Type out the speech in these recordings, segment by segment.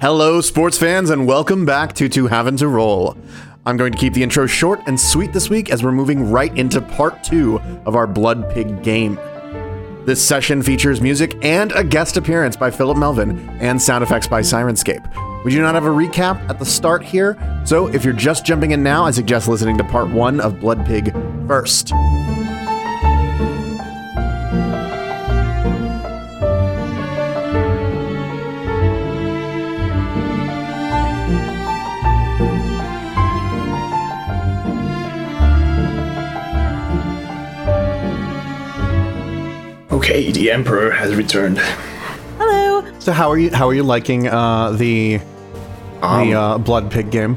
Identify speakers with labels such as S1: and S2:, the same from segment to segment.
S1: Hello, sports fans, and welcome back to Two Having to Roll. I'm going to keep the intro short and sweet this week as we're moving right into part two of our Blood Pig game. This session features music and a guest appearance by Philip Melvin and sound effects by Sirenscape. We do not have a recap at the start here, so if you're just jumping in now, I suggest listening to part one of Blood Pig first.
S2: Okay, the Emperor has returned.
S3: Hello.
S1: So how are you? How are you liking uh, the the uh, Blood Pig game?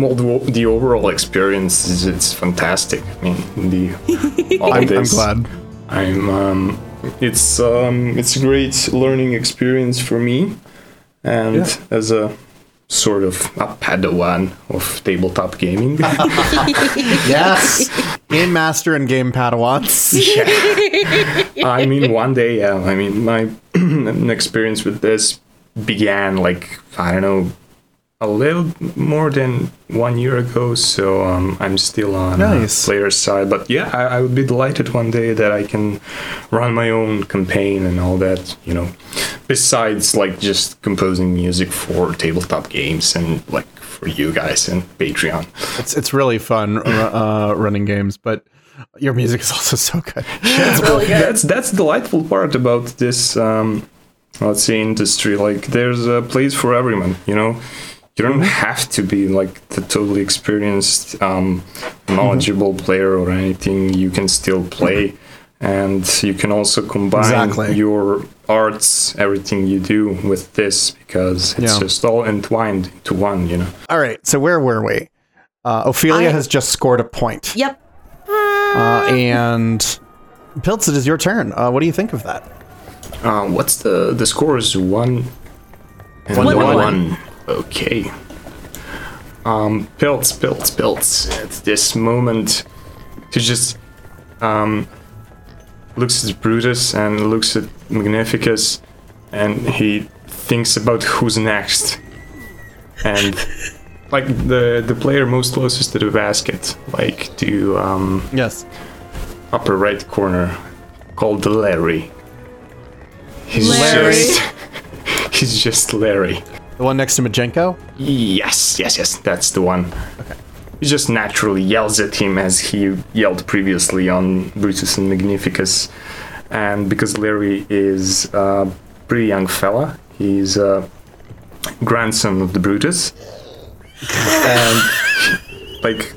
S2: Well, the, the overall experience is it's fantastic. I mean, the all
S1: I'm, I'm
S2: this-
S1: glad.
S2: I'm um, it's um, it's a great learning experience for me, and as a sort of a Padawan of tabletop gaming.
S1: Yes, game master and game Padawans.
S2: I mean, one day, yeah. I mean, my experience with this began like I don't know, a little more than one year ago. So um, I'm still on uh,
S1: Nice.
S2: player's side, but yeah, I, I would be delighted one day that I can run my own campaign and all that. You know, besides like just composing music for tabletop games and like for you guys and Patreon.
S1: It's it's really fun uh, running games, but your music is also so good.
S2: that's that's the delightful part about this um let's say industry like there's a place for everyone you know you don't have to be like the totally experienced um
S1: Mm-hmm.
S2: knowledgeable player or anything you can still play and you can also combine
S1: Exactly.
S2: your arts everything you do with this because it's
S1: Yeah.
S2: just all entwined into one you know
S1: All right, so where were we? Uh, Ophelia
S3: I-
S1: has just scored a point,
S3: Yep.
S1: uh, and Pilts, it is your turn. Uh, what do you think of that?
S2: uh, what's the the score is one and
S3: One one.
S2: Okay. Um, Pilts, Pilts, Pilts. At this moment, to just um, looks at Brutus and looks at Magnificus, and he thinks about who's next, and like the the player most closest to the basket, like to um,
S1: Yes.
S2: upper right corner called Larry. He's
S3: Larry.
S2: just He's just Larry.
S1: The one next to Majenko?
S2: Yes, yes, yes, that's the one. He just naturally yells at him as he yelled previously on Brutus and Magnificus. And because Larry is a pretty young fella, he's uh, a grandson of the Brutus. and like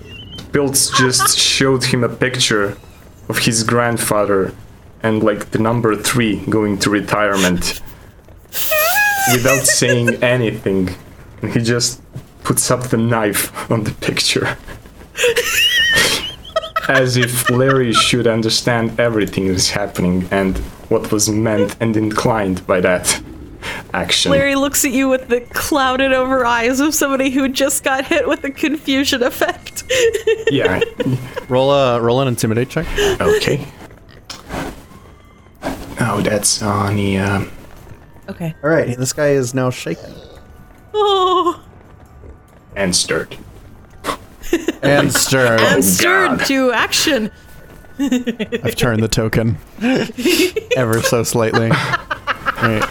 S2: Pilts just showed him a picture of his grandfather and like the number three going to retirement without saying anything. And he just puts up the knife on the picture. As if Larry should understand everything that's happening and what was meant and inclined by that action.
S3: Larry looks at you with the clouded over eyes of somebody who just got hit with a confusion effect.
S2: Yeah.
S1: Roll a roll an intimidate check.
S2: Okay. Oh, that's on the. Uh,
S3: okay.
S1: All right, this guy is now shaken
S3: Oh.
S2: and stirred.
S1: and stirred.
S3: And
S2: Oh,
S3: stirred
S2: God.
S3: to action.
S1: I've turned the token ever so slightly. Right.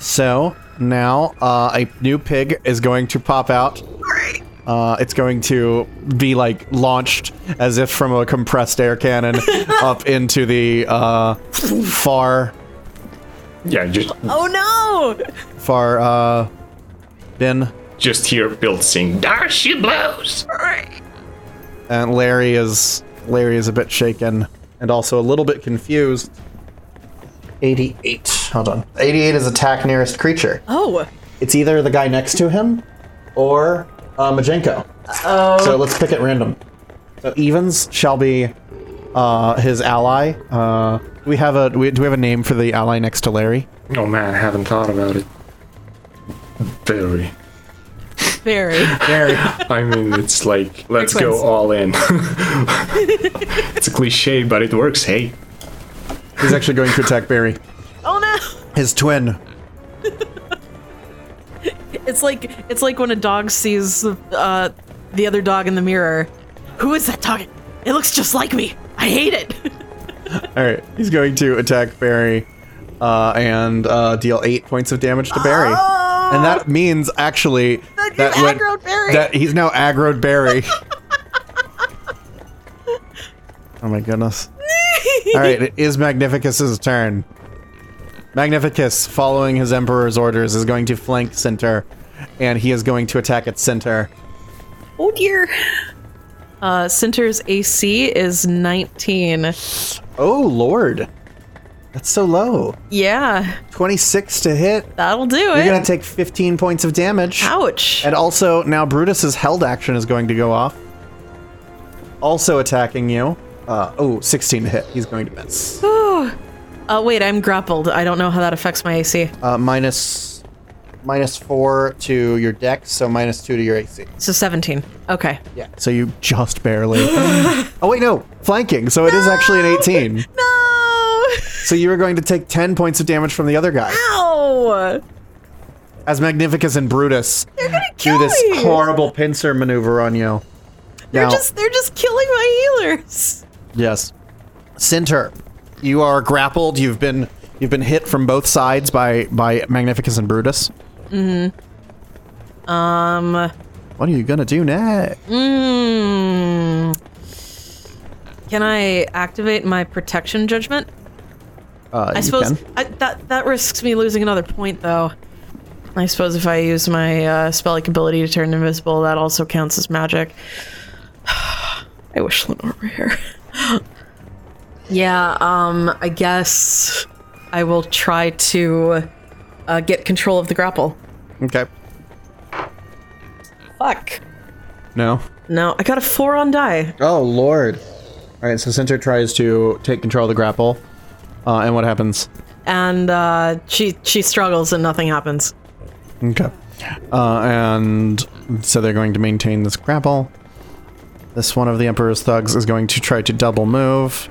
S1: So now uh, a new pig is going to pop out. Uh, it's going to be like launched as if from a compressed air cannon up into the uh, far,
S2: Yeah, just
S3: Oh no!
S1: far uh, bin.
S2: just hear Bill sing. There she blows.
S1: and Larry is Larry is a bit shaken and also a little bit confused. 88. Hold on. 88 is attack nearest creature.
S3: Oh.
S1: It's either the guy next to him or uh, Majenko. Oh. So let's pick at random. So evens shall be uh, his ally. Uh, do we have a we, do we have a name for the ally next to Larry?
S2: Oh man, I haven't thought about it. Very.
S3: Very.
S1: Larry.
S2: I mean, it's like let's go
S3: Excellent.
S2: all in. it's a cliche, but it works. Hey,
S1: He's actually going to attack Barry.
S3: Oh no!
S1: His twin.
S3: Is It's like it's like when a dog sees uh, the other dog in the mirror. Who is that dog? It looks just like me. I hate it.
S1: All right, he's going to attack Barry uh, and uh, deal eight points of damage to Barry, and that means actually that,
S3: you
S1: would-
S3: Oh! aggroed Barry.
S1: that he's now aggroed Barry. oh my goodness! All right, it is Magnificus's turn. Magnificus, following his Emperor's orders, is going to flank Center, and he is going to attack at Center.
S3: Oh dear. Uh, Center's AC is 19.
S1: Oh lord, that's so low.
S3: Yeah,
S1: Twenty-six to hit.
S3: that'll do
S1: You're gonna
S3: it.
S1: take 15 points of damage.
S3: Ouch.
S1: And also, now Brutus's held action is going to go off. Also attacking you. Uh, oh, 16 to hit. He's going to miss.
S3: Uh, wait, I'm grappled. I don't know how that affects my AC.
S1: Uh, minus, minus 4 to your dex, so minus 2 to your AC.
S3: So 17. Okay.
S1: Yeah. So you just barely. oh, wait, no. Flanking. So it is actually an 18.
S3: No!
S1: So you are going to take 10 points of damage from the other guy.
S3: Ow!
S1: As Magnificus and Brutus do
S3: kill
S1: this
S3: me.
S1: horrible pincer maneuver on you.
S3: They're
S1: Now-
S3: just they're just killing my healers.
S1: Yes. Center, you are grappled. You've been you've been hit from both sides by by Magnificus and Brutus.
S3: Um
S1: What are you gonna do next?
S3: Mm, Hmm. Can I activate my protection judgment?
S1: Uh,
S3: I
S1: you
S3: suppose
S1: can.
S3: I, that that risks me losing another point, though. I suppose if I use my uh, spell-like ability to turn invisible, that also counts as magic. I wish Lenore were here. yeah, um, I guess I will try to uh, get control of the grapple.
S1: Okay.
S3: Fuck.
S1: No.
S3: No, I got a four on die.
S1: Oh lord. All right. So Center tries to take control of the grapple, uh, and what happens?
S3: and uh, she she struggles and nothing happens.
S1: Okay. Uh, and so they're going to maintain this grapple. This one of the Emperor's thugs is going to try to double move.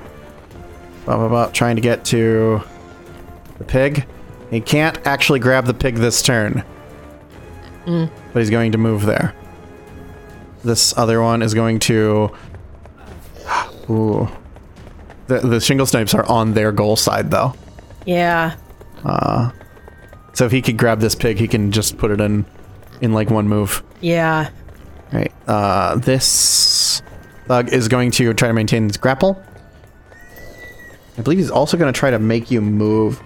S1: Blah, blah, blah, trying to get to the pig. He can't actually grab the pig this turn. But he's going to move there. This other one is going to. Ooh. The, the shingle snipes are on their goal side, though.
S3: Yeah.
S1: So if he could grab this pig, he can just put it in in like one move.
S3: Yeah.
S1: Right. Uh, this thug is going to try to maintain his grapple. I believe he's also going to try to make you move.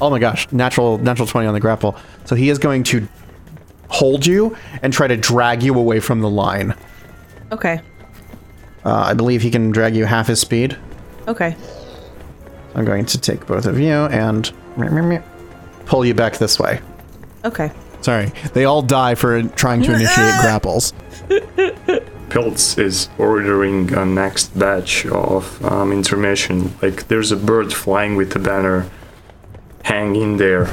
S1: Oh my gosh! Natural natural twenty on the grapple. So he is going to hold you and try to drag you away from the line.
S3: Okay.
S1: Uh, I believe he can drag you half his speed.
S3: Okay.
S1: I'm going to take both of you and pull you back this way.
S3: Okay.
S1: Sorry, they all die for trying to initiate grapples.
S2: Pilz is ordering a next batch of um, information. Like, there's a bird flying with a banner. Hang in there.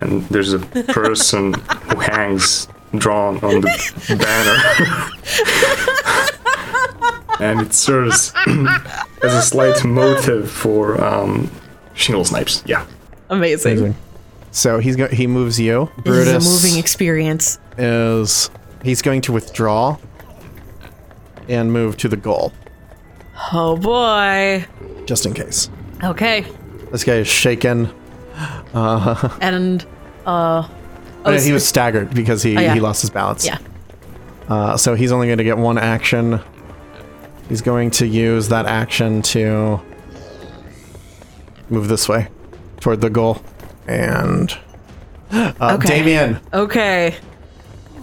S2: And there's a person who hangs drawn on the banner. and it serves as a slight motive for um, shingle snipes. Yeah.
S3: Amazing.
S1: So he's go- he moves you.
S3: This
S1: Brutus
S3: is a moving experience.
S1: is he's going to withdraw and move to the goal
S3: Oh boy.
S1: just in case.
S3: Okay.
S1: This guy is shaken.
S3: And uh
S1: Oh,
S3: oh,
S1: he was staggered because he,
S3: yeah.
S1: he lost his balance.
S3: yeah.
S1: Uh, so he's only going to get one action. He's going to use that action to move this way toward the goal. And uh,
S3: Okay.
S1: Damien,
S3: Okay.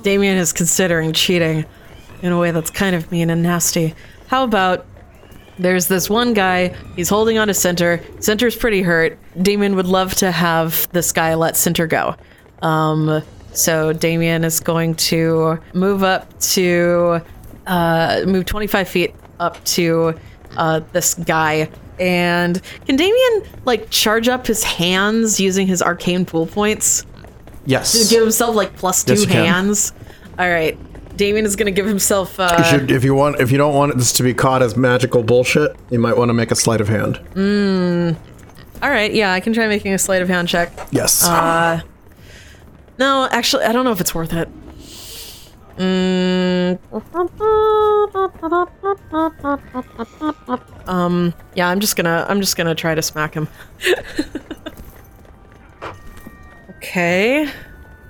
S3: Damien is considering cheating in a way that's kind of mean and nasty. How about there's this one guy, he's holding on to Center. Center's pretty hurt. Damien would love to have this guy let Center go. Um, so Damien is going to move up to, uh, move 25 feet up to uh, this guy. And can Damien, like, charge up his hands using his arcane pool points?
S1: yes.
S3: give himself like plus two
S1: Yes, you can.
S3: hands. All right, Damien is gonna give himself. Uh,
S1: You should- if you want, if you don't want this to be caught as magical bullshit, you might want to make a sleight of hand.
S3: Mm. Uh, All right, yeah, I can try making a sleight of hand check.
S1: Yes.
S3: No, actually, I don't know if it's worth it. Mm. Um. Yeah, I'm just gonna. I'm just gonna try to smack him. okay.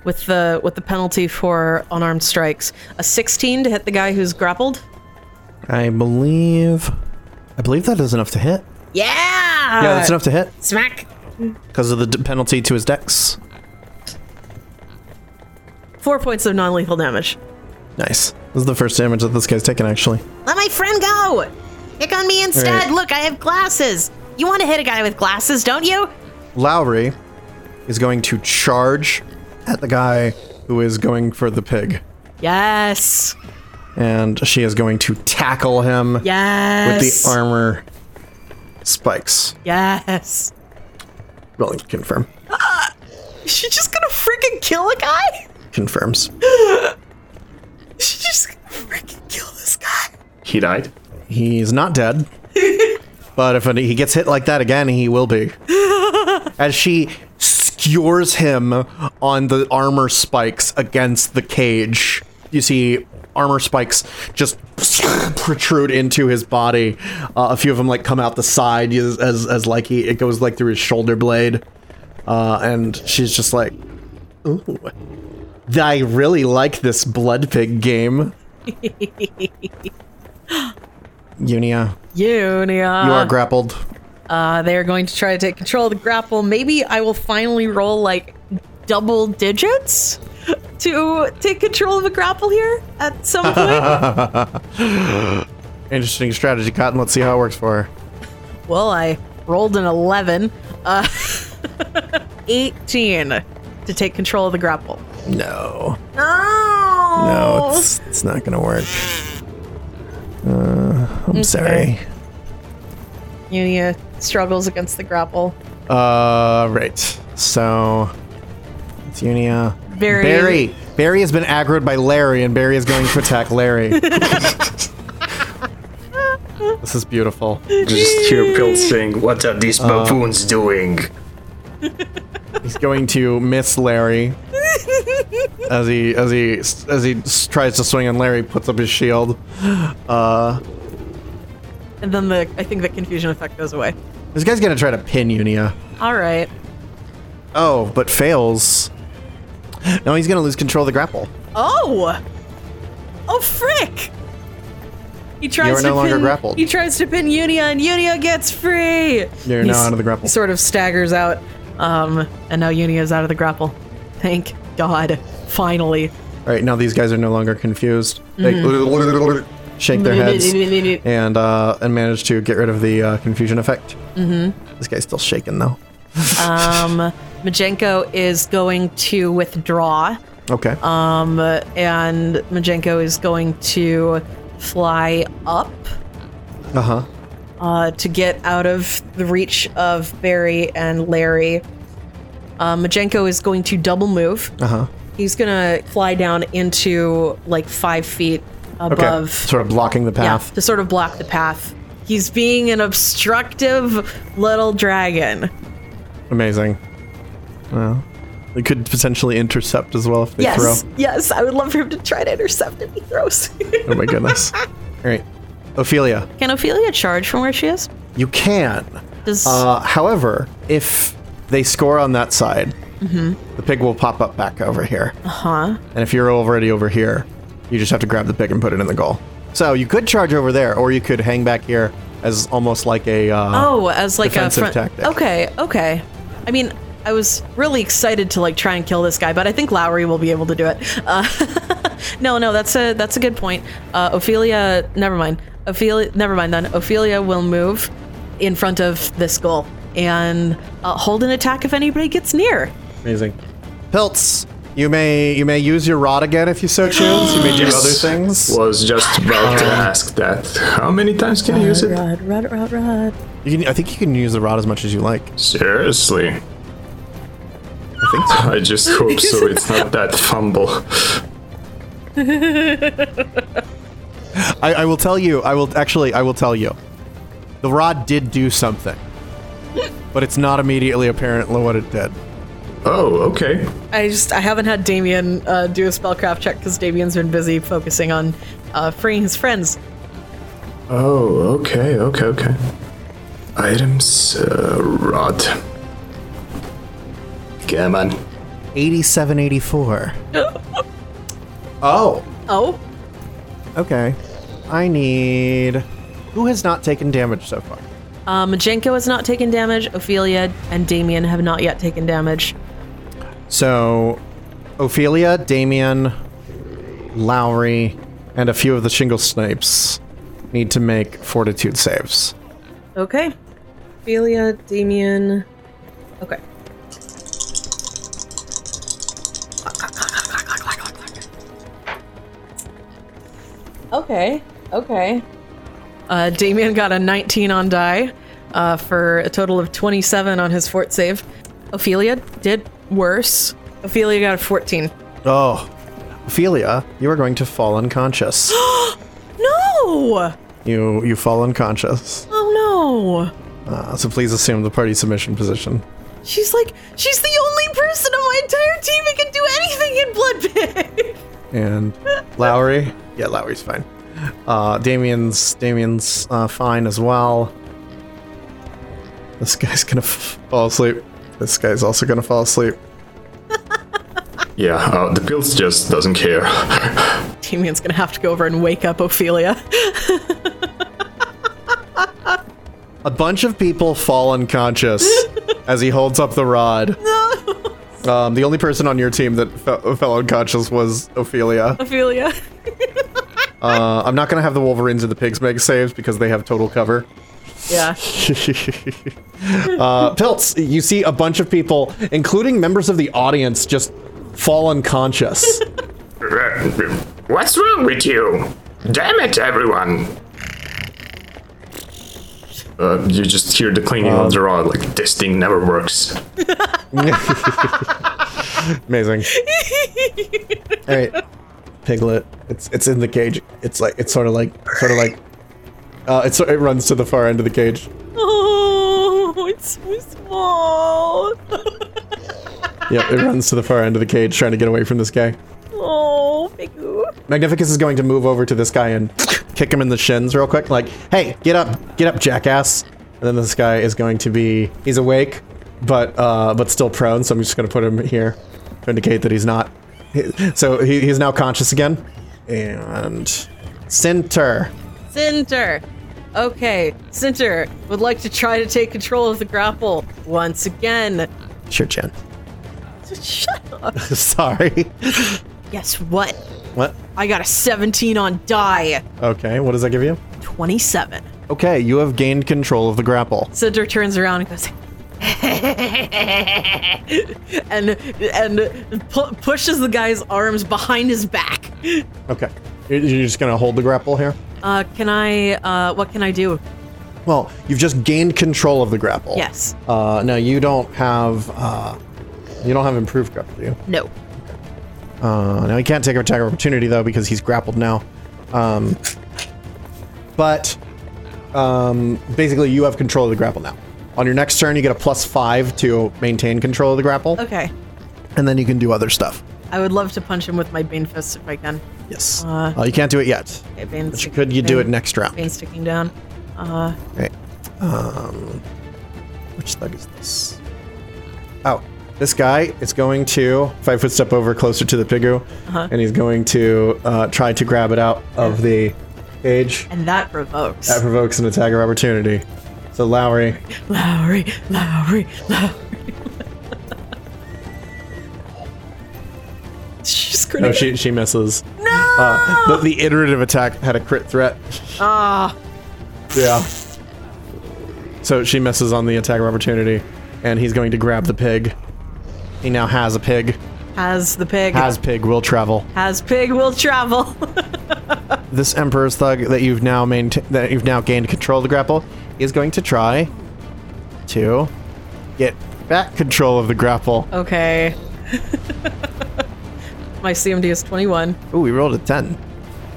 S3: With the with the penalty for unarmed strikes, a 16 to hit the guy who's grappled.
S1: I believe. I believe that is enough to hit.
S3: Yeah.
S1: yeah, that's enough to hit
S3: Smack.
S1: because of the d- penalty to his dex.
S3: Four points of non-lethal damage.
S1: Nice. This is the first damage that this guy's taken, actually.
S3: Let my friend go! Pick on me instead!
S1: Right.
S3: Look, I have glasses! You want to hit a guy with glasses, don't you?
S1: Lowry is going to charge at the guy who is going for the pig.
S3: Yes.
S1: And she is going to tackle him with
S3: Yes.
S1: the armor spikes.
S3: Yes.
S1: Rolling to confirm.
S3: Is she just gonna freaking kill a guy?
S1: Confirms.
S3: Is she just gonna freaking kill this guy?
S2: He died.
S1: He's not dead. but if he gets hit like that again, he will be. As she skewers him on the armor spikes against the cage, you see armor spikes just protrude into his body. Uh, a few of them like come out the side as, as, as like he it goes like through his shoulder blade. Uh, and she's just like, "Ooh, I really like this blood pig game." Unia,
S3: Unia.
S1: you are grappled.
S3: uh, they are going to try to take control of the grapple. Maybe I will finally roll like double digits to take control of a grapple here at some point.
S1: Interesting strategy, Cotton. Let's see how it works for her.
S3: Well, I rolled an 11. Uh, 18 to take control of the grapple.
S1: No.
S3: No!
S1: No,
S3: Oh.
S1: it's, it's not going to work. Uh, I'm sorry.
S3: Unia struggles against the grapple.
S1: Uh, right. So, it's Unia.
S3: Barry.
S1: Barry. Barry has been aggroed by Larry, and Barry is going to attack Larry. this is beautiful.
S2: Just hear Pilt saying, "What are these baboons doing?"
S1: He's going to miss Larry as he as he as he s- tries to swing, and Larry puts up his shield. Uh,
S3: and then the I think the confusion effect goes away.
S1: this guy's gonna try to pin Unia.
S3: All right.
S1: Oh, but fails. No, he's gonna lose control of the grapple.
S3: Oh! Oh, frick! He tries
S1: You are
S3: to
S1: no longer
S3: pin,
S1: grappled.
S3: He tries to pin Unia, and Unia gets free.
S1: You're
S3: He
S1: now
S3: s-
S1: out of the grapple.
S3: He sort of staggers out, um, and now Unia is out of the grapple. Thank God, finally.
S1: All right, now these guys are no longer confused. They
S3: Mm-hmm.
S1: shake their heads and uh, and manage to get rid of the uh, confusion effect. Mm-hmm. This guy's still shaking though.
S3: Um, Majenko is going to withdraw,
S1: Okay.
S3: um, and Majenko is going to fly up
S1: Uh huh.
S3: uh, to get out of the reach of Barry and Larry. Uh, Majenko is going to double move.
S1: Uh huh.
S3: He's going to fly down into like five feet
S1: Okay.
S3: above.
S1: Sort of blocking the
S3: Yeah,
S1: path.
S3: to sort of block the path. He's being an obstructive little dragon.
S1: Amazing. Well, they could potentially intercept as well if they
S3: Yes,
S1: throw.
S3: yes, I would love for him to try to intercept if he throws.
S1: Oh my goodness. All right, Ophelia,
S3: Can Ophelia charge from where she is?
S1: you can.
S3: Does
S1: Uh, however, if they score on that side,
S3: Mm-hmm.
S1: the pig will pop up back over here. Uh huh. And if you're already over here, you just have to grab the pig and put it in the goal. So you could charge over there, or you could hang back here as almost like a. Uh,
S3: oh, as like a
S1: defensive
S3: front.
S1: tactic.
S3: Okay, okay. I mean, I was really excited to like try and kill this guy, but I think Lowry will be able to do it. Uh, no, no, that's a that's a good point. Uh, Ophelia, never mind. Ophelia, never mind. Then Ophelia will move in front of this goal and uh, hold an attack if anybody gets near.
S1: Amazing. Pilts, you may you may use your rod again if you so choose. You may do other things. Um,
S2: Was just about to ask that. How many times can you use it?
S3: Rod, rod, rod, rod.
S1: You can, I think you can use the rod as much as you like.
S2: Seriously. I think so. I just hope so. It's not that fumble.
S1: I, I will tell you. I will actually. I will tell you. The rod did do something, but it's not immediately apparent what it did.
S2: Oh, okay.
S3: I just I haven't had Damien uh, do a spellcraft check because Damien's been busy focusing on uh, freeing his friends.
S2: Oh, okay, okay, okay. Items, uh, rod. Come on.
S4: 8784.
S1: Oh,
S3: Oh,
S1: okay. I need. Who has not taken damage so far?
S3: um, Jenko has not taken damage. Ophelia and Damien have not yet taken damage.
S1: So, Ophelia, Damien, Lowry, and a few of the Shingle Snipes need to make fortitude saves.
S3: Okay, Ophelia, Damien. Okay. Okay. Okay. Uh, Damien got a 19 on die uh, for a total of 27 on his fort save. Ophelia did worse. Ophelia got a 14.
S1: Oh, Ophelia, you are going to fall unconscious.
S3: No!
S1: you you fall unconscious.
S3: Oh
S1: Uh, so please assume the party submission position.
S3: no! She's like, she's the only person on my entire team that can do anything in Blood Pig!
S1: And Lowry, yeah, Lowry's fine. Uh, Damien's Damien's uh, fine as well. This guy's gonna f- fall asleep. This guy's also gonna fall asleep.
S2: Yeah, uh, the pills just doesn't care.
S3: Damien's gonna have to go over and wake up Ophelia.
S1: A bunch of people fall unconscious as he holds up the rod. Um, the only person on your team that fe- fell unconscious was Ophelia.
S3: Ophelia.
S1: Uh, I'm not gonna have the Wolverines and the pigs make saves because they have total cover.
S3: Yeah.
S1: Uh, Pilts, you see a bunch of people, including members of the audience, just fall unconscious.
S2: What's wrong with you? Damn it, everyone! Uh, you just hear the clinging of the rod, like, this thing never works.
S1: Amazing. All right, Piglet. It's it's in the cage. It's like it's sort of like sort of like. Uh, it's it runs to the far end of the cage.
S3: oh, it's so small.
S1: Yep, it runs to the far end of the cage, trying to get away from this guy.
S3: oh, Pigu.
S1: Magnificus is going to move over to this guy and kick him in the shins real quick, like, hey, get up, get up, jackass. And then this guy is going to be he's awake, but uh but still prone, so I'm just gonna put him here to indicate that he's not. So he, he's now conscious again. And Center.
S3: Center. Okay, Center would like to try to take control of the grapple once again.
S1: Sure, Jen.
S3: Shut up.
S1: Sorry.
S3: Guess what?
S1: What?
S3: I got a 17 on die.
S1: Okay, what does that give you?
S3: 27.
S1: Okay, you have gained control of the grapple.
S3: Cinder turns around and goes, and and pu- pushes the guy's arms behind his back.
S1: Okay. You're you're just gonna hold the grapple here?
S3: Uh, can I? Uh, what can I do?
S1: Well, you've just gained control of the grapple.
S3: Yes.
S1: Uh, now you don't have uh, you don't have improved grapple, do you?
S3: No.
S1: Uh, now he can't take an attack of opportunity though because he's grappled now. Um, but um, basically, you have control of the grapple now. On your next turn, you get a plus five to maintain control of the grapple,
S3: Okay.
S1: and then you can do other stuff.
S3: I would love to punch him with my bane fist if I can.
S1: Yes. Uh, you can't do it yet.
S3: Okay, bane. But
S1: Could you do it next round?
S3: Bane sticking down.
S1: Right. Um, which thug is this? Oh, this guy is going to five foot step over closer to the pigu,
S3: Uh-huh.
S1: and he's going to uh, try to grab it out of the cage.
S3: And that provokes.
S1: That provokes an attack of opportunity. So Lowry,
S3: Lowry, Lowry, Lowry. She's gonna.
S1: no, Oh, she she misses.
S3: no!
S1: Uh, but the iterative attack had a crit threat.
S3: Ah.
S1: Yeah. So she misses on the attack of opportunity, and he's going to grab the pig. He now has a pig.
S3: has the pig.
S1: Has pig will travel.
S3: Has pig will travel.
S1: this emperor's thug that you've now maintained that you've now gained control of the grapple is going to try to get back control of the grapple.
S3: okay. My CMD is 21.
S1: Ooh, we rolled a ten.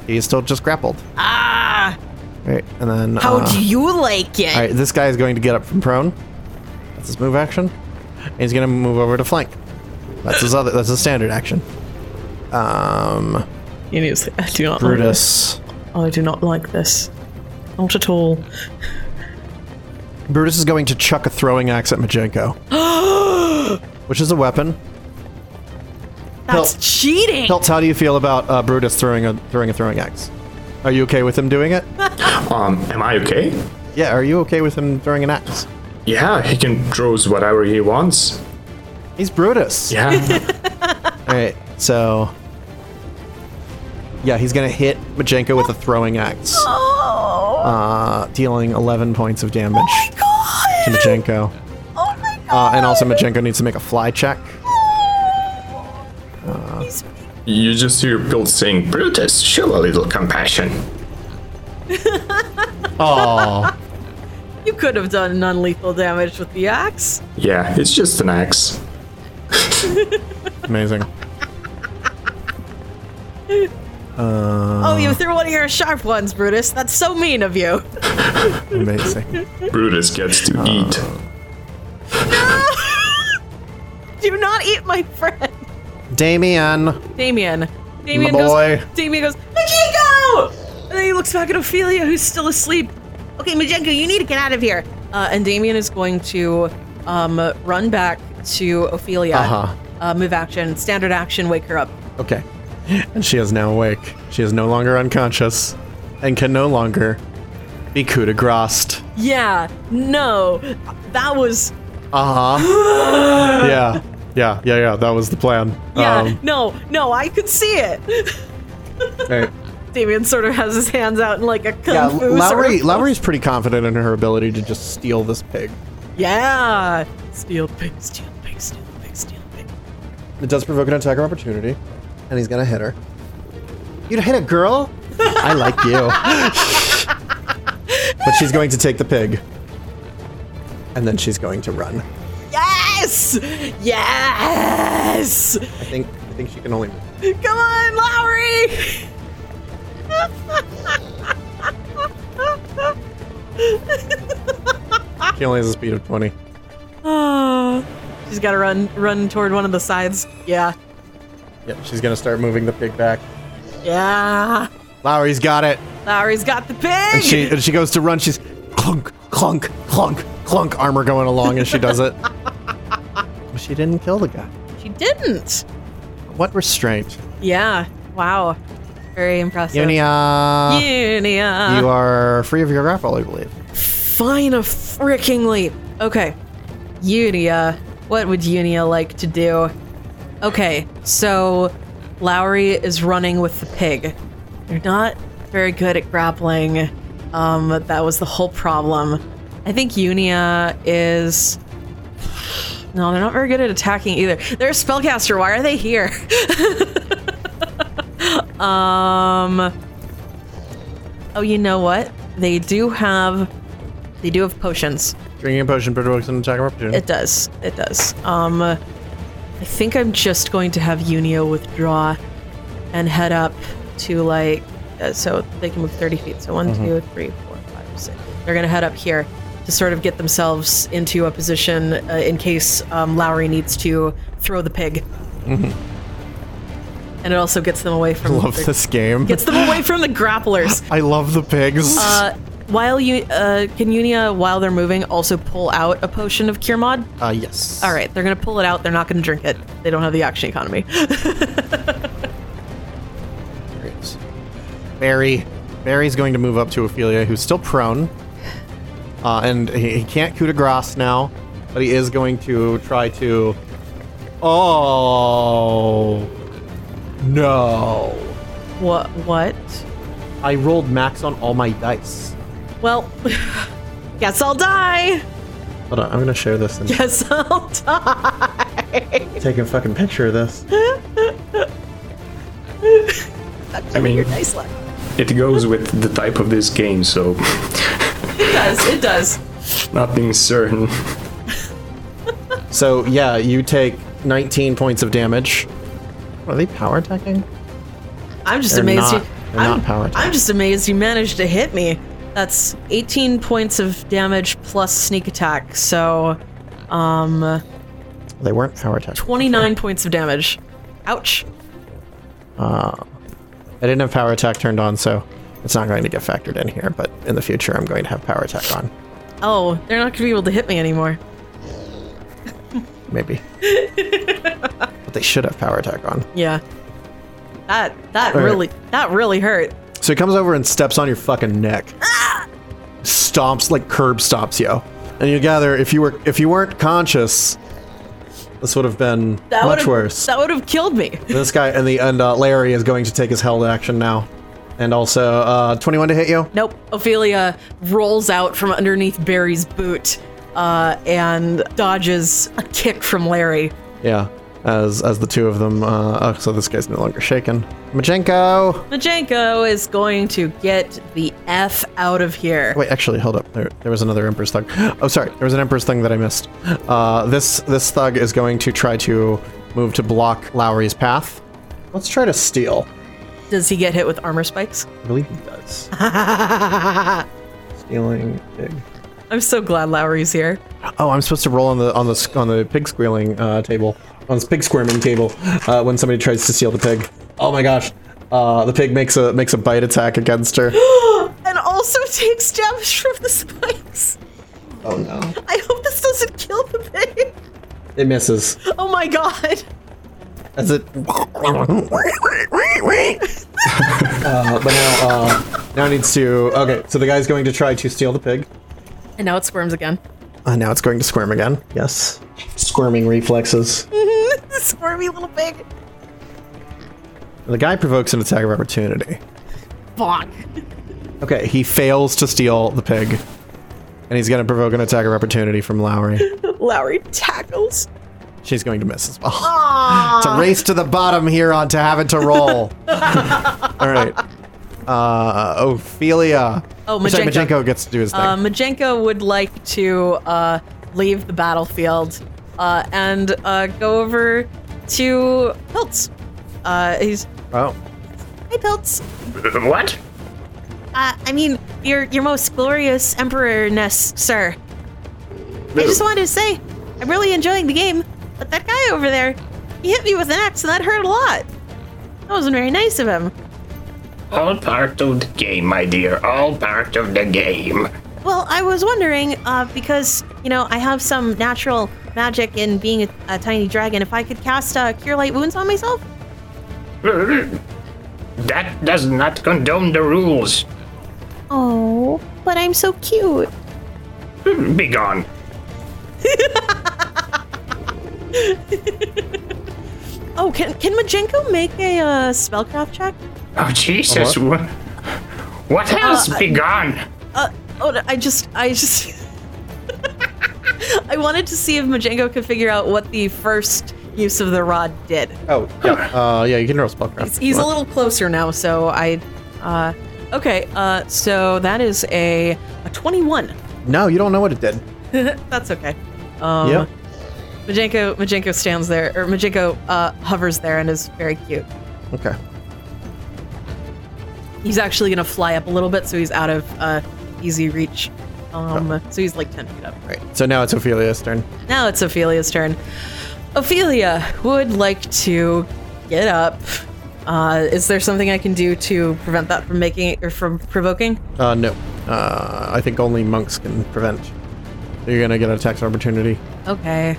S1: He's still just grappled. Ah! Right, and then uh,
S3: you like it?
S1: all right, this guy is going to get up from prone. That's his move action. And he's going to move over to flank. That's his other. That's his standard action. Um,
S3: You need to say, I do not like
S1: Brutus.
S3: this. I do not like this. Not at all.
S1: Brutus is going to chuck a throwing axe at Majenko, which is a weapon.
S3: That's
S1: Pelt.
S3: cheating.
S1: Peltz, how do you feel about uh, Brutus throwing a throwing a throwing axe? Are you okay with him doing it?
S2: Um, am I okay?
S1: Yeah. Are you okay with him throwing an axe?
S2: Yeah, he can draws whatever he wants.
S1: He's Brutus.
S2: Yeah.
S1: All right. So. Yeah, he's gonna hit Majenko with a throwing axe,
S3: Oh,
S1: uh, dealing 11 points of damage to
S3: God.
S1: Majenko.
S3: Oh my
S1: Uh,
S3: god.
S1: and also, Majenko needs to make a fly check.
S2: you just hear Bill saying, Brutus, show a little compassion.
S3: You could have done non lethal damage with the axe.
S2: Yeah, it's just an axe.
S1: Amazing.
S3: oh,
S1: Ah.
S3: you threw one of your sharp ones, Brutus. That's so mean of you.
S1: Amazing.
S2: Brutus gets to eat.
S3: do not eat my friend.
S1: Damien.
S3: Damien. Damien
S1: My
S3: goes.
S1: boy.
S3: Damien goes. Majenko! And then he looks back at Ophelia, who's still asleep. Okay, Majenko, you need to get out of here. Uh, and Damien is going to um, run back to Ophelia.
S1: Uh-huh.
S3: Uh, move action, standard action, wake her up.
S1: Okay. And she is now awake. She is no longer unconscious and can no longer be coup de grace.
S3: Yeah, no, that was
S1: Uh huh. yeah. Yeah. Yeah. Yeah. That was the plan.
S3: yeah.
S1: Um,
S3: no, no, I could see it.
S1: right.
S3: Damien sort of has his hands out in like a kung
S1: Yeah.
S3: fu.
S1: L-
S3: sort
S1: Lowry,
S3: of-
S1: Lowry's pretty confident in her ability to just steal this pig.
S3: Yeah, steel pig, steel pig, steel pig, steel pig.
S1: It does provoke an attack of opportunity, and he's gonna hit her. You'd hit a girl? I like you. but she's going to take the pig. And then she's going to run.
S3: Yes, yes.
S1: I think I think she can only move.
S3: Come on, Lowry.
S1: She only has a speed of 20.
S3: Oh, she's got to run, run toward one of the sides. Yeah,
S1: Yeah, she's gonna start moving the pig back.
S3: yeah.
S1: Lowry's got it.
S3: Lowry's got the pig.
S1: And she and she goes to run. She's clunk, clunk, clunk, clunk. Armor going along as she does it. but she didn't kill the guy.
S3: she didn't.
S1: What restraint,
S3: Yeah. Wow. Very impressive.
S1: Unia?
S3: Unia.
S1: uh, You are free of your grapple, I believe.
S3: Fine a frickingly. Okay. Unia. What would Unia like to do? Okay, so Lowry is running with the pig. They're not very good at grappling. Um, that was the whole problem. I think Unia is. No, they're not very good at attacking either. They're a spellcaster. Why are they here? um. Oh, you know what? They do have. They do have potions.
S1: Drinking a potion provokes an attack of opportunity.
S3: It does. It does. Um, I think I'm just going to have Unio withdraw and head up to like uh, so they can move 30 feet.
S1: Mm-hmm.
S3: So one, two, three, four, five, six. They're going to head up here to sort of get themselves into a position uh, in case um, Lowry needs to throw the pig. And it also gets them away from.
S1: I Mm-hmm. love
S3: the,
S1: this game.
S3: Gets them away from the grapplers.
S1: I love the pigs.
S3: Uh, while you uh, can Unia, while they're moving, also pull out a potion of cure mod.
S1: Uh, yes.
S3: All right, they're gonna pull it out. They're not gonna drink it. They don't have the action economy.
S1: Great. Barry. Barry's going to move up to Ophelia, who's still prone. Uh, and he, he can't coup de grace now, but he is going to try to. Oh. No.
S3: what? What?
S1: I rolled max on all my dice.
S3: Well, guess I'll die.
S1: Hold on, I'm going to share this and
S3: Guess I'll die.
S1: take a fucking picture of this.
S2: I mean,
S3: Nice luck.
S2: it goes with the type of this game, so
S3: It does. It does.
S2: nothing's certain.
S1: So, yeah, you take 19 points of damage. Are they power attacking?
S3: I'm just
S1: They're not-
S3: amazed. you,
S1: they're
S3: I'm,
S1: not power attacks.
S3: I'm just amazed you managed to hit me. That's 18 points of damage plus sneak attack. So, um,
S1: They weren't power attack.
S3: 29 points of damage. Ouch.
S1: I didn't have power attack turned on, so it's not going to get factored in here, but in the future I'm going to have power attack on.
S3: Oh, they're not going to be able to hit me anymore.
S1: Maybe. but they should have power attack on.
S3: Yeah. That that
S1: right.
S3: really that really hurt.
S1: So he comes over and steps on your fucking neck. Stomps like curb stomps you. And you gather if you were if you weren't conscious, this would have been
S3: That
S1: much
S3: would've-
S1: worse.
S3: That would have killed me.
S1: this guy and the and uh, Larry is going to take his held action now. And also uh 21 to hit you.
S3: Nope. Ophelia rolls out from underneath Barry's boot uh, and dodges a kick from Larry.
S1: Yeah. As as the two of them uh oh, so this guy's no longer shaken. Majenko.
S3: Majenko is going to get the F out of here.
S1: Wait, actually, hold up. There, there was another Emperor's Thug. Oh, sorry. There was an Emperor's Thing that I missed. Uh, this this thug is going to try to move to block Lowry's path. Let's try to steal.
S3: Does he get hit with armor spikes?
S1: I believe he does. Stealing pig.
S3: I'm so glad Lowry's here.
S1: Oh, I'm supposed to roll on the on the s- on the pig squealing uh, table, on the pig squirming table, uh, when somebody tries to steal the pig. Oh my gosh. Uh, the pig makes a makes a bite attack against her.
S3: And also takes damage from the spikes.
S1: Oh no!
S3: I hope this doesn't kill the pig.
S1: It misses.
S3: Oh my god.
S1: As it. Uh, but now, uh, now needs to. Okay, so the guy's going to try to steal the pig.
S3: And now it squirms again.
S1: Uh, now it's going to squirm again. Yes. Squirming reflexes.
S3: Squirmy little pig.
S1: The guy provokes an attack of opportunity.
S3: Bonk.
S1: Okay, he fails to steal the pig. And he's going to provoke an attack of opportunity from Lowry.
S3: Lowry tackles. Ah.
S1: She's going to miss as well. It's a race to the bottom here on to have it to roll. All right. Uh, Ophelia.
S3: Oh,
S1: Sorry,
S3: Majenko.
S1: Majenko gets to do his thing.
S3: Uh, Majenko would like to uh, leave the battlefield uh, and uh, go over to Pilts. Uh, he's
S1: oh.
S3: hi Pilts.
S2: What?
S3: Uh, I mean, your your most glorious emperorness, sir. I just wanted to say, I'm really enjoying the game, but that guy over there, he hit me with an axe and that hurt a lot. That wasn't very nice of him.
S2: All part of the game, my dear. All part of the game.
S3: Well, I was wondering, uh, because, you know, I have some natural magic in being a, a tiny dragon, if I could cast uh, Cure Light Wounds on myself?
S2: That does not condone the rules.
S3: Oh, but I'm so cute.
S2: Be gone.
S3: Oh, can, can Majenko make a uh, spellcraft check?
S2: Oh, Jesus. What, what else? Be gone.
S3: Uh, oh, no, I just, I just. I wanted to see if Majenko could figure out what the first use of the rod did.
S1: Oh, yeah. Uh, yeah, you can roll spellcraft.
S3: He's,
S1: if you
S3: he's a
S1: want.
S3: little closer now, so I. Uh, okay, uh, so that is a, a 21.
S1: No, you don't know what it did.
S3: That's okay. Um,
S1: yep.
S3: Majenko, Majenko stands there, or Majenko uh, hovers there and is very cute.
S1: Okay.
S3: He's actually going to fly up a little bit, so he's out of uh, easy reach. Um, So he's like 10 feet up.
S1: Right. So now it's Ophelia's turn.
S3: Now it's Ophelia's turn. Ophelia would like to get up. Uh, is there something I can do to prevent that from making or from provoking?
S1: Uh, no. Uh, I think only monks can prevent. You're gonna get an attack of opportunity.
S3: Okay.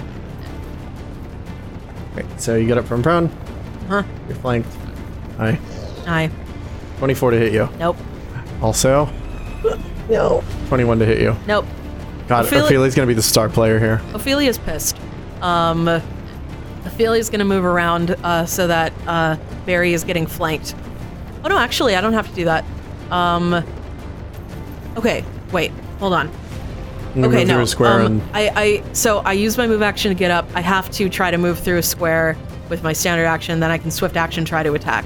S1: Right. So you get up from prone.
S3: Huh.
S1: You're flanked. Aye.
S3: Aye.
S1: 24 to hit you.
S3: Nope.
S1: Also. No. 21 to hit you.
S3: Nope.
S1: God,
S3: Opheli-
S1: Ophelia's gonna be the star player here.
S3: Ophelia's pissed. Um, Ophelia's gonna move around uh, so that uh, Barry is getting flanked. Oh no, actually, I don't have to do that. Um, okay, wait, hold on.
S1: I'm gonna
S3: Okay,
S1: move through
S3: no.
S1: a square
S3: um,
S1: and
S3: I, I, so I use my move action to get up. I have to try to move through a square with my standard action. Then I can swift action try to attack.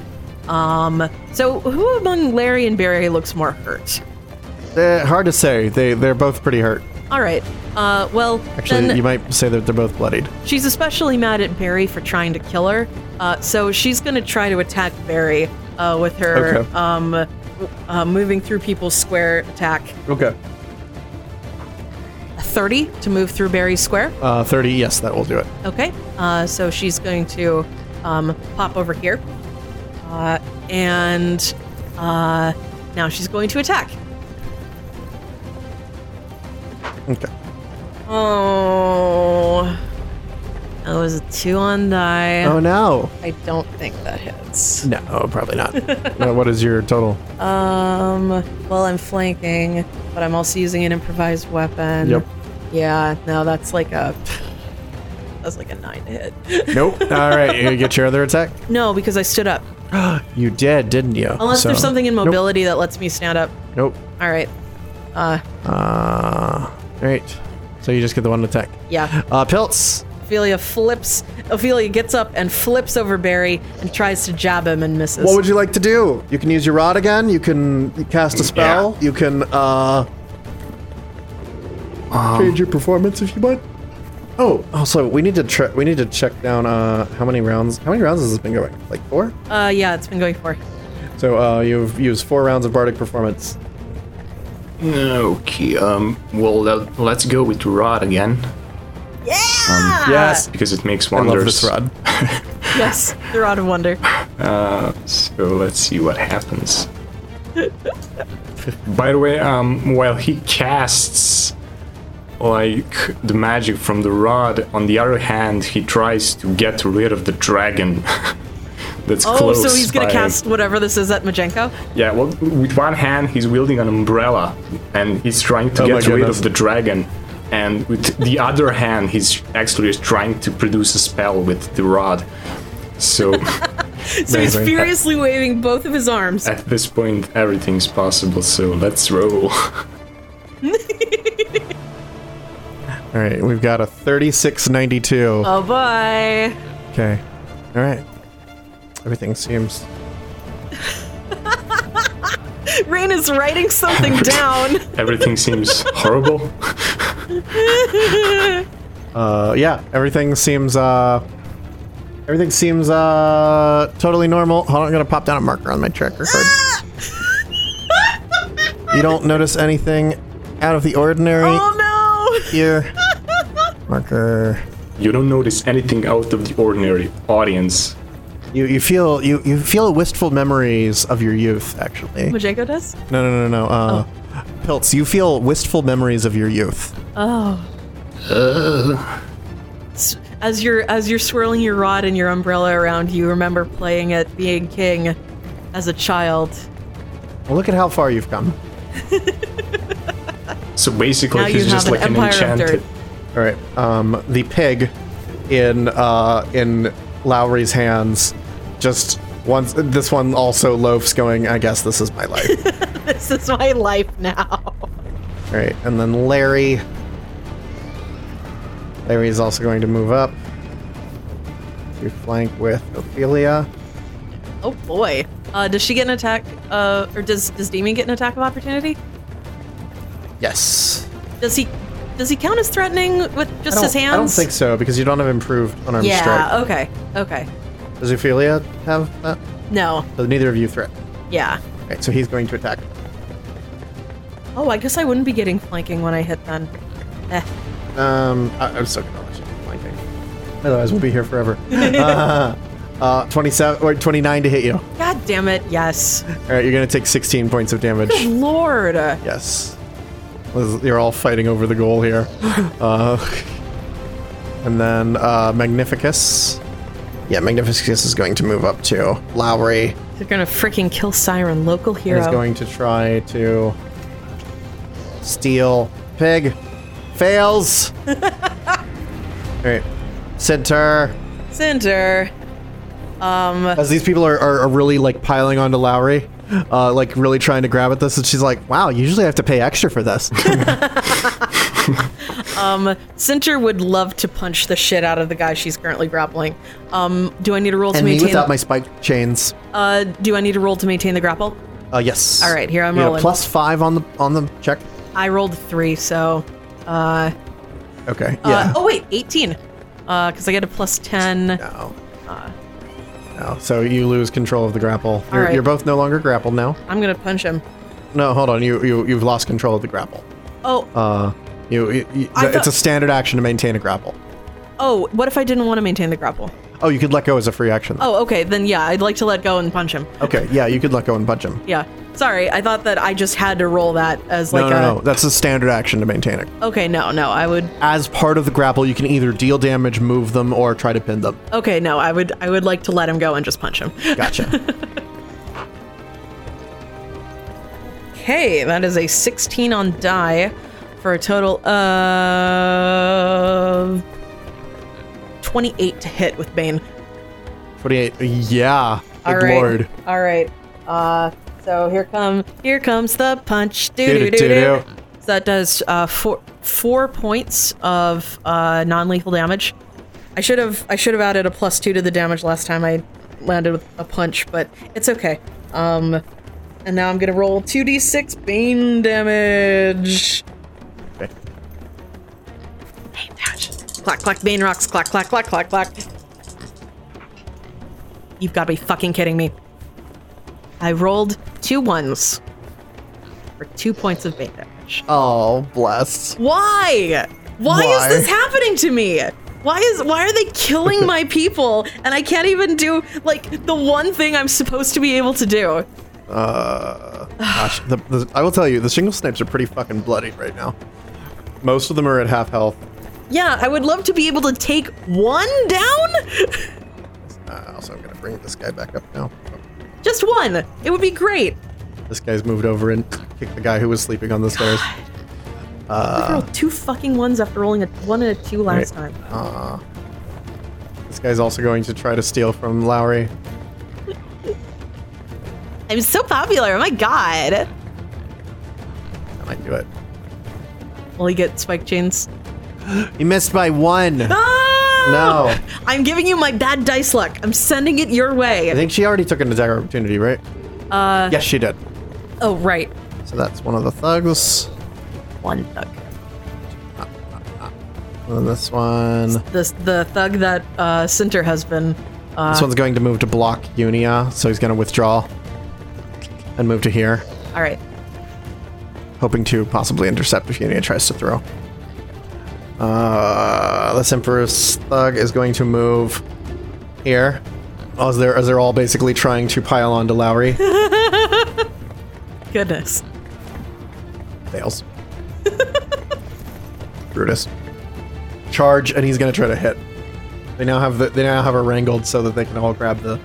S3: Um, so who among Larry and Barry looks more hurt?
S1: Eh, hard to say. They they're both pretty hurt.
S3: All right. Uh, well,
S1: Actually,
S3: then
S1: you might say that they're both bloodied.
S3: She's especially mad at Barry for trying to kill her, uh, so she's going to try to attack Barry uh, with her
S1: Okay.
S3: um, uh, moving through people's square attack.
S1: Okay.
S3: 30 to move through Barry Square.
S1: Uh, 30, yes, that will do it.
S3: Okay. Uh, so she's going to um, pop over here. Uh, and uh, now she's going to attack.
S1: Okay.
S3: Oh. That was a two on die.
S1: Oh, no.
S3: I don't think that hits.
S1: No, probably not. Uh, what is your total?
S3: Um, well, I'm flanking, but I'm also using an improvised weapon.
S1: Yep.
S3: Yeah, no, that's like a. That's like a nine to hit.
S1: Nope. All right, you get your other attack.
S3: No, because I stood up.
S1: You did, didn't you?
S3: Unless
S1: So-
S3: there's something in
S1: Nope.
S3: mobility that lets me stand up.
S1: Nope.
S3: All right.
S1: Uh, all right. So you just get the one attack.
S3: Yeah.
S1: Uh, Pilts.
S3: Ophelia flips. Ophelia gets up and flips over Barry and tries to jab him and misses.
S1: What would you like to do? You can use your rod again. You can cast a spell. You can uh, change your performance if you want. Oh, also we need to tre- we need to check down uh, how many rounds how many rounds has this been going? Like four.
S3: uh, yeah, it's been going for.
S1: So uh, you've used four rounds of bardic performance.
S2: Okay. Um. Well, let, let's go with rod again
S3: Ah.
S1: Um, yes,
S2: because it makes
S1: I
S2: wonders.
S1: love this rod.
S3: Yes, they're out of wonder.
S2: Uh, So let's see what happens. By the way, um, while he casts like the magic from the rod, on the other hand, he tries to get rid of the dragon. That's
S3: Oh,
S2: close.
S3: so he's gonna
S2: by-
S3: cast whatever this is at Majenko.
S2: Yeah, well, with one hand he's wielding an umbrella, and he's trying to
S1: Oh my
S2: get rid
S1: goodness.
S2: of the dragon, and with the other hand he's actually is trying to produce a spell with the rod. So
S3: So he's
S1: Amazing.
S3: furiously waving both of his arms.
S2: at this point everything's possible. So let's roll.
S1: All right, we've got a thirty-six ninety-two.
S3: Oh boy.
S1: Okay. All right. Everything seems
S3: Rain is writing something down.
S2: Everything seems horrible.
S1: Uh, yeah, everything seems uh, everything seems uh, totally normal. Hold on, I'm gonna pop down a marker on my tracker card. you don't notice anything out of the ordinary
S3: Oh no.
S1: here. Marker.
S2: You don't notice anything out of the ordinary, audience.
S1: You you feel you you feel wistful memories of your youth. Actually, no
S3: Majenko does?
S1: no no no. Uh, Pilts, you feel wistful memories of your youth.
S3: Oh. S- As you're as you're swirling your rod and your umbrella around, you remember playing at being king as a child.
S1: Well, look at how far you've come.
S2: So basically,
S3: Now you
S2: he's
S3: have
S2: just
S3: an
S2: like an
S3: empire of
S2: enchanted.
S3: dirt.
S1: All right. Um, the pig in uh, in Lowry's hands just once. This one also loafs, going. I guess this is my life. All
S3: This is my life now.
S1: right, and then Larry. Larry is also going to move up to flank with Ophelia.
S3: Oh boy. Uh, does she get an attack? Uh, or does does Damien get an attack of opportunity?
S1: Yes.
S3: Does he does he count as threatening with just his hands?
S1: I don't think so because you don't have improved unarmed
S3: Yeah. oh.
S1: strike.
S3: Okay. Okay.
S1: Does Ophelia have that?
S3: No.
S1: So neither of you threat.
S3: Yeah.
S1: All right, so he's going to attack.
S3: Oh, I guess I wouldn't be getting flanking when I hit then. Eh.
S1: Um, I, I'm still gonna let you do my thing. Otherwise, we'll be here forever. uh, uh, 27 or 29 to hit you. All
S3: God damn it. Yes.
S1: right, you're gonna take 16 points of damage.
S3: Lord.
S1: Yes, This is- you're all fighting over the goal here. Uh, and then uh, Magnificus. Yeah, Magnificus is going to move up to Lowry.
S3: They're gonna freaking kill Siren, local hero.
S1: He's going to try to steal pig. Fails. all right, Centaur.
S3: Cinder.
S1: As these people are, are, are really like piling onto Lowry, uh, like really trying to grab at this, and she's like, "Wow, usually I have to pay extra for this."
S3: Cinder would love to punch the shit out of the guy she's currently grappling. Um, do I need a roll to
S1: and me
S3: maintain?
S1: without my spike chains.
S3: uh, do I need a roll to maintain the grapple?
S1: Uh, yes.
S3: All right, here I'm
S1: You get a
S3: rolling.
S1: plus five on the on the check.
S3: I rolled three, so. Uh,
S1: Okay.
S3: uh,
S1: Yeah.
S3: oh wait, 18. Uh, because I get a plus 10.
S1: No.
S3: Uh.
S1: No. So you lose control of the grapple. You're,
S3: right.
S1: you're both no longer grappled now.
S3: I'm gonna punch him.
S1: No, hold on. You you you've lost control of the grapple.
S3: Oh,
S1: Uh, You, you- you-
S3: I
S1: it's
S3: thought-
S1: a standard action to maintain a grapple.
S3: Oh, what if I didn't want to maintain the grapple?
S1: Oh, you could let go as a free action.
S3: Oh, okay, then yeah, I'd like to let go and punch him.
S1: Okay, yeah, you could let go and punch him.
S3: Yeah. Sorry, I thought that I just had to roll that as like
S1: No,
S3: a.
S1: no, no. That's a standard action to maintain it.
S3: Okay, no, no, I would.
S1: As part of the grapple, you can either deal damage, move them, or try to pin them.
S3: Okay, no, I would. I would like to let him go and just punch him.
S1: Gotcha.
S3: Okay, that is a 16 on die, for a total of 28 to hit with Bane.
S1: 28. Yeah.
S3: All
S1: Good
S3: right.
S1: lord.
S3: All right. Uh, so here come here comes the punch. Do do do
S1: Do-do-do-do.
S3: do. So that does uh, four four points of uh, non lethal damage. I should have I should have added a plus two to the damage last time I landed with a punch, but it's okay. Um, and now I'm gonna roll two d six bane damage.
S1: Okay.
S3: Bane damage. Clack clack bane rocks. Clack clack clack clack clack. You've got to be fucking kidding me. I rolled two ones for two points of bait damage.
S1: Oh, bless.
S3: Why? Why
S1: Why?
S3: is this happening to me? Why is why are they killing my people and I can't even do like the one thing I'm supposed to be able to do?
S1: Uh, Gosh, the, the, I will tell you, the shingle snipes are pretty fucking bloody right now. Most of them are at half health.
S3: Yeah, I would love to be able to take one down.
S1: Uh, also, I'm going to bring this guy back up now.
S3: Just one. It would be great.
S1: This guy's moved over and kicked the guy who was sleeping on the stairs.
S3: I rolled two fucking ones after rolling a one and a two last
S1: Uh. Right.
S3: time.
S1: This guy's also going to try to steal from Lowry.
S3: I'm so popular. Oh My god.
S1: I might do it.
S3: Will he get spike chains?
S1: He missed by one.
S3: No!
S1: No.
S3: I'm giving you my bad dice luck. I'm sending it your
S1: I
S3: way.
S1: think she already took an attack opportunity, right? Uh. Yes, she did.
S3: Oh, right.
S1: So that's one of the thugs.
S3: One thug.
S1: And then this one.
S3: This the thug that uh Sinter has been
S1: This one's going to move to block Unia, so he's going to withdraw and move to here,
S3: Alright.
S1: hoping to possibly intercept if Unia tries to throw. Uh, this Emperor's Thug is going to move here. Oh, is there, as they're all basically trying to pile on to Lowry.
S3: Goodness.
S1: Fails. Brutus. Charge, and he's going to try to hit. They now have the, they now have her wrangled so that they can all grab the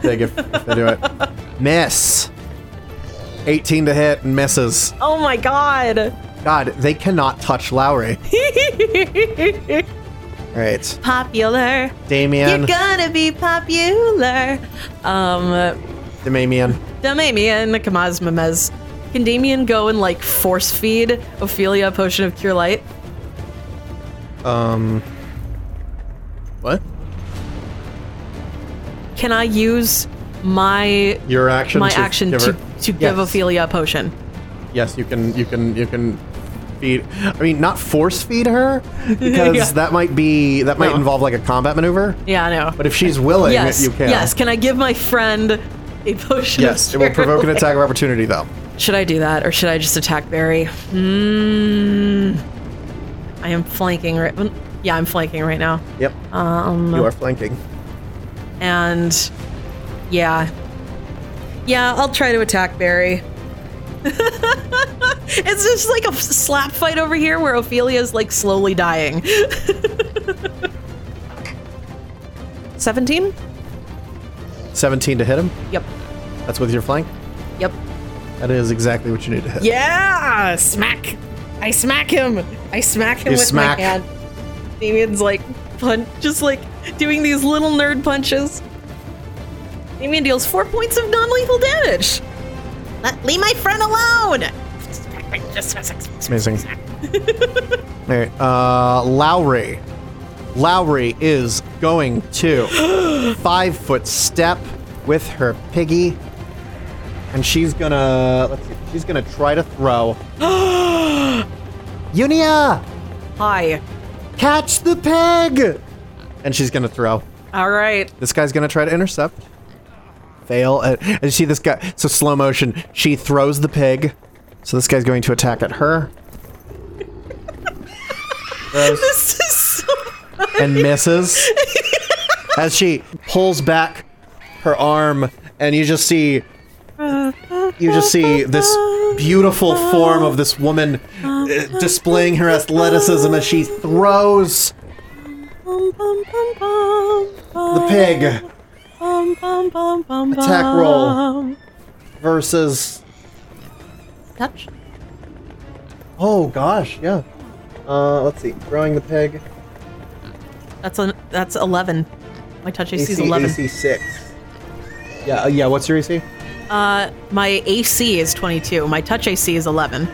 S1: thing if, if they do it. Miss. 18 to hit and misses.
S3: Oh my god.
S1: God, they cannot touch Lowry. All right,
S3: popular. You're
S1: Damien.
S3: gonna be popular. Um
S1: Damien.
S3: Damien Kamaz Memez. Can Damien go and like force feed Ophelia a potion of cure light?
S1: What?
S3: Can I use my
S1: Your action.
S3: my
S1: to
S3: action
S1: give
S3: to,
S1: her-
S3: to give
S1: yes.
S3: Ophelia a potion.
S1: Yes, you can. You can. You can. Feed. I mean, not force feed her because
S3: Yeah.
S1: that might be that might
S3: No.
S1: involve like a combat maneuver.
S3: Yeah, I know.
S1: But if she's willing,
S3: yes,
S1: you can.
S3: yes. Can I give my friend a potion? of
S1: Yes, it will
S3: cure
S1: provoke an
S3: light?
S1: attack of opportunity though.
S3: Should I do that, or should I just attack Barry? Hmm. I am flanking right. Yeah, I'm flanking right now,
S1: Yep. Um. You are flanking.
S3: and yeah, yeah. I'll try to attack Barry. it's just like a f- slap fight over here where Ophelia's like slowly dying. 17?
S1: 17 to hit him.
S3: Yep.
S1: That's with your flank.
S3: Yep.
S1: That is exactly what you need to hit.
S3: Yeah! Smack! I smack him! I smack him
S1: You
S3: with
S1: smack.
S3: my hand. Damien's like punch just like doing these little nerd punches. Damien deals four points of non-lethal damage. Let leave my friend alone!
S1: Amazing. All right, uh, Lowry. Lowry is going to five foot step with her piggy, and she's gonna let's see, she's gonna try to throw. Unia,
S3: Hi.
S1: catch the pig! And she's gonna throw.
S3: Alright.
S1: This guy's gonna try to intercept. Fail. At, and you see this guy. So slow motion. She throws the pig. So this guy's going to attack at her. Those.
S3: This is so.
S1: and misses as she pulls back her arm and you just see you just see this beautiful form of this woman uh, displaying her athleticism as she throws the pig
S3: Attack
S1: Attack roll. versus
S3: Touch.
S1: oh gosh yeah uh, let's see throwing the pig
S3: That's a, that's eleven. My touch AC is
S1: AC,
S3: eleven.
S1: AC 6 yeah uh, yeah what's your AC
S3: Uh, my AC is twenty-two. My touch AC is eleven.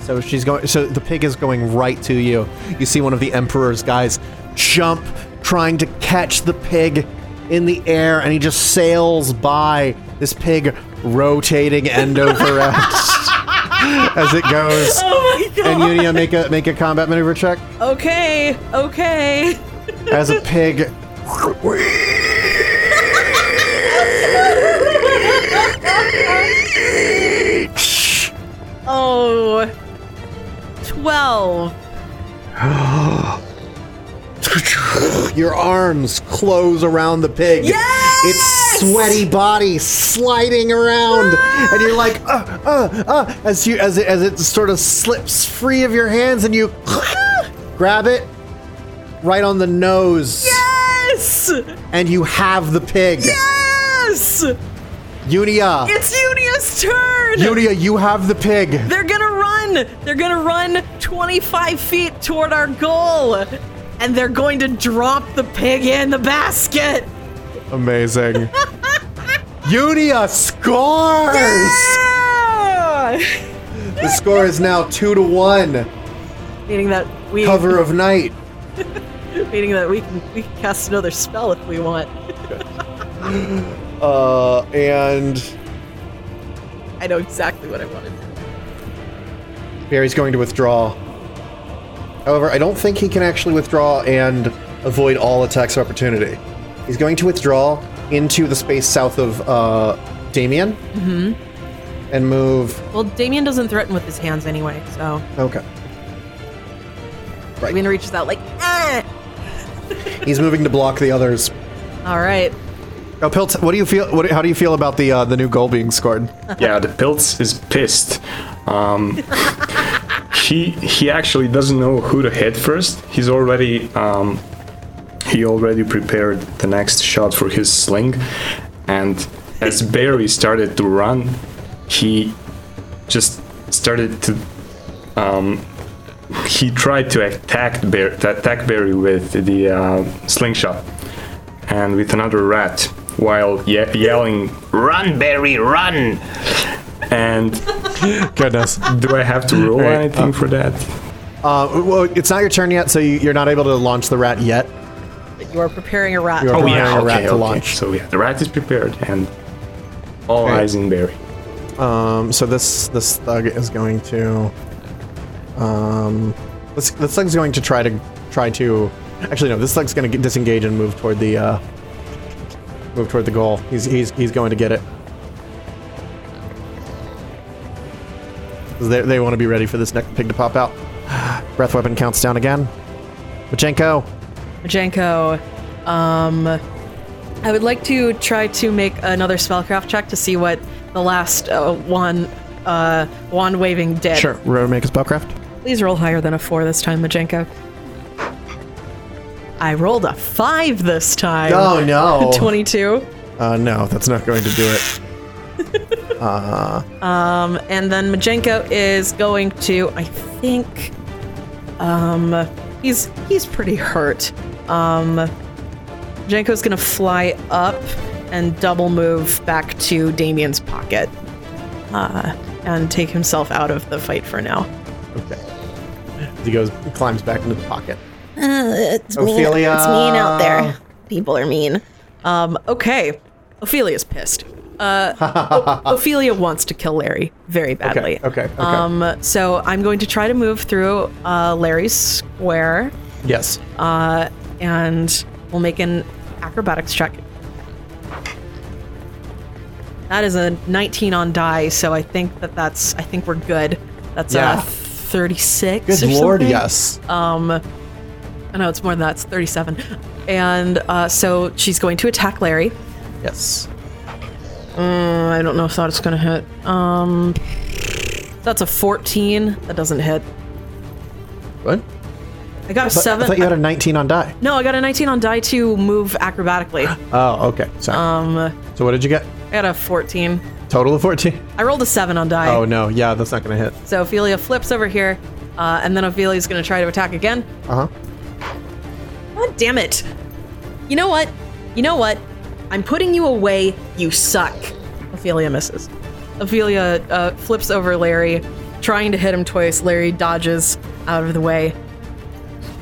S1: So she's going. So the pig is going right to you. You see one of the emperor's guys jump, trying to catch the pig in the air, and he just sails by this pig, rotating end over end as it goes.
S3: Oh my
S1: And Unia, make a make a combat maneuver check
S3: Okay. Okay.
S1: as a pig.
S3: Oh. Twelve.
S1: Your arms close around the pig.
S3: Yes!
S1: Its sweaty body sliding around, and you're like, uh, uh, uh, as you as it as it sort of slips free of your hands, and you grab it right on the nose,
S3: Yes.
S1: and you have the pig.
S3: Yes.
S1: Unia,
S3: It's Unia's turn.
S1: Unia, you have the pig.
S3: They're gonna run! They're gonna run 25 feet toward our goal! And they're going to drop the pig in the basket!
S1: Amazing. Unia scores.
S3: Ah!
S1: The score is now two to one.
S3: Meaning that we
S1: Cover of night.
S3: meaning that we can we can cast another spell if we want.
S1: Uh, and
S3: I know exactly what I wanted.
S1: Barry's going to withdraw. However, I don't think he can actually withdraw and avoid all attacks of opportunity. He's going to withdraw into the space south of uh, Damien and move.
S3: Well, Damien doesn't threaten with his hands anyway, so
S1: Okay.
S3: Damien reaches out like, ah!
S1: He's moving to block the others.
S3: Alright.
S1: Now, Pilt, what do you feel? What, how do you feel about the uh, the new goal being scored?
S2: yeah, the Piltz is pissed. Um, he he actually doesn't know who to hit first. He's already um, he already prepared the next shot for his sling, and as Barry started to run, he just started to um, he tried to attack Barry, to attack Barry with the uh, slingshot and with another rat while ye- yelling, "Run, Barry, run!" And
S1: Goodness.
S2: do I have to roll
S1: Right,
S2: anything for that?
S1: Uh, well, it's not your turn yet, so you, you're not able to launch the rat yet.
S3: But you are preparing a rock.
S1: You are
S2: Oh
S1: preparing
S2: yeah,
S1: a
S2: okay,
S1: rat to
S2: okay.
S1: launch.
S2: So yeah, the rat is prepared, and all
S1: Right.
S2: eyes in Barry.
S1: Um, so this this thug is going to, um, this this thug's going to try to try to, actually no, this thug's going to disengage and move toward the uh, move toward the goal. He's he's he's going to get it. 'Cause They they want to be ready for this next pig to pop out. Breath weapon counts down again. Machenko,
S3: Jenko, um, I would like to try to make another spellcraft check to see what the last uh, one uh, wand waving did.
S1: sure, row make a spellcraft.
S3: Please roll higher than a four this time, Majenko. I rolled a five this time.
S1: Oh, no.
S3: 22.
S1: Uh, no, that's not going to do it.
S3: And then Majenko is going to, I think, um, he's he's pretty hurt. Um, Majenko's gonna fly up and double move back to Damien's pocket, uh, and take himself out of the fight for now.
S1: Okay, he goes climbs back into the pocket.
S5: Uh, it's mean.
S1: Ophelia.
S5: It's mean out there. People are mean.
S3: Um, okay, Ophelia's pissed. Uh, O- Ophelia wants to kill Larry very badly.
S1: Okay. Okay.
S3: Um, so I'm going to try to move through uh, Larry's square.
S1: yes.
S3: and we'll make an acrobatics check. That is a 19 on die, so I think that that's I think we're good. That's
S1: Yeah.
S3: a 36.
S1: Good
S3: or
S1: lord,
S3: something.
S1: yes.
S3: I know it's more than that. It's 37. And uh, so she's going to attack Larry.
S1: yes.
S3: Uh, I don't know if that's going to hit. Um, that's a 14. That doesn't hit.
S1: What?
S3: I got
S1: But
S3: a
S1: I
S3: seven.
S1: thought you had a 19 on die.
S3: no, I got a 19 on die to move acrobatically.
S1: Oh, okay. Sorry. Um. So what did you get?
S3: I got a 14.
S1: Total of 14.
S3: I rolled a seven on die.
S1: Oh no, yeah, that's not gonna hit.
S3: So Ophelia flips over here, uh, and then Ophelia's going to try to attack again.
S1: Uh huh.
S3: God damn it. You know what? You know what? I'm putting you away. You suck. Ophelia misses. Ophelia uh, flips over Larry, trying to hit him twice. Larry dodges out of the way.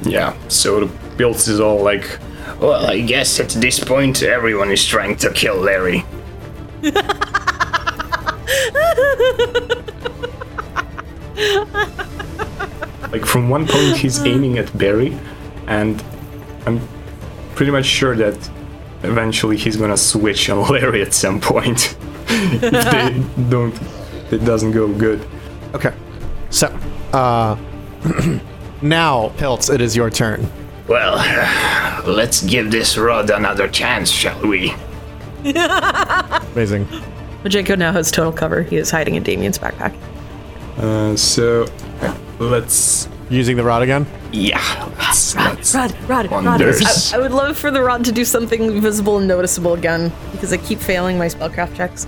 S2: Yeah, so the build is all like, well, I guess at this point everyone is trying to kill Larry. like from one point he's aiming at Barry, and I'm pretty much sure that eventually he's gonna switch on Larry at some point. if they don't, it doesn't go good.
S1: Okay. So, uh, now Pilts, it is your turn.
S2: Well, let's give this rod another chance, shall we?
S1: Amazing.
S3: Majenko now has total cover. He is hiding in Damien's backpack.
S2: Uh, so let's
S1: Using the rod again.
S2: yeah let's, let's
S3: Rod, Rod, Rod. I,
S2: wonders.
S3: I would love for the Rod to do something visible and noticeable again because I keep failing my spellcraft checks.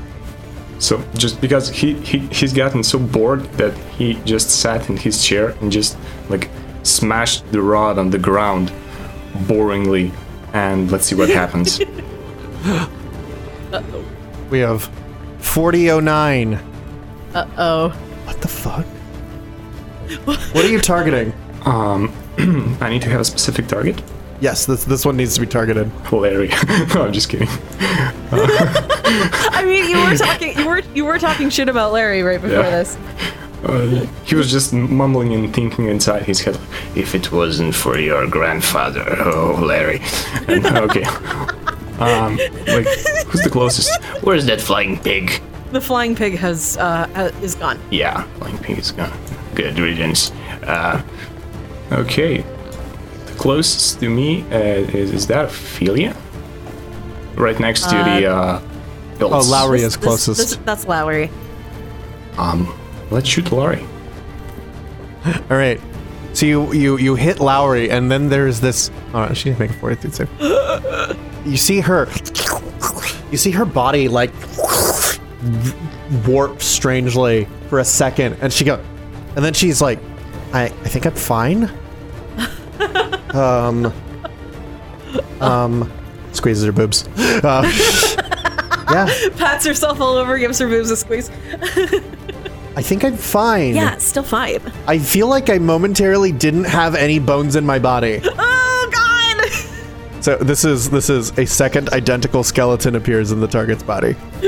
S2: so just because he, he he's gotten so bored that he just sat in his chair and just like smashed the rod on the ground boringly and let's see what happens
S1: We have 4009.
S3: Oh.
S1: What the fuck? what are you targeting?
S2: Um, i need to have a specific target
S1: Yes, this this one needs to be targeted.
S2: larry no i'm just kidding
S3: I mean, you were talking you were you were talking shit about Larry right before
S2: Yeah.
S3: this.
S2: Uh, he was just mumbling and thinking inside his head if it wasn't for your grandfather oh larry and, okay um like who's the closest where's that flying pig
S3: The flying pig has uh ha- is gone.
S2: Yeah, Flying Pig is gone. Good riddance. Uh, okay. The closest to me uh, is, is that Ophelia? Right next to the. Uh,
S1: Oh,
S2: Ilts.
S1: Lowry is
S3: This- this-
S1: closest.
S3: this- that's Lowry.
S2: Um, let's shoot Lowry.
S1: All right. So you you you hit Lowry, and then there's this. Oh, no, she didn't make a fortitude save. you see her. You see her body like warp strangely for a second, and she go, and then she's like, I I think I'm fine. um. Um. Squeezes her boobs. Uh, yeah,
S3: Pats herself all over, gives her boobs a squeeze.
S1: I think I'm fine.
S3: Yeah, still fine.
S1: I feel like I momentarily didn't have any bones in my body.
S3: Oh god!
S1: So this is this is a second identical skeleton appears in the target's body.
S3: What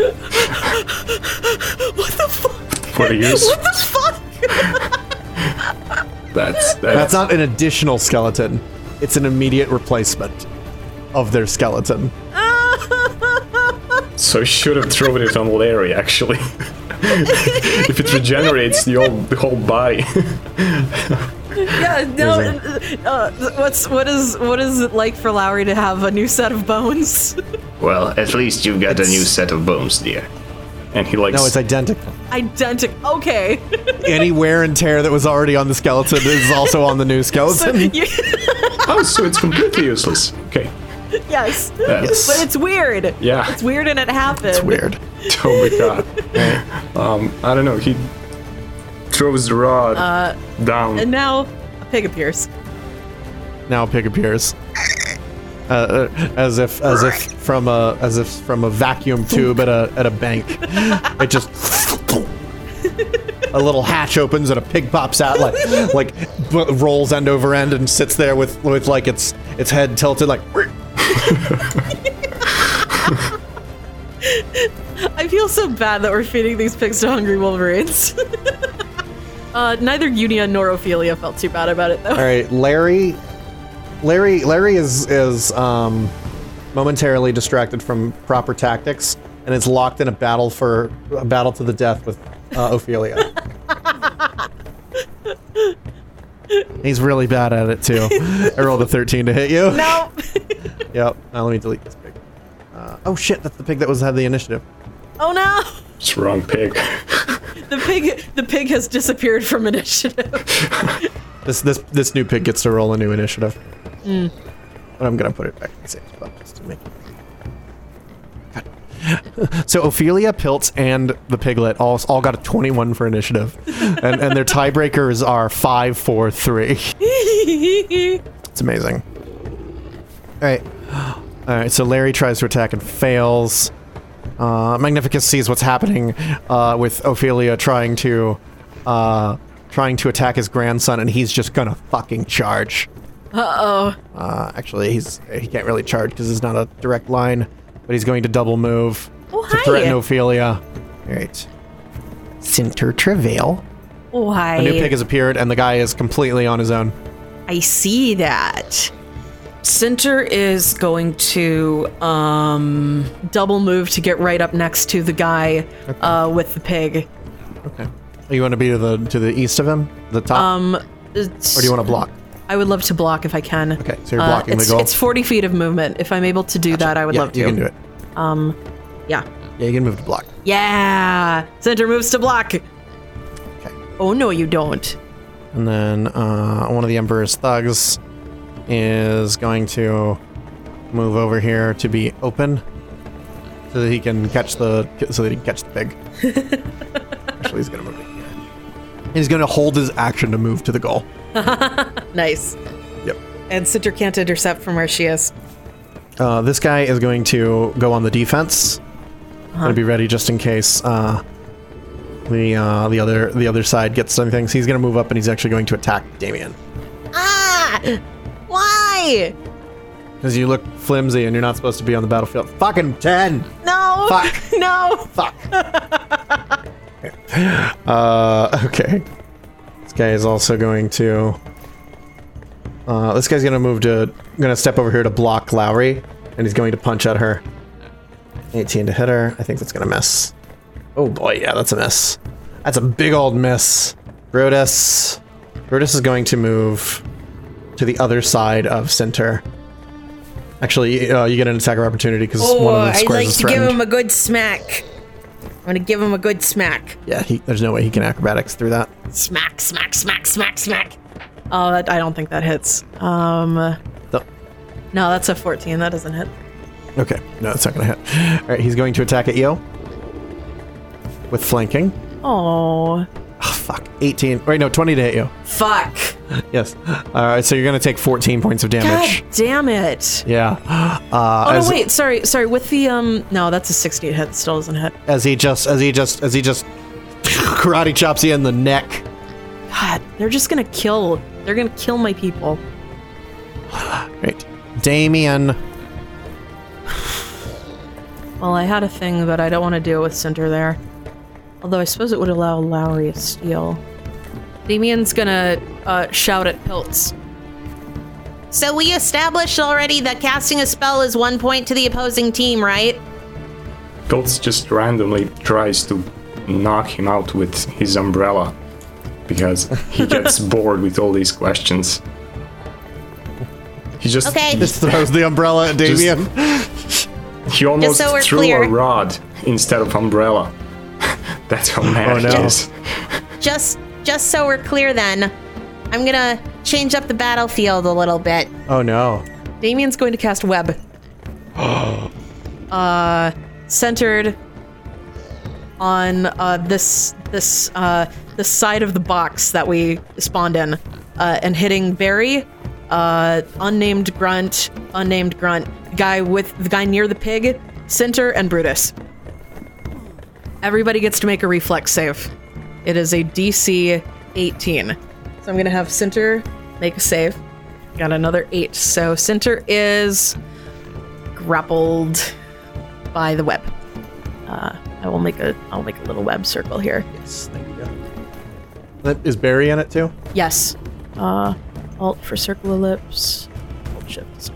S3: the fuck?
S2: What are you-
S3: What the fuck?
S2: That's that's,
S1: That's not an additional skeleton. It's an immediate replacement of their skeleton.
S2: so I should have thrown it on Larry actually. if it regenerates the whole the whole body,
S3: yeah, no. Uh, what's what is what is it like for Lowry to have a new set of bones?
S2: well, at least you've got a new set of bones, dear. And he likes.
S1: No, it's identical.
S3: Identical. Okay.
S1: Any wear and tear that was already on the skeleton is also on the new
S3: so,
S1: skeleton.
S3: you,
S2: oh, so it's completely useless. Okay, Uh,
S3: yes.
S2: Yes.
S3: But it's weird.
S2: Yeah.
S3: It's weird and it happened.
S1: It's weird.
S2: Oh my god. um, I don't know. He throws the rod
S5: Uh,
S2: down.
S3: And now a pig appears.
S1: Now pig appears. Uh, uh, as if as if from a as if from a vacuum tube at a at a bank. It just a little hatch opens and a pig pops out like like b- rolls end over end and sits there with with like its its head tilted like
S3: I feel so bad that we're feeding these pigs to hungry wolverines. uh, neither Unia nor Ophelia felt too bad about it though.
S1: All right, Larry. Larry. Larry is is um, momentarily distracted from proper tactics and is locked in a battle for a battle to the death with uh, Ophelia. He's really bad at it too. I rolled a 13 to hit you.
S3: No.
S1: Yep. Now let me delete this pig. Uh, oh shit, that's the pig that was had the initiative.
S3: Oh no.
S2: It's wrong pig.
S3: The pig. The pig has disappeared from initiative.
S1: This this this new pig gets to roll a new initiative. But I'm gonna put it back in the same spot just to make. God. So Ophelia, Pilts, and the piglet all all got a 21 for initiative, and and their tiebreakers are five, four, three. It's amazing. All right. All right, so Larry tries to attack and fails. Uh, Magnificus sees what's happening uh, with Ophelia trying to uh, trying to attack his grandson, and he's just gonna fucking charge. Uh oh. Uh, actually, he's he can't really charge because it's not a direct line, but he's going to double move
S3: Oh,
S1: to
S3: hi.
S1: threaten Ophelia. All right. Center Travail.
S3: Why?
S1: A new pig has appeared, and the guy is completely on his own.
S3: I see that. Center is going to um, double move to get right up next to the guy uh, with the pig.
S1: Okay. You want to be to the to the east of him, the top,
S3: Um,
S1: or do you want to block?
S3: I would love to block if I can. Uh,
S1: Okay, so you're blocking the
S3: it's,
S1: goal.
S3: It's 40 feet of movement. If I'm able to do that, I would
S1: yeah,
S3: love to. Um,
S1: You can do it.
S3: Yeah.
S1: Yeah, you can move to block.
S3: Yeah. Center moves to block.
S1: Okay.
S3: Oh no, you don't.
S1: And then uh, one of the Emperor's thugs is going to move over here to be open, so that he can catch the so that he can catch the pig. Actually, he's gonna move it here. And he's gonna hold his action to move to the goal.
S3: Nice.
S1: Yep.
S3: And Center can't intercept from where she is.
S1: Uh, this guy is going to go on the defense. Gonna be ready just in case uh, the uh, the other the other side gets anything. So he's gonna move up and he's actually going to attack Damien.
S5: Ah! Why?
S1: Because you look flimsy and you're not supposed to be on the battlefield. Fucking 10!
S3: No.
S1: Fuck.
S3: no.
S1: Fuck! uh, okay. This guy is also going to. Uh, this guy's gonna move to. gonna step over here to block Lowry, and he's going to punch at her. 18 to hit her. I think that's gonna miss. Oh boy, yeah, that's a miss. That's a big old miss. Brodus. Brodus is going to move to the other side of center. Actually, uh, you get an attack of opportunity because one
S5: Oh,
S1: of the
S5: I'd
S1: squares
S5: like
S1: is
S5: to give
S1: threatened.
S5: him a good smack. I'm gonna give him a good smack.
S1: yeah, he, there's no way he can acrobatics through that.
S5: Smack, smack, smack, smack, smack.
S3: Oh, that, I don't think that hits. Um,
S1: The-
S3: no, that's a 14. That doesn't hit.
S1: Okay, no, it's not gonna hit. All right, he's going to attack at you with flanking.
S3: Oh,
S1: Oh, fuck, 18. Wait, no, 20 to hit you.
S3: fuck.
S1: Yes. All right, so you're gonna take 14 points of damage.
S3: God damn it.
S1: Yeah. Uh,
S3: Oh
S1: as,
S3: no, wait. Sorry, sorry. With the um, no, that's a 16 hit. Still doesn't hit.
S1: as he just, as he just, as he just karate chops you in the neck.
S3: God, they're just gonna kill. They're gonna kill my people.
S1: Right, Damien.
S3: Well, I had a thing, but I don't want to deal with Cinder there. Although I suppose it would allow Lowry to steal. Damien's gonna uh, shout at Pilts.
S5: So we established already that casting a spell is one point to the opposing team, right?
S2: Piltz just randomly tries to knock him out with his umbrella because he gets bored with all these questions. He just
S5: Okay.
S1: Just throws the umbrella at Damien.
S2: he almost
S5: so we're
S2: threw
S5: clear.
S2: a rod instead of umbrella. That's how mad
S1: Oh,
S2: he
S1: no.
S2: is.
S5: Just just so we're clear then, I'm gonna change up the battlefield a little bit.
S1: oh no.
S3: Damien's going to cast web. uh, centered on uh, this this uh, the side of the box that we spawned in, uh, and hitting Barry, uh, unnamed grunt, unnamed grunt, guy with the guy near the pig, center and Brutus. Everybody gets to make a reflex save. It is a DC 18. So I'm gonna have Center make a save. Got another eight. So Center is grappled by the web. Uh, I will make a I'll make a little web circle here.
S1: Yes, there you go. That- Is Barry in it too?
S3: Yes. Uh, alt for circle ellipse. Alt shift.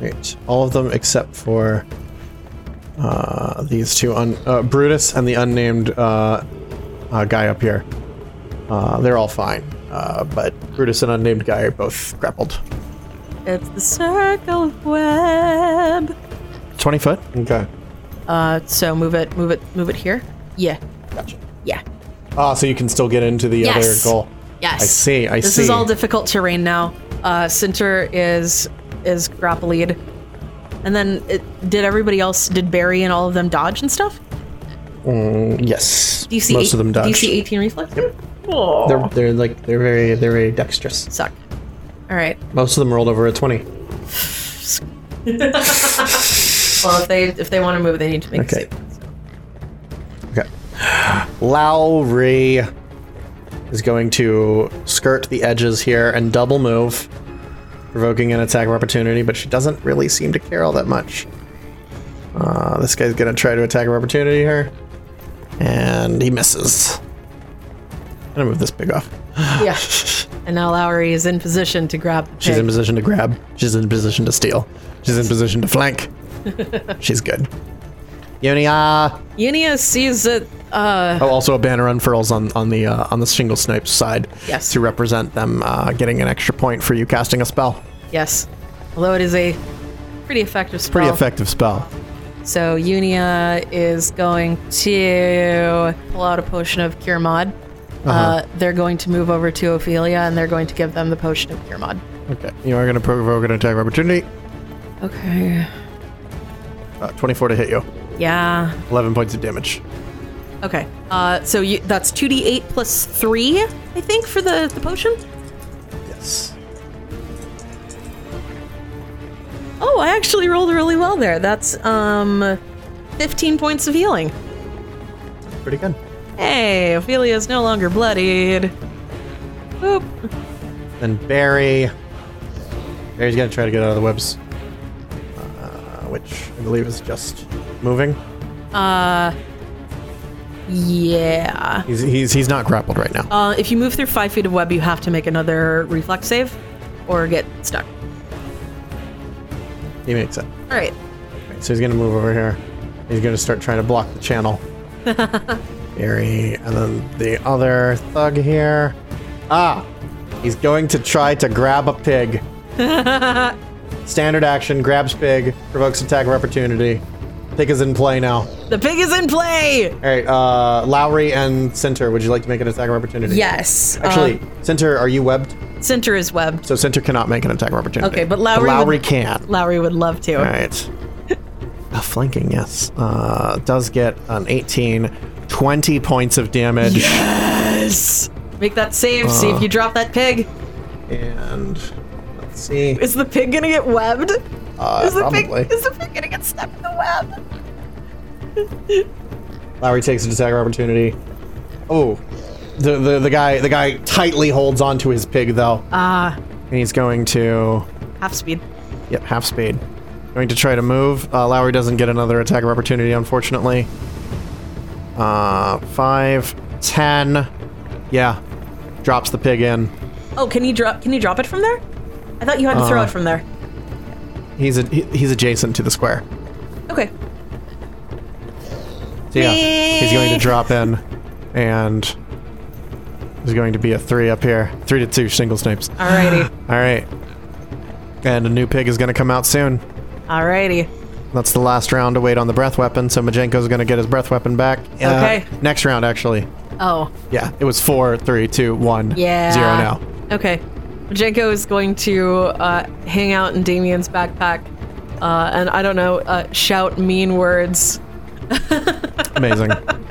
S1: Right. All of them except for uh, these two, un- uh, Brutus and the unnamed uh, uh, guy up here. Uh, they're all fine. Uh, but Brutus and unnamed guy are both grappled.
S3: It's the circle of web.
S1: 20 foot? Okay.
S3: Uh, so move it, move it, move it here. Yeah,
S1: Gotcha.
S3: yeah.
S1: Ah, so you can still get into the
S3: Yes.
S1: other goal.
S3: Yes.
S1: I see, I
S3: this
S1: see.
S3: is all difficult terrain now. Uh, Sinter is is grappled, and then it, did everybody else? Did Barry and all of them dodge and stuff?
S1: yes.
S3: Do you see
S1: Most of them
S3: Do you
S1: dodged.
S3: see eighteen reflex?
S1: They're, they're like, they're very, they're very dexterous.
S3: Suck. All right.
S1: Most of them rolled over a 20.
S3: Well, if they if they want to move, they need to make
S1: Okay.
S3: a save.
S1: Okay. Lowry is going to skirt the edges here and double move, provoking an attack of opportunity, but she doesn't really seem to care all that much. Uh, this guy's going to try to attack of opportunity her, and he misses. I'm going to move this pig off.
S3: Yeah. And now Lowry is in position to grab. The
S1: She's
S3: pig.
S1: in position to grab, she's in position to steal, she's in position to flank. she's good. Yonia!
S3: Unia sees it. Uh,
S1: Oh, also a banner unfurls on on the uh, on the shingle snipe side.
S3: Yes.
S1: To represent them uh, getting an extra point for you casting a spell.
S3: yes. Although it is a pretty effective spell.
S1: Pretty effective spell.
S3: So Unia is going to pull out a potion of Cure Mod.
S1: Uh-huh.
S3: uh they're going to move over to Ophelia and they're going to give them the potion of Cure Mod.
S1: Okay. You are going to provoke an attack of opportunity.
S3: Okay.
S1: Uh, Twenty-four to hit you.
S3: Yeah.
S1: Eleven points of damage.
S3: Okay. Uh, so you, that's 2d8 plus 3, I think, for the, the potion?
S1: Yes.
S3: Oh, I actually rolled really well there. That's um, 15 points of healing.
S1: Pretty good.
S3: Hey, Ophelia is no longer bloodied. Boop.
S1: Then Barry. Barry's going to try to get out of the webs, uh, which I believe is just moving.
S3: Yeah.
S1: He's he's he's not grappled right now.
S3: Uh, if you move through five feet of web, you have to make another reflex save or get stuck.
S1: he makes it.
S3: All right.
S1: So he's gonna move over here. He's gonna start trying to block the channel. Barry, and then the other thug here. Ah, he's going to try to grab a pig. Standard action: grabs pig, provokes attack of opportunity. Pig is in play now. All
S3: The pig is in play!
S1: right, uh, Lowry and Center, would you like to make an attack of opportunity?
S5: Yes.
S1: Actually,
S3: uh,
S1: Center, are you webbed?
S3: Center Um, is webbed.
S1: So Center cannot make an attack of opportunity.
S3: Okay, but Lowry
S1: Lowry
S3: would-
S1: can.
S3: Lowry would love to.
S1: All right. Uh, flanking, yes. Uh, does get an 18, 20 points of damage.
S3: Yes! Make that save, see
S1: Uh.
S3: if you drop that pig.
S1: And let's see.
S3: Is the pig gonna get webbed?
S1: Uh,
S3: is, the
S1: probably.
S3: Pig, is the pig gonna get stuck in the web?
S1: Lowry takes an attack opportunity. Oh, the, the the guy the guy tightly holds onto his pig though,
S3: Ah,
S1: and he's going to
S3: half speed.
S1: yep half speed, going to try to move. Uh, Lowry doesn't get another attack of opportunity unfortunately. Uh, five, ten, yeah, drops the pig in.
S3: Oh, can you drop can you drop it from there? I thought you had to throw
S1: Uh.
S3: it from there.
S1: He's a, he- he's adjacent to the square.
S3: Okay.
S1: So yeah, he's going to drop in, and there's going to be a three up here, three to two single snipes. All
S3: Alrighty.
S1: right, and a new pig is going to come out soon.
S3: Alrighty.
S1: That's the last round to wait on the breath weapon. So Majenko's going to get his breath weapon back. Uh,
S3: Okay.
S1: Next round, actually.
S3: Oh.
S1: Yeah, it was four, three, two, one,
S3: Yeah.
S1: zero now.
S3: Okay. Jenko is going to uh, hang out in Damien's backpack uh, and, I don't know, uh, shout mean words.
S1: Amazing. You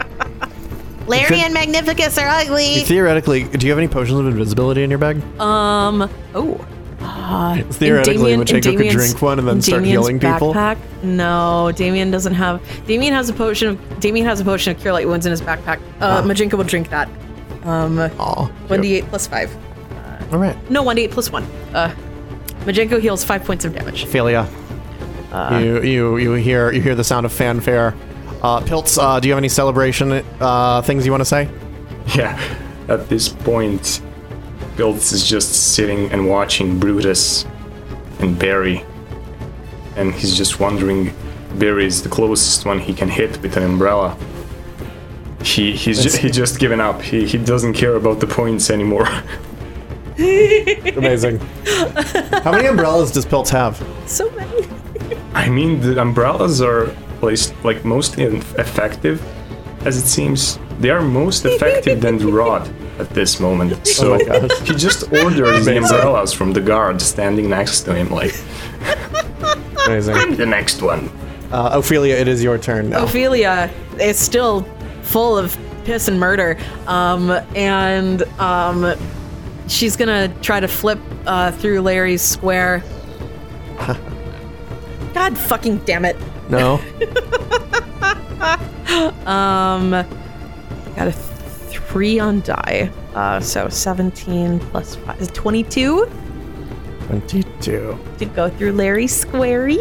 S5: Larry
S1: could-
S5: and Magnificus are ugly.
S1: Theoretically, do you have any potions of invisibility in your bag?
S3: Um, oh. Uh,
S1: Theoretically, Machenko could drink one and then start healing people.
S3: backpack? people. No, Damien doesn't have. Damien has a potion of. Damien has a potion of cure light wounds in his backpack. Uh, Majenko will drink that.
S1: Aw.
S3: One d eight plus five.
S1: All right.
S3: No, one d eight plus one. Uh, Majenko heals five points of damage.
S1: Ophelia.
S3: Uh-uh.
S1: you you you hear you hear the sound of fanfare. Uh, Pilts, uh, do you have any celebration uh, things you want to say?
S2: Yeah, at this point, Piltz is just sitting and watching Brutus and Barry. And he's just wondering. Barry is the closest one he can hit with an umbrella. He he's ju- he just given up. He he doesn't care about the points anymore.
S1: Amazing. How many umbrellas does Pilt have?
S3: So many.
S2: I mean, the umbrellas are placed like mostly effective, as it seems. They are most effective than the rod at this moment. So he just orders the umbrellas from the guard standing next to him, like
S1: Amazing.
S2: the next one.
S1: Uh, Ophelia, it is your turn now.
S3: Ophelia is still full of piss and murder, um, and um, she's gonna try to flip uh, through Larry's square. God fucking damn it!
S1: No.
S3: Got a th- three on die, uh, so 17 plus five is 22
S1: Twenty-two.
S5: to go through Larry Squarey.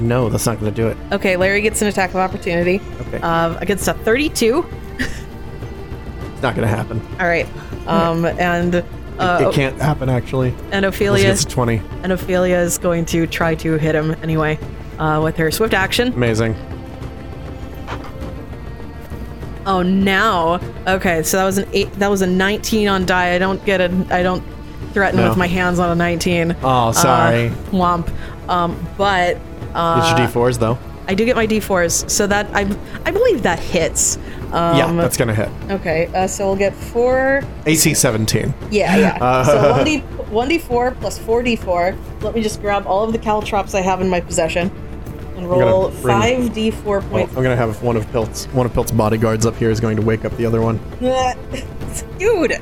S1: No, that's not gonna do it.
S3: Okay, Larry gets an attack of opportunity
S1: Okay.
S3: uh, against a 32.
S1: It's not gonna happen.
S3: All right, um, and uh,
S1: it can't happen actually.
S3: and
S1: Unless it
S3: Ophelia
S1: gets to twenty.
S3: and Ophelia is going to try to hit him anyway uh, with her swift action.
S1: Amazing.
S3: Oh, now okay, so that was an eight, that was a 19 on die. I don't get a I don't threaten
S1: No.
S3: with my hands on a 19.
S1: Oh, sorry.
S3: Uh, womp. Um, but Uh,
S1: it's your D4s though.
S3: I do get my d4s, so that I I believe that hits. Um,
S1: yeah, that's gonna hit.
S3: okay. Uh, so we'll get four.
S1: AC seventeen.
S3: Yeah, yeah. so one d one d four plus four d four. Let me just grab all of the caltrops I have in my possession and
S1: gonna
S3: roll
S1: bring-
S3: five d four
S1: Well,
S3: points.
S1: I'm gonna have one of Pilt's one of Pilt's bodyguards up here is going to wake up the other one.
S3: Dude,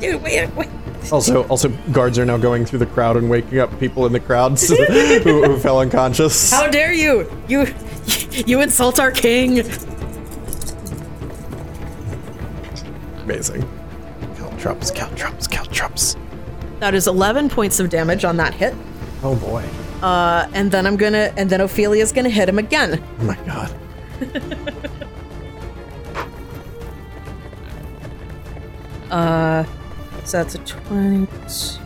S3: dude, wait, wait.
S1: Also, also guards are now going through the crowd and waking up people in the crowd who, who fell unconscious.
S3: How dare you? You you insult our king.
S1: Amazing. Caltrops, caltrops, caltrops.
S3: That is eleven points of damage on that hit,
S1: Oh boy.
S3: uh, and then I'm gonna and then Ophelia's gonna hit him again.
S1: Oh my god.
S3: So that's a 22.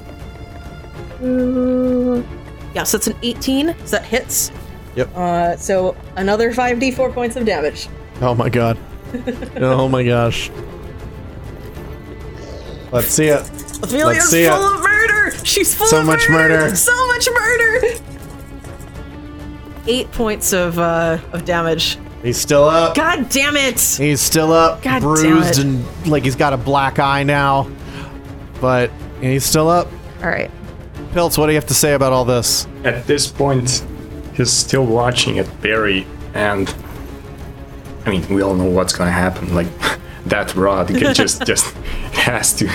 S3: Yeah, so that's an 18. So that hits.
S1: Yep.
S3: Uh, so another 5d4 points of damage.
S1: Oh my god. oh my gosh. Let's see it.
S3: Ophelia's
S1: see
S3: full
S1: it.
S3: of murder! She's full
S1: So
S3: of
S1: much murder.
S3: So much murder! Eight points of uh, of damage.
S1: He's still up.
S3: God damn it!
S1: He's still up,
S3: God damn
S1: bruised
S3: it.
S1: and like he's got a black eye now. But he's still up.
S3: All right.
S1: Pilts, what do you have to say about all this?
S2: At this point, he's still watching at Barry, and I mean, we all know what's gonna happen. Like that rod can just just has to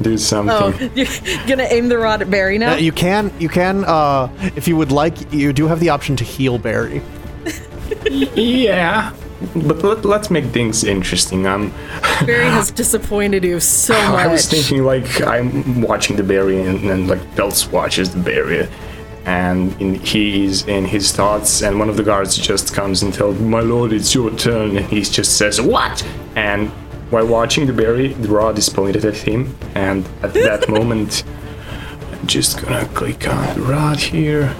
S2: do something.
S3: Oh, you're gonna aim the rod at Barry now?
S1: Uh, you can, you can, uh, if you would like, you do have the option to heal Barry.
S2: Yeah, but let, let's make things interesting. Um,
S3: Barry has disappointed you so much.
S2: I was thinking like I'm watching the Barry and, and like Belts watches the Barry, and in, he is in his thoughts. And one of the guards just comes and tells my lord, it's your turn, and he just says what? And while watching the Barry, the rod is pointed at him, and at that moment, I'm just gonna click on the rod here.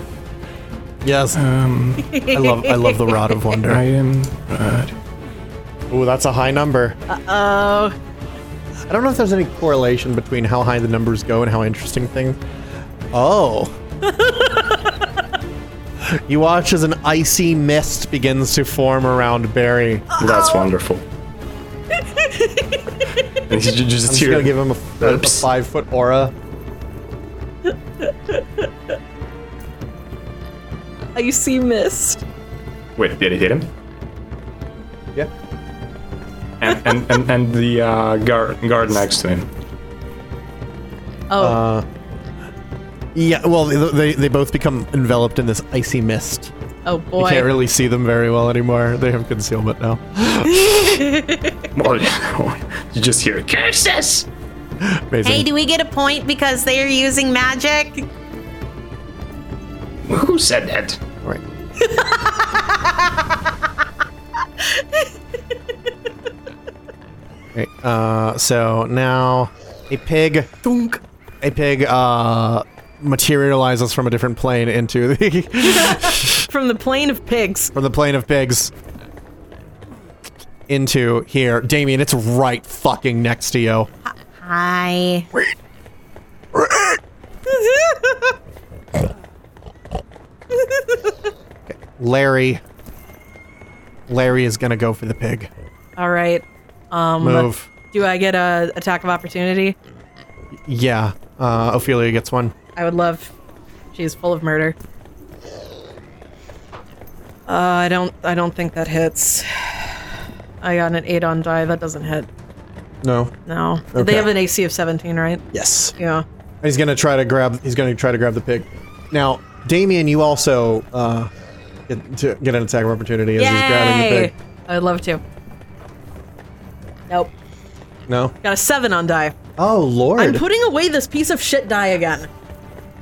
S1: Yes. Um, I love, I love the Rod of
S2: I
S1: Wonder.
S2: am rod.
S1: Ooh, that's a high number.
S3: Oh,
S1: I don't know if there's any correlation between how high the numbers go and how interesting things. Oh. you watch as an icy mist begins to form around Barry.
S2: That's wonderful. and he ju- just,
S1: I'm just gonna give him a, a,
S2: Oops.
S1: five foot aura.
S3: icy mist.
S2: Wait, did it hit him?
S1: Yeah.
S2: and, and, and, and the uh, guard, guard next to him.
S3: Oh,
S1: Uh, Yeah. Well, they, they, they both become enveloped in this icy mist.
S3: oh
S1: You
S3: boy.
S1: can't really see them very well anymore. They have concealment now.
S2: Well, Oh, you just hear curses.
S1: Amazing.
S5: Hey, do we get a point because they are using magic?
S2: Who said that?
S1: Right. right. Uh, so now a pig, a pig, uh, materializes from a different plane into the
S3: From the plane of pigs.
S1: from the plane of pigs into here. Damien, it's right fucking next to you.
S5: I.
S1: Larry. Larry is gonna go for the pig.
S3: All right.
S1: Move.
S3: Do I get a attack of opportunity?
S1: Yeah. Uh, Ophelia gets one.
S3: I would love. She's full of murder. Uh, I don't. I don't think that hits. I got an eight on die. That doesn't hit.
S1: No.
S3: No. They
S1: Okay.
S3: have an AC of 17, right?
S1: Yes.
S3: Yeah.
S1: He's gonna try to grab. He's gonna try to grab the pig. Now, Damien, you also uh, get, to get an attack of opportunity as he's grabbing the
S3: Yay!
S1: pig.
S3: I'd love to. Nope.
S1: No.
S3: Got a seven on die.
S1: Oh Lord.
S3: I'm putting away this piece of shit die again.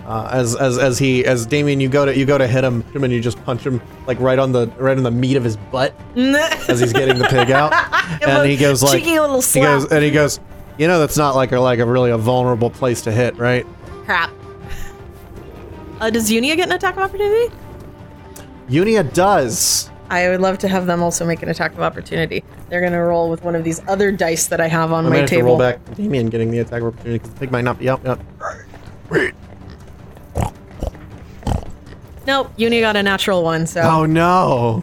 S1: Uh, as as as he as Damien, you go to you go to hit him, him and you just punch him like right on the right on the meat of his butt as he's getting the pig out, and he goes like
S3: Cheeky little
S1: he
S3: slap.
S1: goes and he goes, you know that's not like a like a really a vulnerable place to hit, right?
S5: Crap.
S3: Uh, does Unia get an attack of opportunity?
S1: Unia does.
S3: I would love to have them also make an attack of opportunity. They're gonna roll with one of these other dice that I have on
S1: I might
S3: my
S1: have
S3: table.
S1: to roll back. Damien getting the attack opportunity because the pig might not be up. Yep.
S3: Nope, Unia got a natural one, so
S1: Oh no.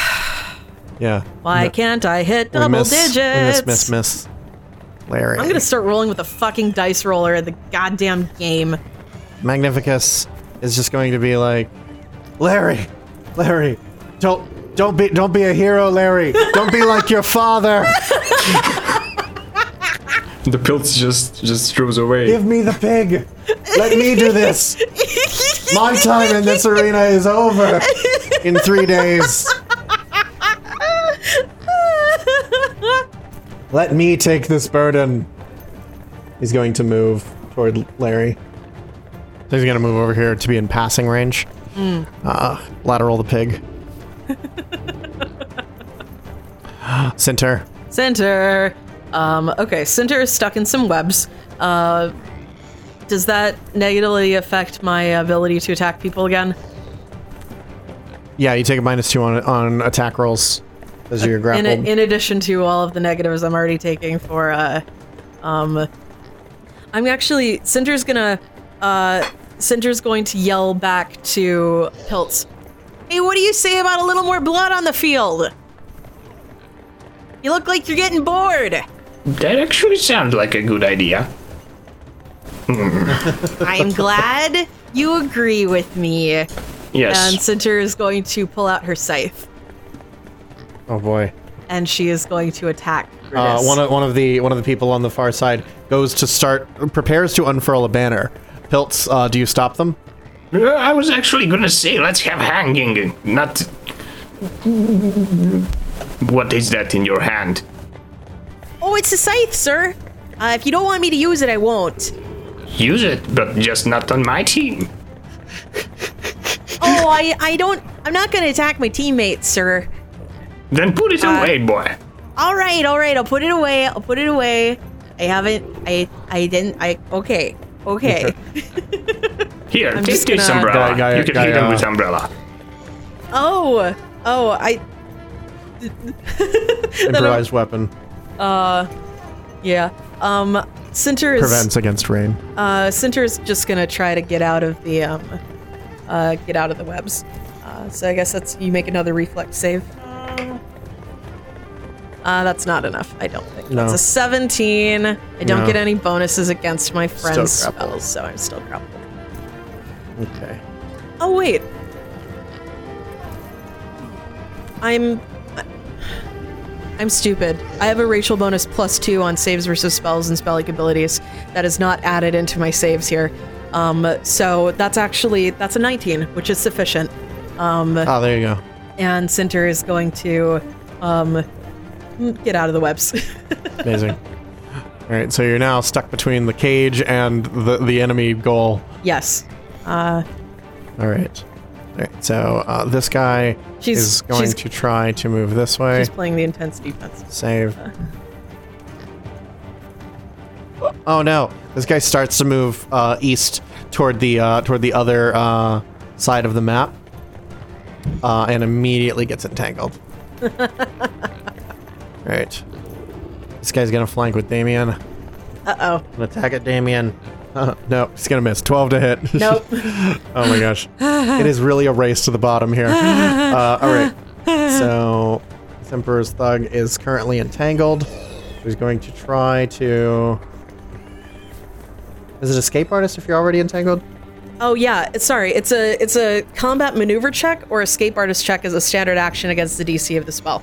S1: yeah.
S3: why
S1: No.
S3: can't I hit
S1: We
S3: double
S1: miss,
S3: digits?
S1: we Miss, miss, miss. Larry.
S3: I'm gonna start rolling with a fucking dice roller at the goddamn game.
S1: Magnificus is just going to be like, Larry, Larry, don't don't be don't be a hero, Larry. Don't be like your father.
S2: The pilz just just throws away.
S1: Give me the pig. Let me do this. My time in this arena is over. In three days. Let me take this burden. He's going to move toward Larry. So he's going to move over here to be in passing range.
S3: Hmm.
S1: Uh, lateral the pig. Center.
S3: Center. Um, okay, Center is stuck in some webs. Uh, does that negatively affect my ability to attack people again?
S1: Yeah, you take a minus two on on attack rolls as you're
S3: In,
S1: grappled.
S3: in addition to all of the negatives I'm already taking for, uh, um, I'm actually Cinder's gonna, uh, Cinder's going to yell back to Pilts. Hey, what do you say about a little more blood on the field? You look like you're getting bored.
S2: That actually sounds like a good idea.
S5: I'm glad
S3: You agree with me.
S2: Yes.
S3: And Cinder is going to pull out her scythe,
S1: oh boy.
S3: and she is going to attack.
S1: Uh,
S3: Brutus.
S1: one of one of the one of the people on the far side goes to start prepares to unfurl a banner. Pilts, uh, do you stop them?
S2: Uh, I was actually gonna say let's have hanging, not. What is that in your hand?
S5: Oh, it's a scythe, sir. Uh, if you don't want me to use it, I won't.
S2: Use it, but just not on my team.
S5: Oh, I, I don't. I'm not going to attack my teammates, sir.
S2: Then put
S3: Uh,
S2: it away, boy.
S5: All right, all right. I'll put it away. I'll put it away. I haven't. I, I didn't. I. Okay. Okay.
S2: Here, take
S3: just
S2: this
S3: gonna-
S2: umbrella.
S1: Guy- guy-
S2: you can
S1: guy,
S2: hit him
S1: uh,
S2: with umbrella.
S3: oh, oh, I
S1: Improvised weapon
S3: yeah. Um, Cinder is
S1: prevents against rain.
S3: Uh, Cinter's just gonna try to get out of the um, uh, get out of the webs. Uh, so I guess that's you make another reflex save. Um, Uh, that's not enough. I don't think.
S1: No.
S3: That's a 17. I don't
S1: No.
S3: get any bonuses against my friend's
S1: grappled.
S3: spells, so I'm still grappled.
S1: Okay.
S3: Oh wait. I'm I'm stupid. I have a racial bonus plus two on saves versus spells and spelling abilities. That is not added into my saves here. Um, so that's actually that's a 19, which is sufficient.
S1: Ah, there you go.
S3: And Cinter is going to um, get out of the webs.
S1: Amazing. All right, so you're now stuck between the cage and the the enemy goal.
S3: yes.
S1: All right. All right. So uh, this guy
S3: She's-
S1: is going
S3: she's-
S1: to try to move this way.
S3: She's playing the intense defense.
S1: Save. Oh no! This guy starts to move uh, east toward the uh, toward the other uh, side of the map, uh, and immediately gets entangled. All right. This guy's gonna flank with Damien.
S3: Uh oh.
S6: An attack at Damien.
S1: Uh, no, he's gonna miss. Twelve to hit.
S3: Nope.
S1: oh my gosh, it is really a race to the bottom here. Uh, all right. So, this Emperor's Thug is currently entangled. He's going to try to. Is it escape artist if you're already entangled?
S3: Oh yeah. It's, sorry. It's a it's a combat maneuver check or escape artist check as a standard action against the DC of the spell.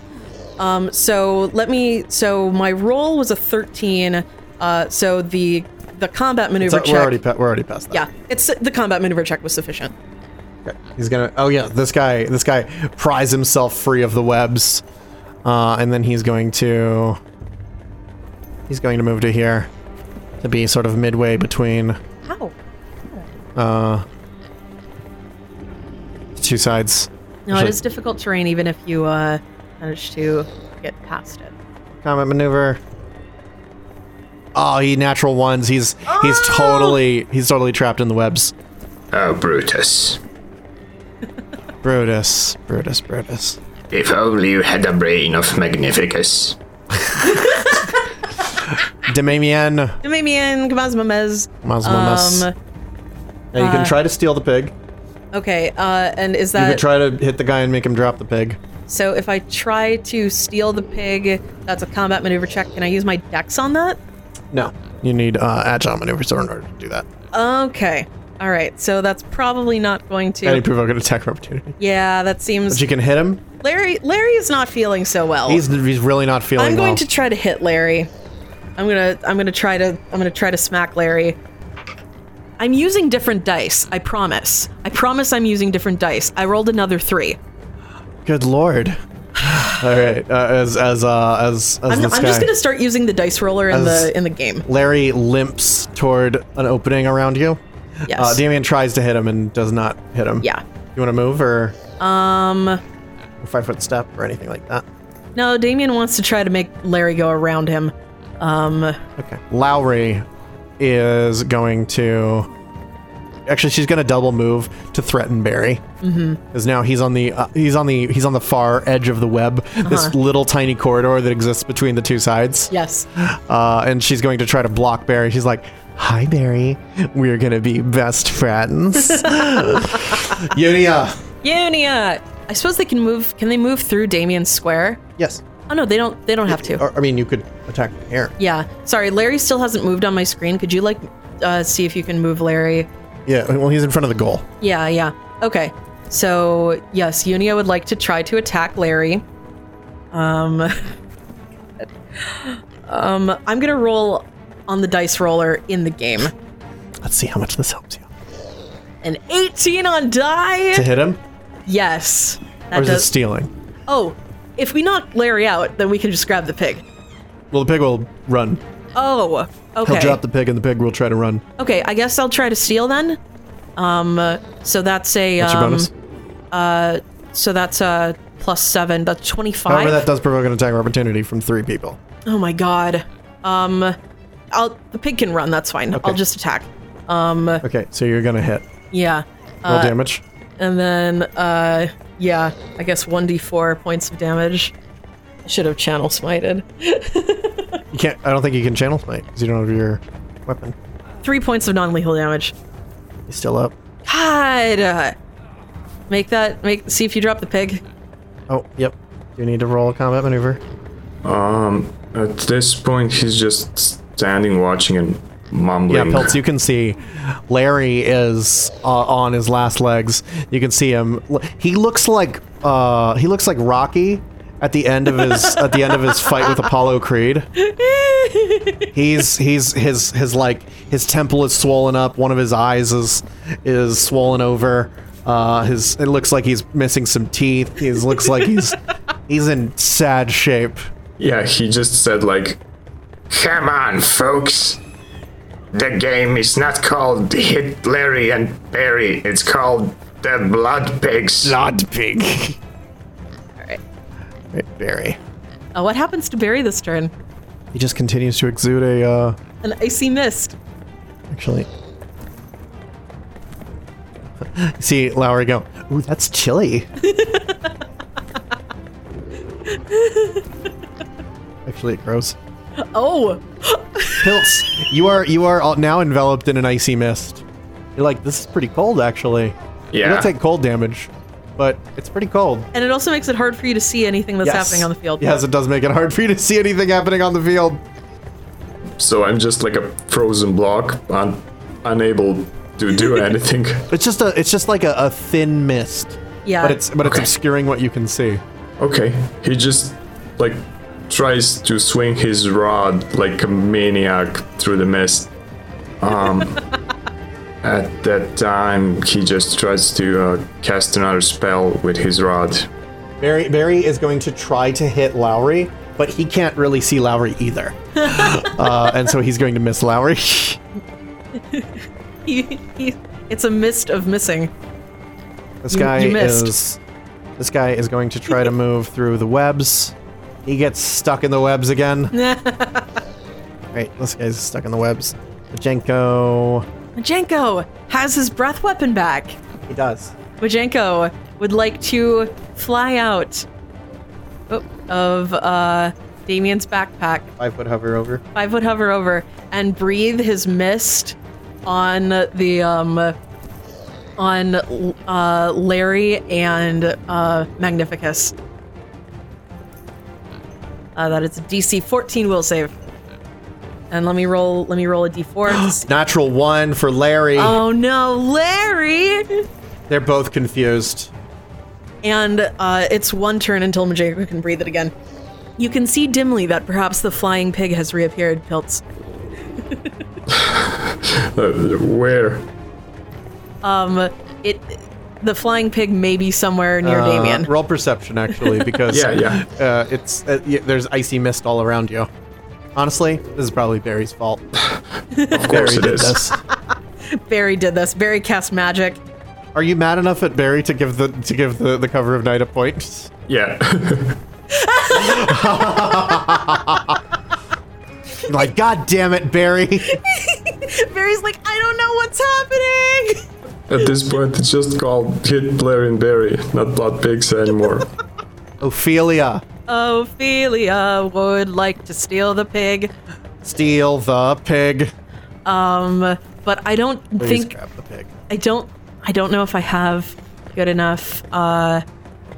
S3: Um, so let me. So my roll was a thirteen. Uh, so the the combat maneuver
S1: So
S3: check.
S1: we're already pa- we're already past that.
S3: yeah. It's the combat maneuver check was sufficient.
S1: Okay. He's gonna. Oh yeah, this guy. This guy pries himself free of the webs, uh, and then he's going to. He's going to move to here, to be sort of midway between
S5: How?
S1: the two sides.
S3: No, it
S1: Actually-
S3: is difficult terrain even if you uh, manage to get past it.
S1: Combat maneuver. Oh, he natural ones. He's he's
S3: Oh!
S1: totally he's totally trapped in the webs.
S2: Oh, Brutus.
S1: Brutus, Brutus, Brutus.
S2: If only you had the brain of Magnificus.
S1: Demamien.
S3: Damien, Kamazmamez.
S1: Mazmamas.
S3: Um,
S1: now you can try to steal the pig.
S3: Okay, uh, and is
S1: You
S3: that
S1: could try to hit the guy and make him drop the pig.
S3: so? If I try to steal the pig, that's a combat maneuver check. Can I use my dex on that?
S1: No, you need uh, agile maneuvers in order to do that.
S3: Okay, all right. So that's probably not going
S1: Any
S3: to.
S1: provoke an attack of opportunity.
S3: Yeah, that
S1: But
S3: seems.
S1: you can hit him.
S3: Larry, Larry is not feeling so well.
S1: He's he's really not feeling
S3: I'm going
S1: well.
S3: to try to hit Larry. I'm gonna I'm gonna try to I'm gonna try to smack Larry. I'm using different dice. I promise. I promise I'm using different dice. I rolled another three.
S1: Good lord. All right, uh, as as uh, as as
S3: I'm,
S1: this
S3: I'm
S1: guy,
S3: just gonna start using the dice roller in
S1: As-
S3: the in the game.
S1: Larry limps toward an opening around you.
S3: Yes.
S1: Uh, Damien tries to hit him and does not hit him.
S3: Yeah.
S1: You want to move or
S3: Um.
S1: five foot step or anything like that?
S3: No, Damien wants to try to make Larry go around him. Um.
S1: Okay. Lowry is going to. Actually, she's going to double move to threaten Barry. Because
S3: Mm-hmm.
S1: now he's on the uh, he's on the he's on the far edge of the web,
S3: Uh-huh.
S1: this little tiny corridor that exists between the two sides.
S3: Yes.
S1: Uh, and she's going to try to block Barry. She's like, "Hi, Barry. We're gonna be best friends." Yunia.
S3: Unia. I suppose they can move. Can they move through Damien's square?
S1: Yes.
S3: Oh no, they don't. They don't have to.
S1: Or, I mean, you could attack the air.
S3: Yeah. Sorry, Larry still hasn't moved on my screen. Could you like uh, see if you can move Larry?
S1: Yeah. Well, he's in front of the goal.
S3: Yeah, yeah. Okay. So yes, Unia would like to try to attack Larry. Um, um I'm gonna roll on the dice roller in the game.
S1: Let's see how much this helps you.
S3: An 18 on
S1: To
S3: die.
S1: hit him,
S3: Yes.
S1: or
S3: That
S1: is it
S3: does.
S1: stealing?
S3: oh, if we knock Larry out, then we can just grab the pig.
S1: Well, the pig will run.
S3: Oh. Okay.
S1: He'll drop the pig, and the pig will try to run.
S3: Okay, I guess I'll try to steal then. Um, uh, so that's a
S1: What's
S3: um,
S1: your bonus?
S3: so that's a plus seven. That's twenty-five.
S1: However, that does provoke an attack of opportunity from three people.
S3: oh my god. Um, I'll the pig can run. That's fine.
S1: Okay.
S3: I'll just attack.
S1: Okay, so you're gonna hit.
S3: Yeah.
S1: Roll
S3: Uh,
S1: damage.
S3: and then uh, yeah, I guess one d four points of damage. I should have channel smited.
S1: You can't. I don't think you can channel smite because you don't have your weapon.
S3: Three points of non-lethal damage.
S1: He's still up.
S3: God. uh, Make that make. See if you drop the pig.
S1: Oh, yep. You need to roll a combat maneuver.
S2: Um, at this point, he's just standing, watching, and
S1: Yeah,
S2: mumbling.
S1: Peltz, you can see Larry is uh, on his last legs. You can see him. L- He looks like uh, he looks like Rocky at the end of his at the end of his fight with Apollo Creed. He's he's his his like his temple is swollen up. One of his eyes is is swollen over. Uh, his it looks like he's missing some teeth. He looks like he's he's in sad shape.
S2: Yeah, he just said like, "Come on, folks." The game is not called Hit Larry and Barry. It's called the Blood Pigs.
S1: Blood pig. All right, Barry.
S3: Uh, what happens to Barry this turn?
S1: He just continues to exude a uh,
S3: An icy mist.
S1: Actually. See Lowry go, ooh, that's chilly. Actually, it grows.
S3: Oh,
S1: Pilts, you are you are all now enveloped in an icy mist. You're like, this is pretty cold, actually. You
S2: Yeah.
S1: don't take cold damage, but it's pretty cold.
S3: And it also makes it hard for you to see anything that's happening on the field.
S1: Yes, it does make it hard for you to see anything happening on the field.
S2: So I'm just like a frozen block, un- unable to do anything.
S1: It's just a it's just like a, a thin mist,
S3: Yeah.
S1: but it's but it's
S2: Okay.
S1: obscuring what you can see.
S2: Okay, he just like tries to swing his rod like a maniac through the mist. Um, at that time, he just tries to uh, cast another spell with his rod.
S1: Barry Barry is going to try to hit Lowry, but he can't really see Lowry either, uh, and so he's going to miss Lowry.
S3: He- he- it's a mist of missing.
S1: This
S3: You-
S1: guy
S3: you missed.
S1: is this guy is going to try to move through the webs. He gets stuck in the webs again. right, this guy's stuck in the webs. Jenko.
S3: Majenko has his breath weapon back.
S1: He does.
S3: Majenko would like to fly out oh, of uh, Damien's backpack,
S1: Five foot hover over.
S3: five foot hover over, and breathe his mist on the um, on uh, Larry and uh, Magnificus. Uh, that is a DC 14 will save. And let me roll. Let me roll a D4. to see-
S1: Natural one for Larry.
S3: oh no, Larry!
S1: They're both confused.
S3: and uh, it's one turn until Majeka can breathe it again. You can see dimly that perhaps the flying pig has reappeared, Pilts.
S2: Uh, where?
S3: Um, it, the flying pig may be somewhere near
S1: Uh,
S3: Damien.
S1: roll perception actually because
S2: Yeah, yeah.
S1: Uh, it's uh, y- there's icy mist all around you. Honestly, this is probably Barry's fault.
S2: Of course it is.
S3: Barry did this. Barry cast magic.
S1: Are you mad enough at Barry to give the to give the, the cover of night a point?
S2: Yeah.
S1: Like, god damn it, Barry.
S3: Barry's like, I don't know what's happening.
S2: At this point, it's just called Hit Blair and Berry, not Blood Pigs anymore.
S1: Ophelia,
S3: Ophelia would like to steal the pig,
S1: steal the pig.
S3: um, but I don't
S1: Please
S3: think
S1: grab the pig.
S3: I don't. I don't know if I have good enough uh,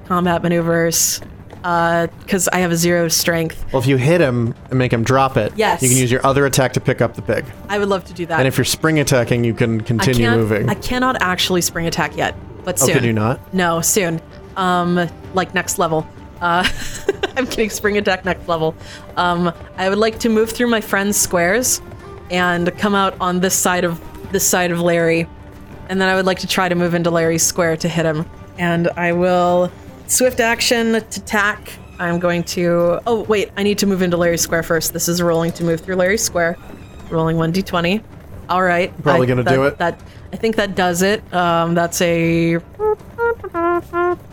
S3: combat maneuvers because I have a zero strength.
S1: Well, if you hit him and make him drop it,
S3: Yes.
S1: you can use your other attack to pick up the pig.
S3: I would love to do that.
S1: And if you're spring attacking, you can
S3: I
S1: continue
S3: can't-
S1: moving.
S3: I cannot actually spring attack yet, but
S1: Oh,
S3: soon.
S1: can you not?
S3: No, soon. Um, like next level. Uh, I'm kidding. Spring attack next level. Um, I would like to move through my friend's squares and come out on this side of this side of Larry, and then I would like to try to move into Larry's square to hit him. And I will swift action to tack. I'm going to. Oh wait, I need to move into Larry's square first. This is rolling to move through Larry's square. Rolling one d20. All right.
S1: Probably
S3: I-
S1: gonna
S3: that-
S1: do it.
S3: That I think that does it. Um, that's a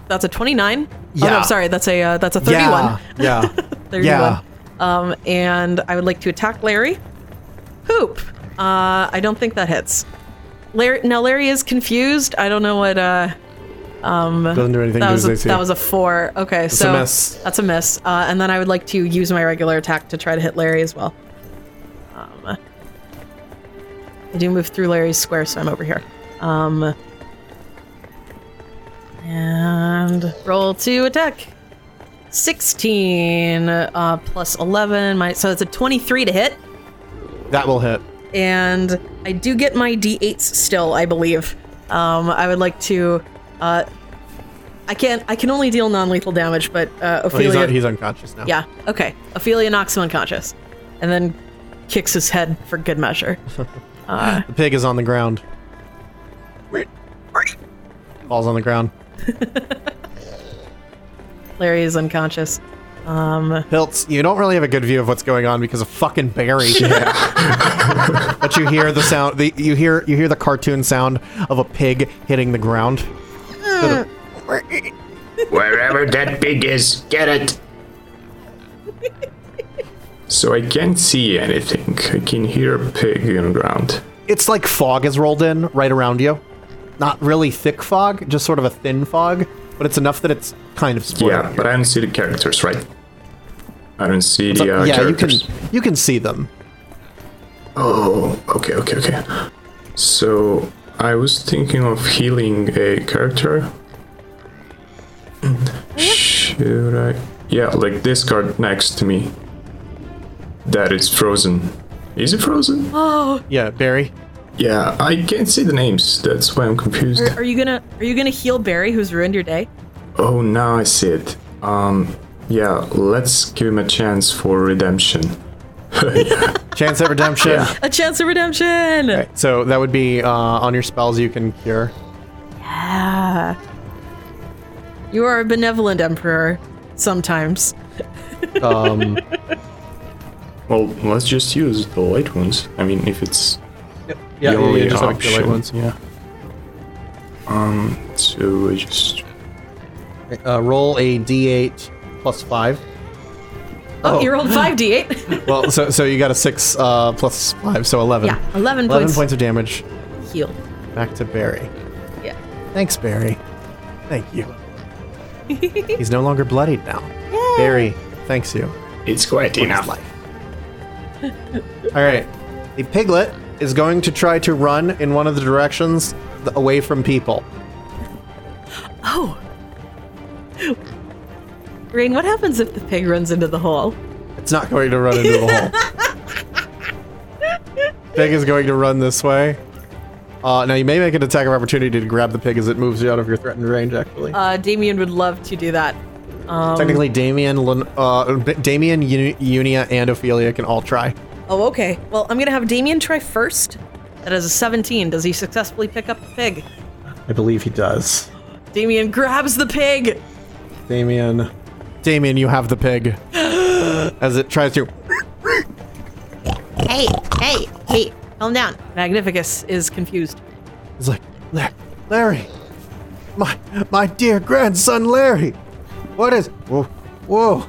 S3: that's a 29. Oh,
S1: Yeah.
S3: no, sorry, that's a uh, that's a 31.
S1: yeah. Yeah.
S3: 31.
S1: yeah.
S3: Um, and I would like to attack Larry. Hoop. Uh, I don't think that hits. Larry now Larry is confused. I don't know what uh
S1: Doesn't do anything
S3: that
S1: to
S3: was
S1: his AC.
S3: a, that was a 4. Okay, so
S1: miss.
S3: that's a miss. Uh, and then I would like to use my regular attack to try to hit Larry as well. Um, I do move through Larry's square, so I'm over here. Um, and roll to attack. 16 uh, plus 11, my, so it's a 23 to hit.
S1: that will hit.
S3: And I do get my d8s still, I believe. Um, I would like to. Uh, I can't. I can only deal non-lethal damage, but uh,
S1: Well, Oh, he's,
S3: Ophelia.
S1: un- he's unconscious now.
S3: yeah. Okay. Ophelia knocks him unconscious, and then kicks his head for good measure.
S1: The pig is on the ground. Falls on the ground.
S3: Larry is unconscious.
S1: Hilts, you don't really have a good view of what's going on because of fucking Barry. but you hear the sound. The, you hear you hear the cartoon sound of a pig hitting the ground.
S2: Wherever that pig is, get it! So I can't see anything. I can hear a pig in the ground.
S1: It's like fog has rolled in right around you. Not really thick fog, just sort of a thin fog, but it's enough that it's kind of spoiling.
S2: Yeah, but I don't see the characters, right? I don't see
S1: So-
S2: the uh,
S1: yeah, you can
S2: characters.
S1: you can see them.
S2: Oh, okay, okay, okay. So I was thinking of healing a character. Should I? Yeah, like this card next to me. That is frozen. Is it frozen?
S1: Yeah, Barry.
S2: Yeah, I can't see the names. That's why I'm confused.
S5: Are you gonna Are you gonna heal Barry, who's ruined your day?
S2: Oh, now I see it. Um, yeah, let's give him a chance for redemption.
S1: Chance at redemption.
S5: A chance of redemption.
S1: So that would be uh, on your spells you can cure.
S5: Ah.
S3: You are a benevolent emperor sometimes.
S1: Um,
S2: Well, let's just use the light ones. I mean, if it's
S1: yeah,
S2: the
S1: yeah,
S2: only
S1: yeah, just like
S2: option.
S1: the light ones.
S2: Yeah. Um. So I just.
S1: Uh, roll a d8 plus five.
S3: Oh, you rolled 5d8.
S1: Well, so so you got a six uh, plus five, so eleven.
S5: Yeah, 11
S1: eleven
S5: points.
S1: points of damage.
S5: Heal.
S1: Back to Barry.
S5: Yeah.
S1: Thanks, Barry. Thank you. He's no longer bloodied now. Barry, thanks you.
S2: It's quite enough.
S1: All right. The piglet is going to try to run in one of the directions th- away from people.
S3: Rain, what happens if the pig runs into the hole?
S1: It's not going to run into the hole. Pig is going to run this way. Uh, now you may make an attack of opportunity to grab the pig as it moves you out of your threatened range. Actually,
S3: Uh, Damien would love to do that.
S1: technically, Damien, Lin- uh, B- Damien, Uni- Unia, and Ophelia can all try.
S3: Oh, okay. Well, I'm going to have Damien try first. That is a 17. Does he successfully pick up the pig?
S7: I believe he does.
S3: Damien grabs the pig.
S7: Damien.
S1: Damien, you have the pig as it tries to.
S5: Hey, hey, hey, Oh, calm down.
S3: Magnificus is confused.
S1: It's like "La- Larry, my my dear grandson Larry, what is whoa, whoa,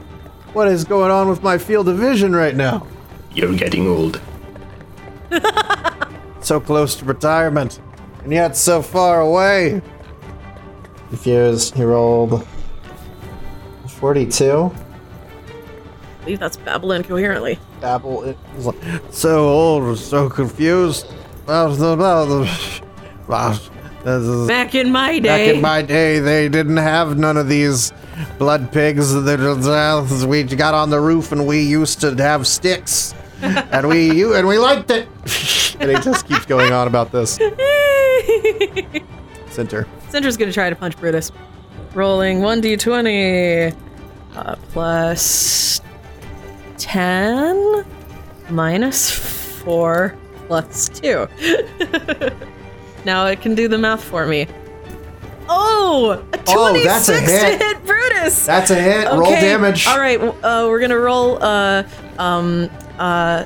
S1: what is going on with my field of vision right now?
S2: You're getting old.
S1: so close to retirement, and yet so far away.
S7: Refused. He rolled 42.
S3: I believe that's Babylon coherently.
S1: Babble it was like, so old, so confused. About the- about the- about- this is-
S3: Back in my
S1: Back
S3: day.
S1: in my day, they didn't have none of these blood pigs. that- that- We got on the roof and we used to have sticks, and we you and we liked it. and he just keeps going on about this. Center.
S3: Cinder's going to try to punch Brutus. Rolling 1d20 uh, plus 10 minus 4 plus 2. now it can do the math for me. Oh, a 26
S1: Oh, that's a hit.
S3: to hit Brutus.
S1: That's a hit. Roll
S3: Okay,
S1: damage.
S3: All right, w- uh, we're gonna roll uh, um, uh,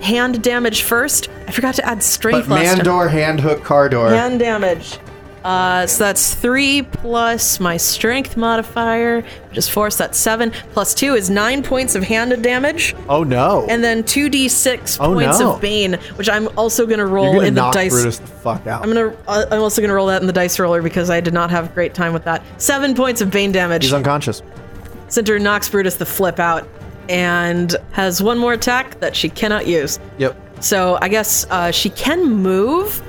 S3: hand damage first. I forgot to add
S1: But
S3: strength last
S1: man
S3: time.
S1: door, hand hook, car door.
S3: Hand damage. Uh, so that's three plus my strength modifier, which is four. So that's seven plus two is nine points of hand damage,
S1: Oh no!
S3: and then two d six
S1: Oh,
S3: points
S1: no.
S3: of bane, which I'm also gonna roll
S1: You're gonna
S3: in the
S1: knock
S3: dice.
S1: Brutus the fuck out.
S3: I'm gonna. Uh, I'm also gonna roll that in the dice roller because I did not have a great time with that. Seven points of bane damage.
S1: He's unconscious.
S3: Cinder knocks Brutus the flip out and has one more attack that she cannot use.
S1: Yep.
S3: So I guess uh, she can move.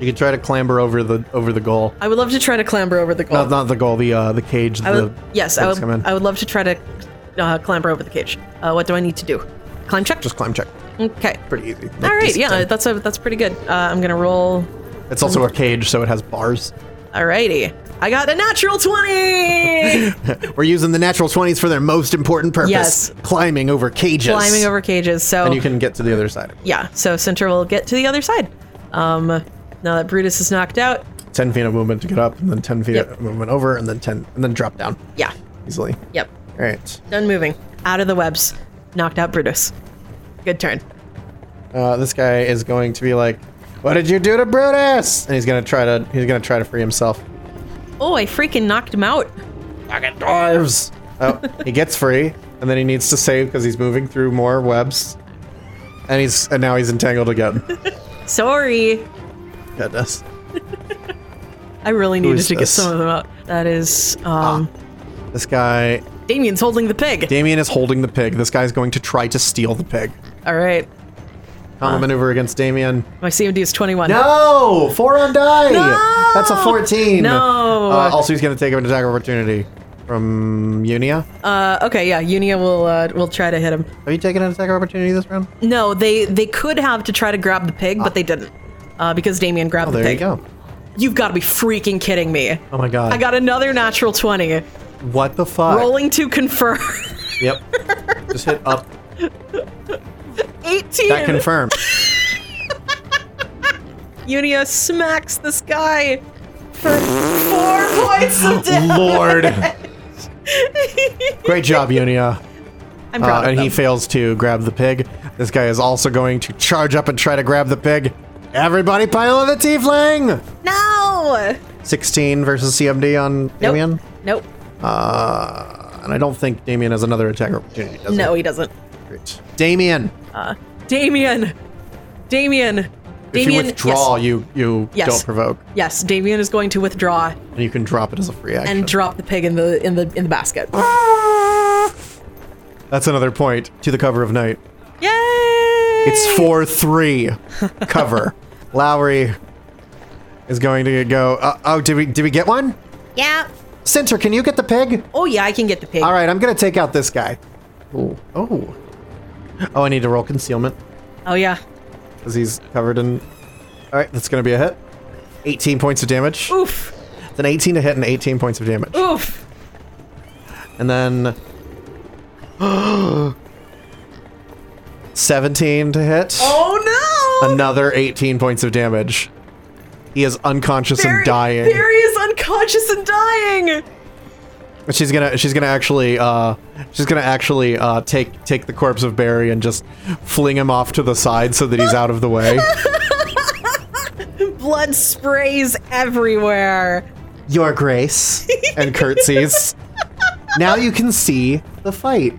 S1: You can try to clamber over the over the goal.
S3: I would love to try to clamber over the goal.
S1: Not not the goal. The uh, the cage.
S3: I would,
S1: the
S3: yes, I
S1: things
S3: would,
S1: come in.
S3: I would love to try to uh, clamber over the cage. Uh, what do I need to do? Climb check?
S1: Just climb check.
S3: okay.
S1: Pretty easy. Like
S3: All right,
S1: DC
S3: yeah,
S1: 10.
S3: that's a, that's pretty good. Uh, I'm going to roll.
S1: It's also a cage, so it has bars.
S3: Alrighty. I got a natural 20!
S1: We're using the natural 20s for their most important purpose.
S3: Yes.
S1: Climbing over cages.
S3: Climbing over cages. So
S1: And you can get to the other side.
S3: yeah, so Cinder will get to the other side. Um, now that Brutus is knocked out,
S1: 10 feet of movement to get up, and then 10 feet
S3: Yep.
S1: of movement over, and then 10, and then drop down
S3: yeah,
S1: easily.
S3: yep.
S1: All right.
S3: Done moving. Out of the webs. Knocked out Brutus. Good turn.
S1: Uh, this guy is going to be like, "What did you do to Brutus?" And he's gonna try to he's gonna try to free himself.
S3: Oh, I freaking knocked him out.
S1: Oh, he gets free, and then he needs to save because he's moving through more webs, and he's and now he's entangled again.
S3: Sorry.
S1: Goodness.
S3: I really needed
S1: is
S3: to get
S1: this?
S3: some of them out. That is um
S1: This guy
S3: Damien's holding the pig.
S1: Damien is holding the pig. This guy's going to try to steal the pig.
S3: All right.
S1: Combat maneuver against Damien.
S3: My CMD is 21.
S1: No! Four on die! That's a 14.
S3: No!
S1: Uh, also, he's going to take an attack opportunity from Unia.
S3: Uh, okay, yeah, Unia will uh, will try to hit him.
S1: Have you taken an attack opportunity this round?
S3: No, they they could have to try to grab the pig, but they didn't. Uh, because Damien grabbed
S1: Oh,
S3: the
S1: there you
S3: pig.
S1: go.
S3: have got to be freaking kidding me.
S1: Oh my god.
S3: I got another natural 20.
S1: What the fuck?
S3: Rolling to confirm.
S1: Yep. Just hit up.
S3: 18.
S1: That confirmed.
S3: Unia smacks this guy for four points of death.
S1: Lord. Great job, Unia.
S3: I'm
S1: Uh,
S3: proud of
S1: and
S3: them.
S1: he fails to grab the pig. This guy is also going to charge up and try to grab the pig. Everybody pile on the tiefling!
S5: No!
S1: 16 versus CMD on Damien.
S3: Nope.
S1: Uh, and I don't think Damien has another attack opportunity. Does
S3: No,
S1: he?
S3: he doesn't.
S1: Great. Damien,
S3: Damien. Damien.
S1: if you
S3: Damien.
S1: withdraw,
S3: yes.
S1: you you
S3: Yes.
S1: don't provoke,
S3: yes, Damien is going to withdraw
S1: and you can drop it as a free action.
S3: and drop the pig in the in the in the basket.
S1: That's another point to the cover of night.
S3: Yay!
S1: It's four three cover. Lowry is going to go. Uh, oh, did we did we get one?
S5: Yeah.
S1: Center, can you get the pig?
S3: Oh yeah, I can get the pig.
S1: All right, I'm gonna take out this guy. Ooh. Oh. Oh, I need to roll concealment.
S3: Oh yeah.
S1: because he's covered in. All right, that's going to be a hit. 18 points of damage.
S3: Oof.
S1: It's an 18 to hit and 18 points of damage.
S3: Oof.
S1: And then 17 to hit.
S3: Oh no!
S1: Another 18 points of damage. He is unconscious
S3: Barry,
S1: and dying.
S3: Barry is unconscious and dying.
S1: She's gonna she's gonna actually uh she's gonna actually uh take take the corpse of Barry and just fling him off to the side so that he's out of the way.
S3: Blood sprays everywhere.
S1: Your Grace, and curtsies. now you can see the fight.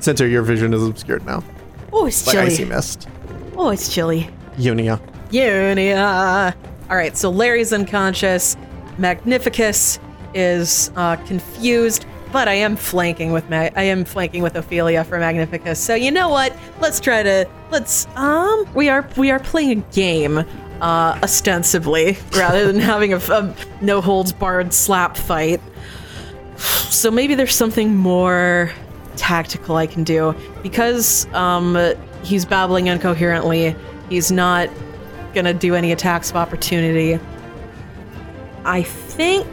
S1: Center, your vision is obscured now
S3: Oh, it's
S1: by icy
S3: chilly.
S1: mist.
S3: Oh, it's chilly.
S1: Unia.
S3: Unia. All right, so Larry's unconscious. Magnificus is uh, confused, but I am flanking with Ma- I am flanking with Ophelia for Magnificus. So you know what? Let's try to let's um we are we are playing a game uh, ostensibly rather than having a, a no holds barred slap fight. So maybe there's something more tactical I can do because um, he's babbling incoherently. He's not gonna do any attacks of opportunity. I think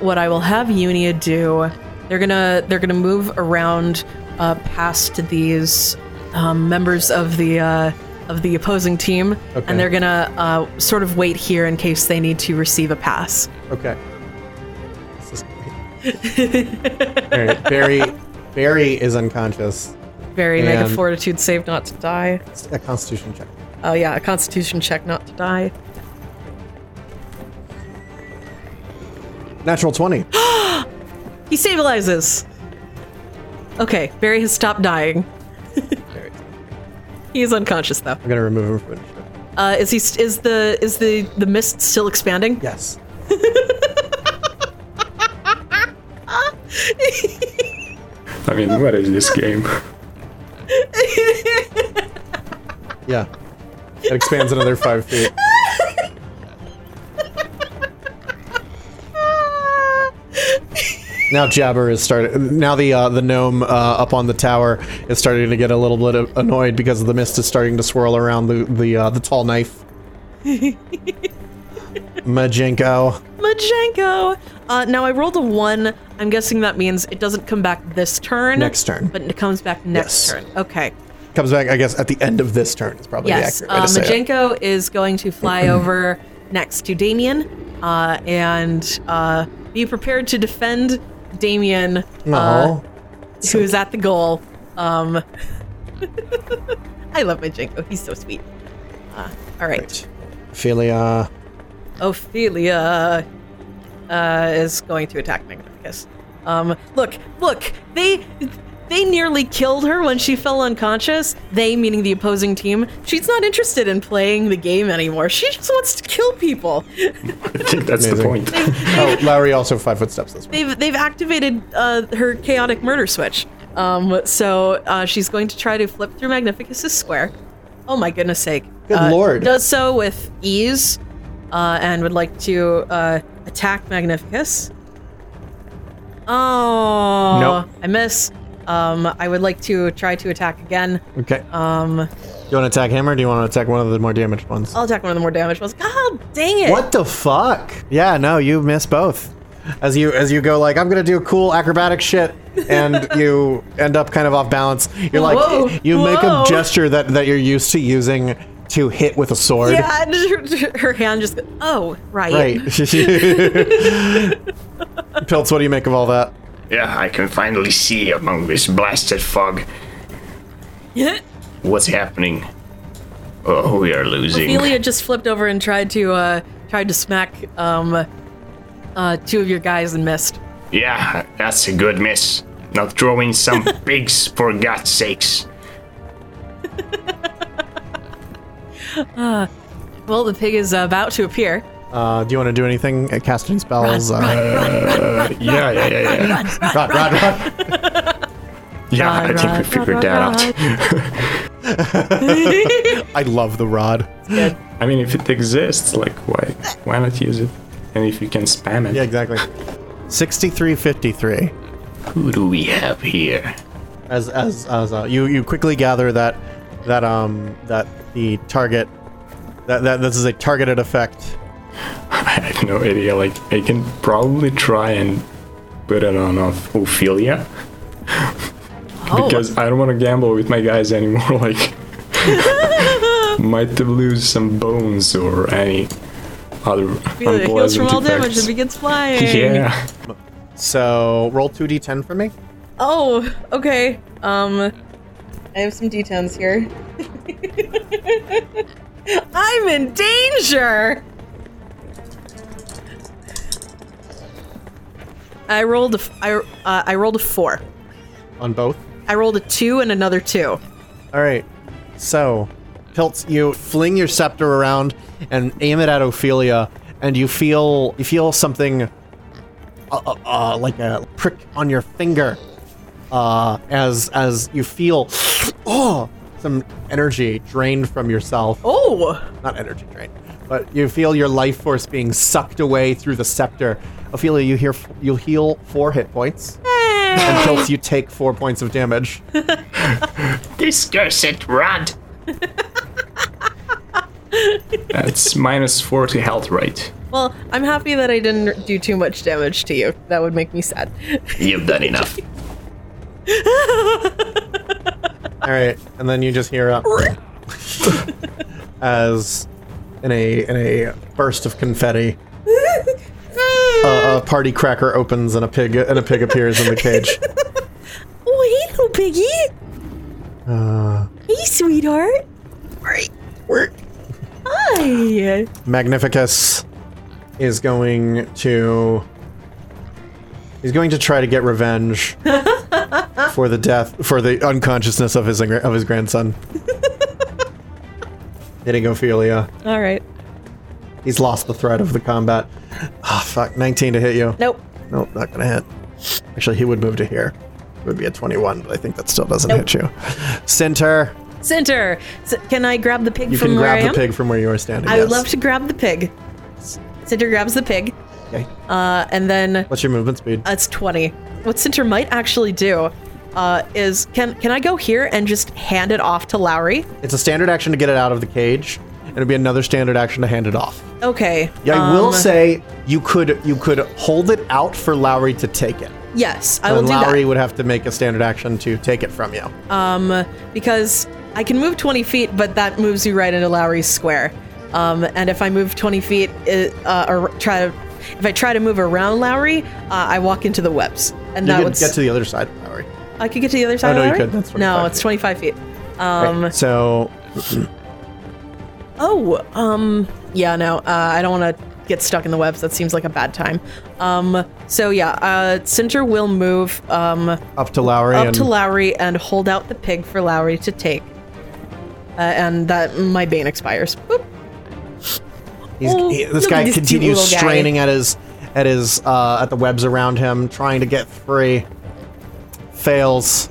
S3: what I will have Unia do, they're gonna they're gonna move around uh, past these um, members of the uh, of the opposing team, and they're gonna uh, sort of wait here in case they need to receive a pass.
S1: Okay. This is great. All right, Barry. Barry is unconscious.
S3: Very make a
S1: And-
S3: fortitude save not to die.
S1: It's a Constitution check.
S3: Oh yeah, a Constitution check not to die.
S1: Natural twenty.
S3: He stabilizes. Okay, Barry has stopped dying.
S1: Barry.
S3: He is unconscious though.
S1: I'm gonna remove him from initiative.
S3: Uh, is he? st- Is the? Is the the mist still expanding?
S1: Yes.
S2: I mean, what is this game?
S1: Yeah. It expands another five feet. Now Jabber is starting. Now the uh, the gnome uh, up on the tower is starting to get a little bit annoyed because the mist is starting to swirl around the the uh, the tall knife. Majenko.
S3: Majenko. Uh, now I rolled a one. I'm guessing that means it doesn't come back this turn.
S1: Next turn.
S3: But it comes back next
S1: Yes.
S3: turn. Okay.
S1: comes back. I guess at the end of this turn is probably
S3: Yes.
S1: the
S3: Uh,
S1: accurate way to say it.
S3: Majenko is going to fly over next to Damien, uh, and uh, be prepared to defend Damien, uh,
S1: Aw.
S3: who is at the goal. Um, I love Majenko. He's so sweet. Uh, all right.
S1: Ophelia.
S3: Ophelia uh, is going to attack Magnificus. Um, look, look, they they nearly killed her when she fell unconscious. They, meaning the opposing team, she's not interested in playing the game anymore. She just wants to kill people.
S2: I think that's the
S1: Amazing.
S2: point.
S1: Oh, Lowry also five foot steps this way.
S3: They've they've activated uh, her chaotic murder switch. Um, so uh, she's going to try to flip through Magnificus's square. Oh my goodness sake!
S1: Good
S3: Uh,
S1: lord.
S3: Does so with ease, uh, and would like to uh, attack Magnificus. Oh,
S1: Nope.
S3: I miss. Um, I would like to try to attack again.
S1: Okay. Um. You want to attack him, or do you want to attack one of the more damaged ones?
S3: I'll attack one of the more damaged ones. God dang it!
S1: What the fuck? Yeah, no, you miss both. As you as you go like I'm gonna do cool acrobatic shit, and you end up kind of off balance. You're like
S3: Whoa,
S1: you make a
S3: whoa.
S1: gesture that that you're used to using to hit with a sword.
S3: Yeah, and her, her hand just. Oh, right.
S1: Right. Pilts, what do you make of all that?
S2: Yeah, I can finally see among this blasted fog what's happening. Oh, we are losing.
S3: Ophelia just flipped over and tried to uh, tried to smack um, uh, two of your guys and missed.
S2: Yeah, that's a good miss. Not throwing some pigs, for God's sakes.
S3: Well, the pig is about to appear.
S1: Uh, do you want to do anything? Uh, Cast any spells? uh,
S2: Yeah, yeah, yeah, yeah.
S1: run, run, run.
S2: Yeah, I
S3: Rod,
S2: think we
S3: rod,
S2: figured
S3: rod,
S2: that
S3: rod.
S2: out.
S1: I love the rod.
S2: I mean, if it exists, like, why, why not use it? And if you can spam it.
S1: Yeah, exactly. Sixty-three, fifty-three.
S2: Who do we have here?
S1: as as, as uh, you you quickly gather that that um that the target that, that this is a targeted effect
S2: I have no idea. Like, I can probably try and put it on off Ophelia.
S3: Oh.
S2: because I don't want to gamble with my guys anymore. Like, might lose some bones or any other
S3: Ophelia heals from
S2: unpleasant
S3: all damage and
S2: effects.
S3: begins flying.
S2: Yeah.
S1: so roll 2d10 for me
S3: Oh, okay. Um, I have some d10s here. I'm in danger. I rolled a f- I, uh, I rolled a four.
S1: on both
S3: I rolled a two and another two.
S1: all right so pilts you fling your scepter around and aim it at ophelia and you feel you feel something uh, uh, uh, like a prick on your finger uh, as as you feel oh some energy drained from yourself
S3: Oh,
S1: not energy drain, but you feel your life force being sucked away through the scepter. Ophelia, you hear you heal four hit points. And Schultz, you take four points of damage.
S2: This cursed rod! That's minus 40 health, right?
S3: well, I'm happy that I didn't do too much damage to you. That would make me sad.
S2: You've done enough.
S1: All right, and then you just hear up as in a in a burst of confetti,
S3: Oh,
S1: a, a party cracker opens and a pig and a pig appears in the cage.
S5: Oh, hey, little piggy.
S1: Uh.
S5: hey, sweetheart. Hi.
S1: Magnificus is going to he's going to try to get revenge for the death for the unconsciousness of his of his grandson. Hitting Ophelia.
S3: all right.
S1: He's lost the thread of the combat. Ah, fuck. 19 to hit you.
S3: Nope.
S1: Nope, not gonna hit. Actually, he would move to here. It would be a 21, but I think that still doesn't hit you. Center.
S3: Center. S- can I grab the pig
S1: You
S3: from
S1: can
S3: where I
S1: grab
S3: am?
S1: the pig from where you are standing.
S3: I would
S1: yes.
S3: love to grab the pig. S- Center grabs the pig,
S1: Okay.
S3: uh, and then
S1: What's your movement speed?
S3: that's twenty. What Center might actually do uh, is can can I go here and just hand it off to Lowry?
S1: It's a standard action to get it out of the cage, and it'd be another standard action to hand it off.
S3: Okay.
S1: Yeah, I will
S3: um,
S1: say you could you could hold it out for Lowry to take it.
S3: yes. I
S1: And
S3: will do
S1: Lowry
S3: that.
S1: would have to make a standard action to take it from you.
S3: um, because I can move 20 feet, but that moves you right into Lowry's square. Um, and if I move 20 feet, it, uh, or try to, if I try to move around Lowry, uh, I walk into the webs, and
S1: you
S3: that
S1: could
S3: would
S1: get
S3: s-
S1: to the other side, of Lowry.
S3: I could get to the other side.
S1: no,
S3: of
S1: you
S3: Lowry?
S1: could. That's 25
S3: no, it's
S1: feet.
S3: 25 feet. Um,
S1: Right, So
S3: Oh, um, yeah, no, uh, I don't want to get stuck in the webs. That seems like a bad time. Um, so yeah, uh, Center will move um,
S1: up to Lowry
S3: up
S1: and
S3: to Lowry and hold out the pig for Lowry to take. Uh, and that my bane expires. Boop.
S1: he's,
S3: Oh,
S1: he- this
S3: look
S1: guy
S3: at this cute
S1: continues
S3: little guy.
S1: straining at his at his uh, at the webs around him, trying to get free. Fails.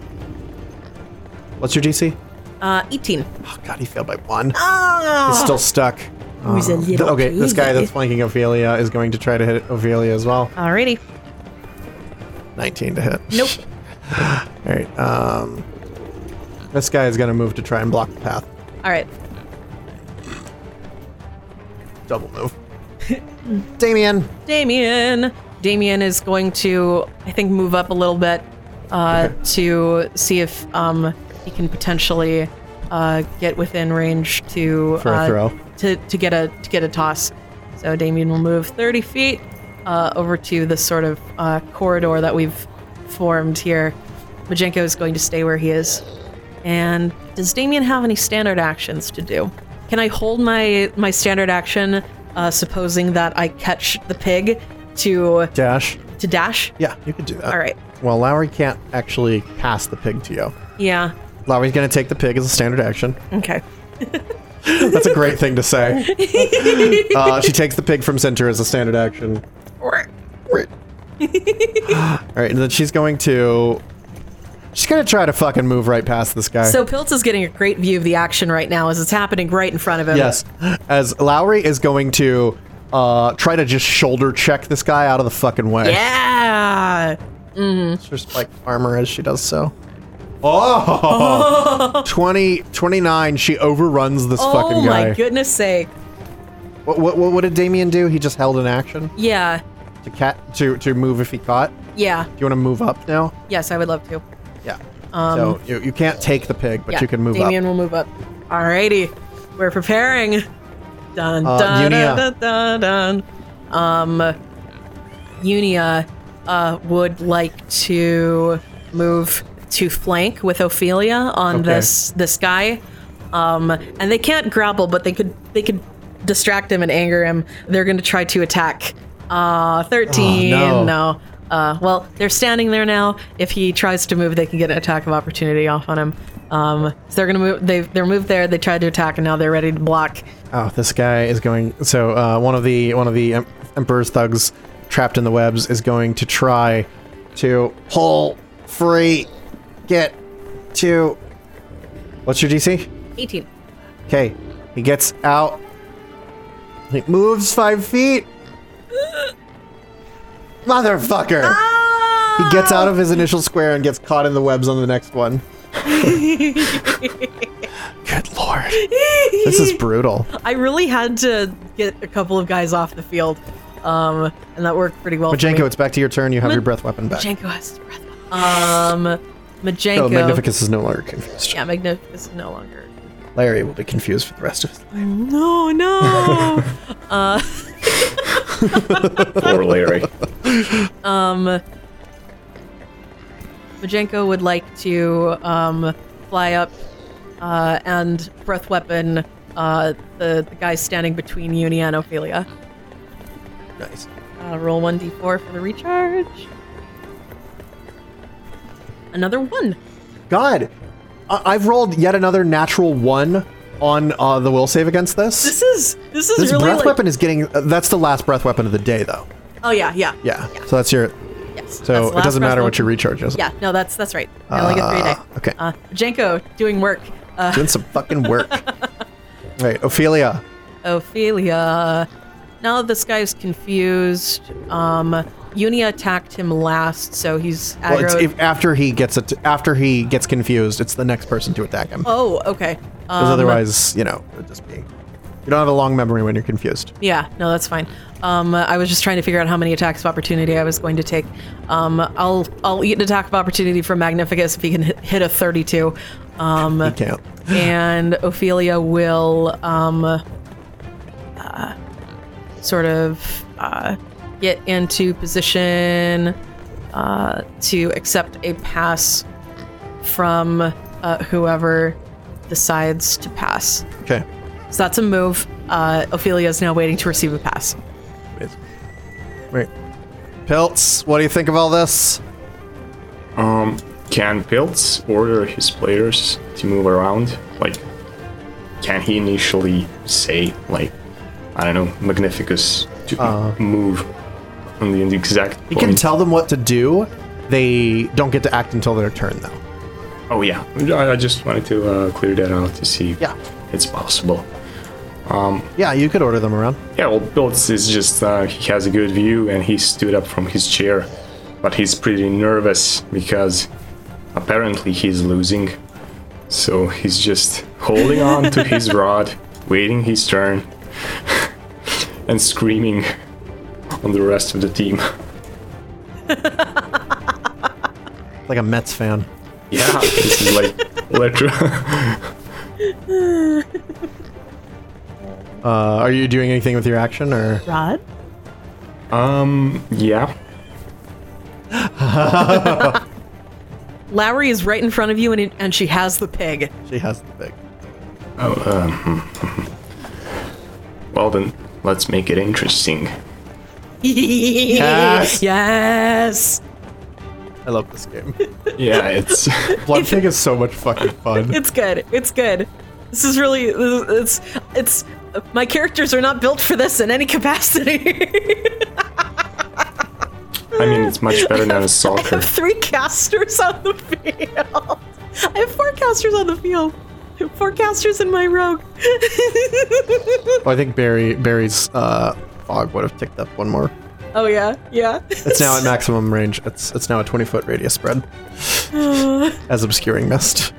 S1: What's your DC?
S3: Uh, 18.
S1: Oh, God, he failed by one.
S5: Oh,
S3: Ah!
S1: He's still stuck.
S5: who's a
S1: Th-
S5: little
S1: Okay, this guy
S5: piggy.
S1: that's flanking Ophelia is going to try to hit Ophelia as well.
S3: Ah.
S5: Alrighty.
S1: 19 to hit.
S5: Nope.
S1: All right. Um, this guy is going to move to try and block the path.
S5: All right.
S1: Double move. Damien.
S3: Damien. Damien is going to, I think, move up a little bit uh, to see if um, he can potentially uh, get within range to
S1: For a
S3: uh,
S1: throw.
S3: to to get a to get a toss. So Damien will move 30 feet uh, over to this sort of uh, corridor that we've formed here. Majenko is going to stay where he is. And does Damien have any standard actions to do? Can I hold my my standard action, uh, supposing that I catch the pig to
S1: Dash.
S3: to dash?
S1: Yeah, you could do that.
S3: All right.
S1: Well, Lowry can't actually pass the pig to you.
S3: Yeah.
S1: Lowry's going to take the pig as a standard action.
S3: Okay.
S1: That's a great thing to say. Uh, she takes the pig from center as a standard action. All right, and then she's going to. She's going to try to fucking move right past this guy.
S3: So Piltz is getting a great view of the action right now as it's happening right in front of him.
S1: Yes. As Lowry is going to uh, try to just shoulder check this guy out of the fucking way.
S3: Yeah.
S1: It's just like armor as she does so. Oh! 20, 29, she overruns this
S3: Oh
S1: fucking guy.
S3: my goodness sake.
S1: What, what, what did Damien do? He just held an action
S3: Yeah.
S1: to cat to, to move if he caught. Do
S3: Yeah.
S1: you want to move up now?
S3: Yes, I would love to.
S1: Yeah. so you, you can't take the pig, but
S3: Um, yeah.
S1: you can move
S3: Damien
S1: up.
S3: will move up. Alrighty. We're preparing. Dun
S1: Uh,
S3: dun,
S1: Yunia.
S3: dun dun dun dun. Um Unia uh, would like to move to flank with Ophelia on
S1: Okay.
S3: this this guy. Um and they can't grapple, but they could they could distract him and anger him. They're gonna try to attack. Uh thirteen.
S1: Oh, no.
S3: no. Uh, well, they're standing there now. If he tries to move, they can get an attack of opportunity off on him. Um, so they're gonna move. They they're moved there. They tried to attack, and now they're ready to block.
S1: Oh, this guy is going. So uh, one of the one of the em- emperor's thugs trapped in the webs is going to try to pull free, get to. What's your DC?
S3: 18.
S1: Okay, he gets out. He moves five feet. Motherfucker! He gets out of his initial square and gets caught in the webs on the next one. Good lord. This is brutal.
S3: I really had to get a couple of guys off the field, um, and that worked pretty well.
S1: Majenko,
S3: for me.
S1: it's back to your turn. You have your breath weapon back.
S3: Majenko has his breath. weapon. Um, Majenko.
S1: Oh, Magnificus is no longer confused.
S3: Yeah, Magnificus is no longer.
S1: Larry will be confused for the rest of his life.
S3: No, no.
S2: Poor Larry.
S3: Majenko would like to um, fly up uh, and breath weapon uh, the, the guy standing between Unia and Ophelia.
S1: Nice.
S3: Uh, roll 1d4 for the recharge. Another one.
S1: God, I- I've rolled yet another natural one on uh, the will save against this.
S3: This is this is
S1: This
S3: really
S1: breath
S3: like,
S1: weapon is getting. Uh, that's the last breath weapon of the day, though.
S3: Oh yeah, yeah.
S1: Yeah. So that's your.
S3: Yes. That's the
S1: So it
S3: last
S1: doesn't
S3: breath
S1: matter what
S3: weapon.
S1: your recharge is.
S3: Yeah, no, that's that's right. I only get three a day.
S1: Uh, okay.
S3: Uh, Majenko doing work. Uh,
S1: Doing some fucking work. right, Ophelia.
S3: Ophelia. Now this guy's confused. Um, Unia attacked him last, so he's
S1: Well,
S3: aggroed.
S1: it's, if, after he gets it, after he gets confused, it's the next person to attack him. Because
S3: oh, okay. Um,
S1: otherwise, you know, it would just be. You don't have a long memory when you're confused.
S3: Yeah, no, that's fine. Um, I was just trying to figure out how many attacks of opportunity I was going to take. Um, I'll I'll eat an attack of opportunity from Magnificus if he can hit, hit a 32. Um,
S1: You can't.
S3: and Ophelia will um, uh, sort of uh, get into position uh, to accept a pass from uh, whoever decides to pass.
S1: Okay.
S3: So that's a move. Uh, Ophelia is now waiting to receive a pass.
S1: Wait. Pilts, what do you think of all this?
S2: Can Pilts order his players to move around? Like, can he initially say, like, I don't know, Magnificus to
S1: Uh.
S2: move on the exact
S1: You can tell them what to do. They don't get to act until their turn, though.
S2: Oh yeah, I I just wanted to uh, clear that out to see if
S1: Yeah.
S2: it's possible.
S1: Yeah, you could order them around.
S2: Yeah, well, Biltz is just, uh, he has a good view and he stood up from his chair, but he's pretty nervous because apparently he's losing. So he's just holding on to his rod, waiting his turn, and screaming on the rest of the team.
S1: Like a Mets fan.
S2: Yeah, this is like Electra.
S1: Uh, are you doing anything with your action or?
S5: Rod?
S2: yeah,
S3: Lowry is right in front of you, and, it, and she has the pig.
S1: She has the pig.
S2: Oh, um, well then, let's make it interesting.
S3: yes. yes.
S1: I love this game.
S2: Yeah, it's.
S1: Blood Pig is so much fucking fun.
S3: It's good. It's good. This is really. It's. It's. My characters are not built for this in any capacity.
S2: I mean, it's much better than a soccer.
S3: Three casters on the field. I have four casters on the field. Four casters in my rogue.
S1: Well, I think Barry Barry's uh, fog would have ticked up one more.
S3: oh yeah, yeah.
S1: It's now at maximum range. It's it's now a 20 foot radius spread. As obscuring mist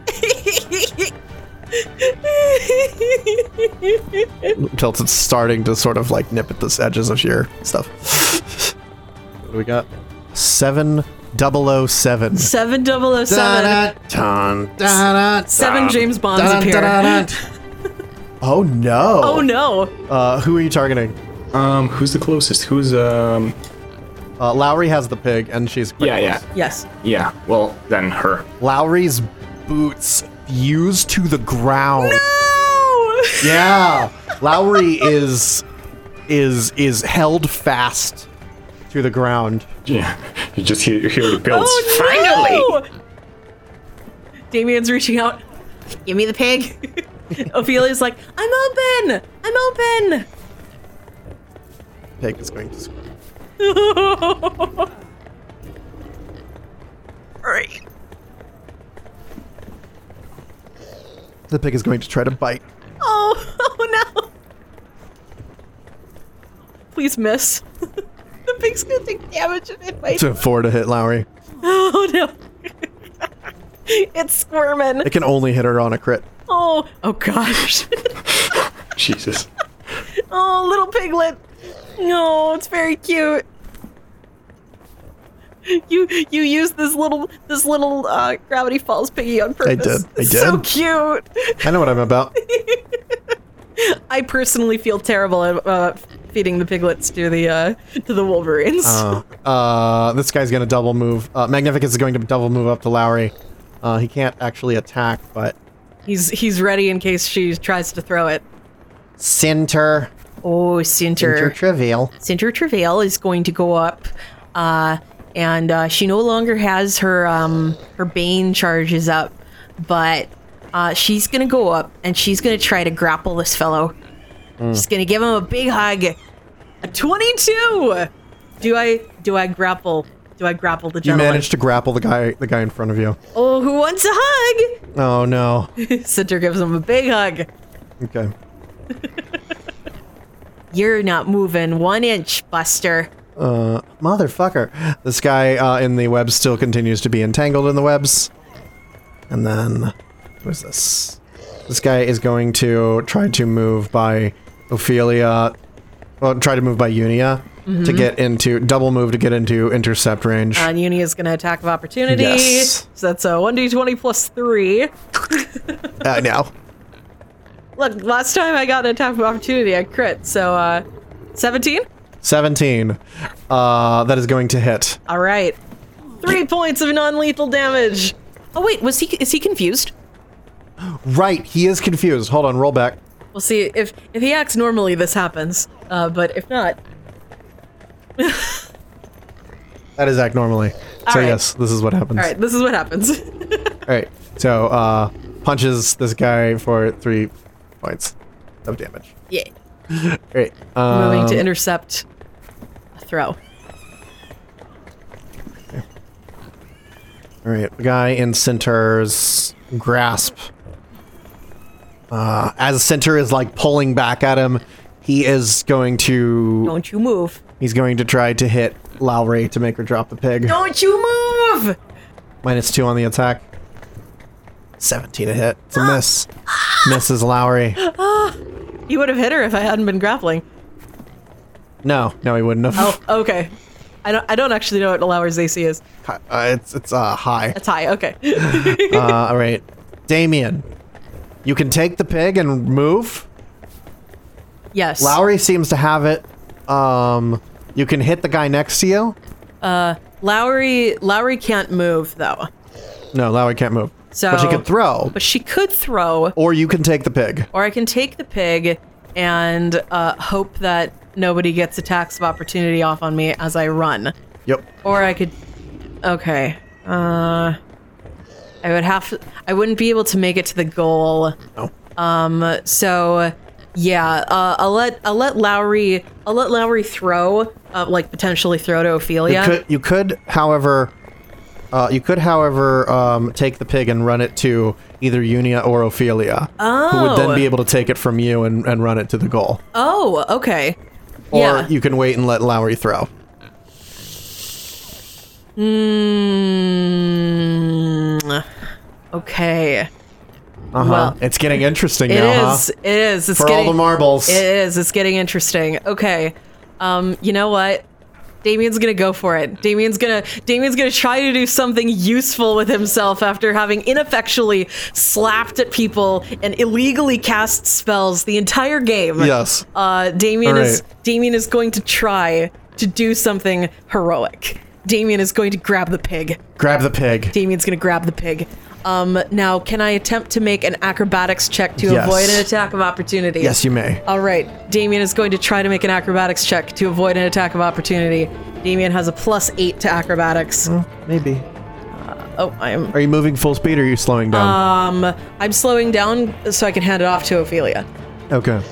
S1: until it's starting to sort of like nip at the edges of your stuff. what do we got? Seven double o seven.
S3: Seven double oh seven. Seven James Bonds appear.
S1: Oh no!
S3: Oh no.
S1: Uh, who are you targeting?
S2: Um, who's the closest? Who's um?
S1: Uh, Lowry has the pig, and she's quite
S2: Yeah,
S1: close.
S2: yeah,
S3: Yes.
S2: yeah. Well, then her.
S1: Lowry's boots fuse to the ground.
S3: No.
S1: Yeah, Lowry is is is held fast to the ground.
S2: Yeah, you just hear, hear the bells.
S3: Oh, Finally! Damien's reaching out.
S5: Give me the pig.
S3: Ophelia's like, I'm open! I'm open!
S1: Pig is going to squirm.
S5: Alright.
S1: The pig is going to try to bite.
S3: Oh, oh no! Please miss.
S5: The pig's gonna take damage and it might.
S1: To four to hit Lowry.
S3: Oh no. it's squirming.
S1: It can only hit her on a crit.
S3: Oh, oh gosh.
S2: Jesus.
S3: Oh, little piglet. No, it's very cute. You you used this little this little uh, gravity falls piggy on purpose.
S1: did, I
S3: It's So
S1: did.
S3: cute.
S1: I know what I'm about.
S3: I personally feel terrible at uh, feeding the piglets to the uh, to the wolverines.
S1: Uh, uh, this guy's going to double move. Uh, Magnificus is going to double move up to Lowry. Uh, he can't actually attack, but
S3: he's he's ready in case she tries to throw it.
S1: Cinter.
S3: Oh, Cinter.
S1: trivial.
S3: Cinter Travail is going to go up, uh, and uh, she no longer has her um, her bane charges up, but uh, she's gonna go up and she's gonna try to grapple this fellow. She's gonna give him a big hug. A twenty-two. Do I do I grapple? Do I grapple the
S1: You
S3: gentleman?
S1: managed to grapple the guy, the guy in front of you.
S3: oh, who wants a hug?
S1: Oh no.
S3: Cinter gives him a big hug.
S1: Okay.
S3: You're not moving one inch, Buster.
S1: Uh, motherfucker. This guy uh, in the webs still continues to be entangled in the webs. And then, what is this? This guy is going to try to move by Ophelia, well, try to move by Unia to
S3: Mm-hmm.
S1: get into double move to get into intercept range.
S3: And Uni is going to attack of opportunity.
S1: Yes.
S3: So that's a 1d20 plus 3.
S1: Uh, now,
S3: Look, last time I got an attack of opportunity, I crit. So, uh, 17?
S1: 17. Uh, that is going to hit.
S3: All right. Three points of non lethal damage. Oh, wait, was he, is he confused?
S1: Right, he is confused. Hold on, roll back.
S3: We'll see if, if he acts normally, this happens. Uh, but if not,
S1: That is act normally. so
S3: right.
S1: yes, this is what happens.
S3: all right, this is what happens.
S1: All right. So uh, punches this guy for three points of damage.
S3: yeah.
S1: All right. Um,
S3: Moving to intercept a throw.
S1: All right, the guy in Center's grasp. Uh, as Center is like pulling back at him, he is going to
S5: Don't you move.
S1: he's going to try to hit Lowry to make her drop the pig.
S5: Don't you move!
S1: Minus two on the attack. Seventeen a hit. It's a miss. Misses Lowry.
S3: You would have hit her if I hadn't been grappling.
S1: No, no, he wouldn't have.
S3: Oh, okay. I don't. I don't actually know what Lauer's AC is.
S1: Uh, it's it's uh, high.
S3: That's high. Okay.
S1: Uh, all right, Damien, you can take the pig and move.
S3: yes.
S1: Lowry seems to have it. Um, you can hit the guy next to you.
S3: Lowry. Lowry can't move though,
S1: No, Lowry can't move.
S3: So-
S1: but she can throw,
S3: but she could throw,
S1: or you can take the pig.
S3: or I can take the pig and uh, hope that nobody gets attacks of opportunity off on me as I run.
S1: Yep.
S3: Or I could. Okay. Uh, I would have. To, I wouldn't be able to make it to the goal.
S1: No.
S3: Um. So, yeah. Uh, I'll let. I'll let Lowry. I'll let Lowry throw. Uh, like potentially throw to Ophelia.
S1: You could, you could however, uh, you could, however, um, take the pig and run it to either Unia or Ophelia, who would
S3: Oh.
S1: then be able to take it from you and, and run it to the goal.
S3: oh. Okay.
S1: Or
S3: yeah.
S1: you can wait and let Lowry throw.
S3: Mm, okay.
S1: Uh huh.
S3: Well,
S1: it's getting interesting
S3: It is.
S1: now, huh?
S3: It is. It's
S1: For all
S3: getting,
S1: the marbles.
S3: It is. It's getting interesting. Okay. Um, you know what? Damien's gonna go for it. Damien's gonna Damien's gonna try to do something useful with himself after having ineffectually slapped at people and illegally cast spells the entire game.
S1: Yes.
S3: Uh, Damien
S1: All
S3: is
S1: right.
S3: Damien is going to try to do something heroic. Damien is going to grab the pig.
S1: Grab the pig.
S3: Damien's gonna grab the pig. Um, now, can I attempt to make an acrobatics check to
S1: Yes.
S3: avoid an attack of opportunity?
S1: Yes, you may.
S3: All right, Damien is going to try to make an acrobatics check to avoid an attack of opportunity. Damien has a plus eight to acrobatics.
S1: Hmm. Maybe.
S3: Oh, I'm
S1: Are you moving full speed or are you slowing down?
S3: Uh, I'm slowing down so I can hand it off to Ophelia.
S1: okay.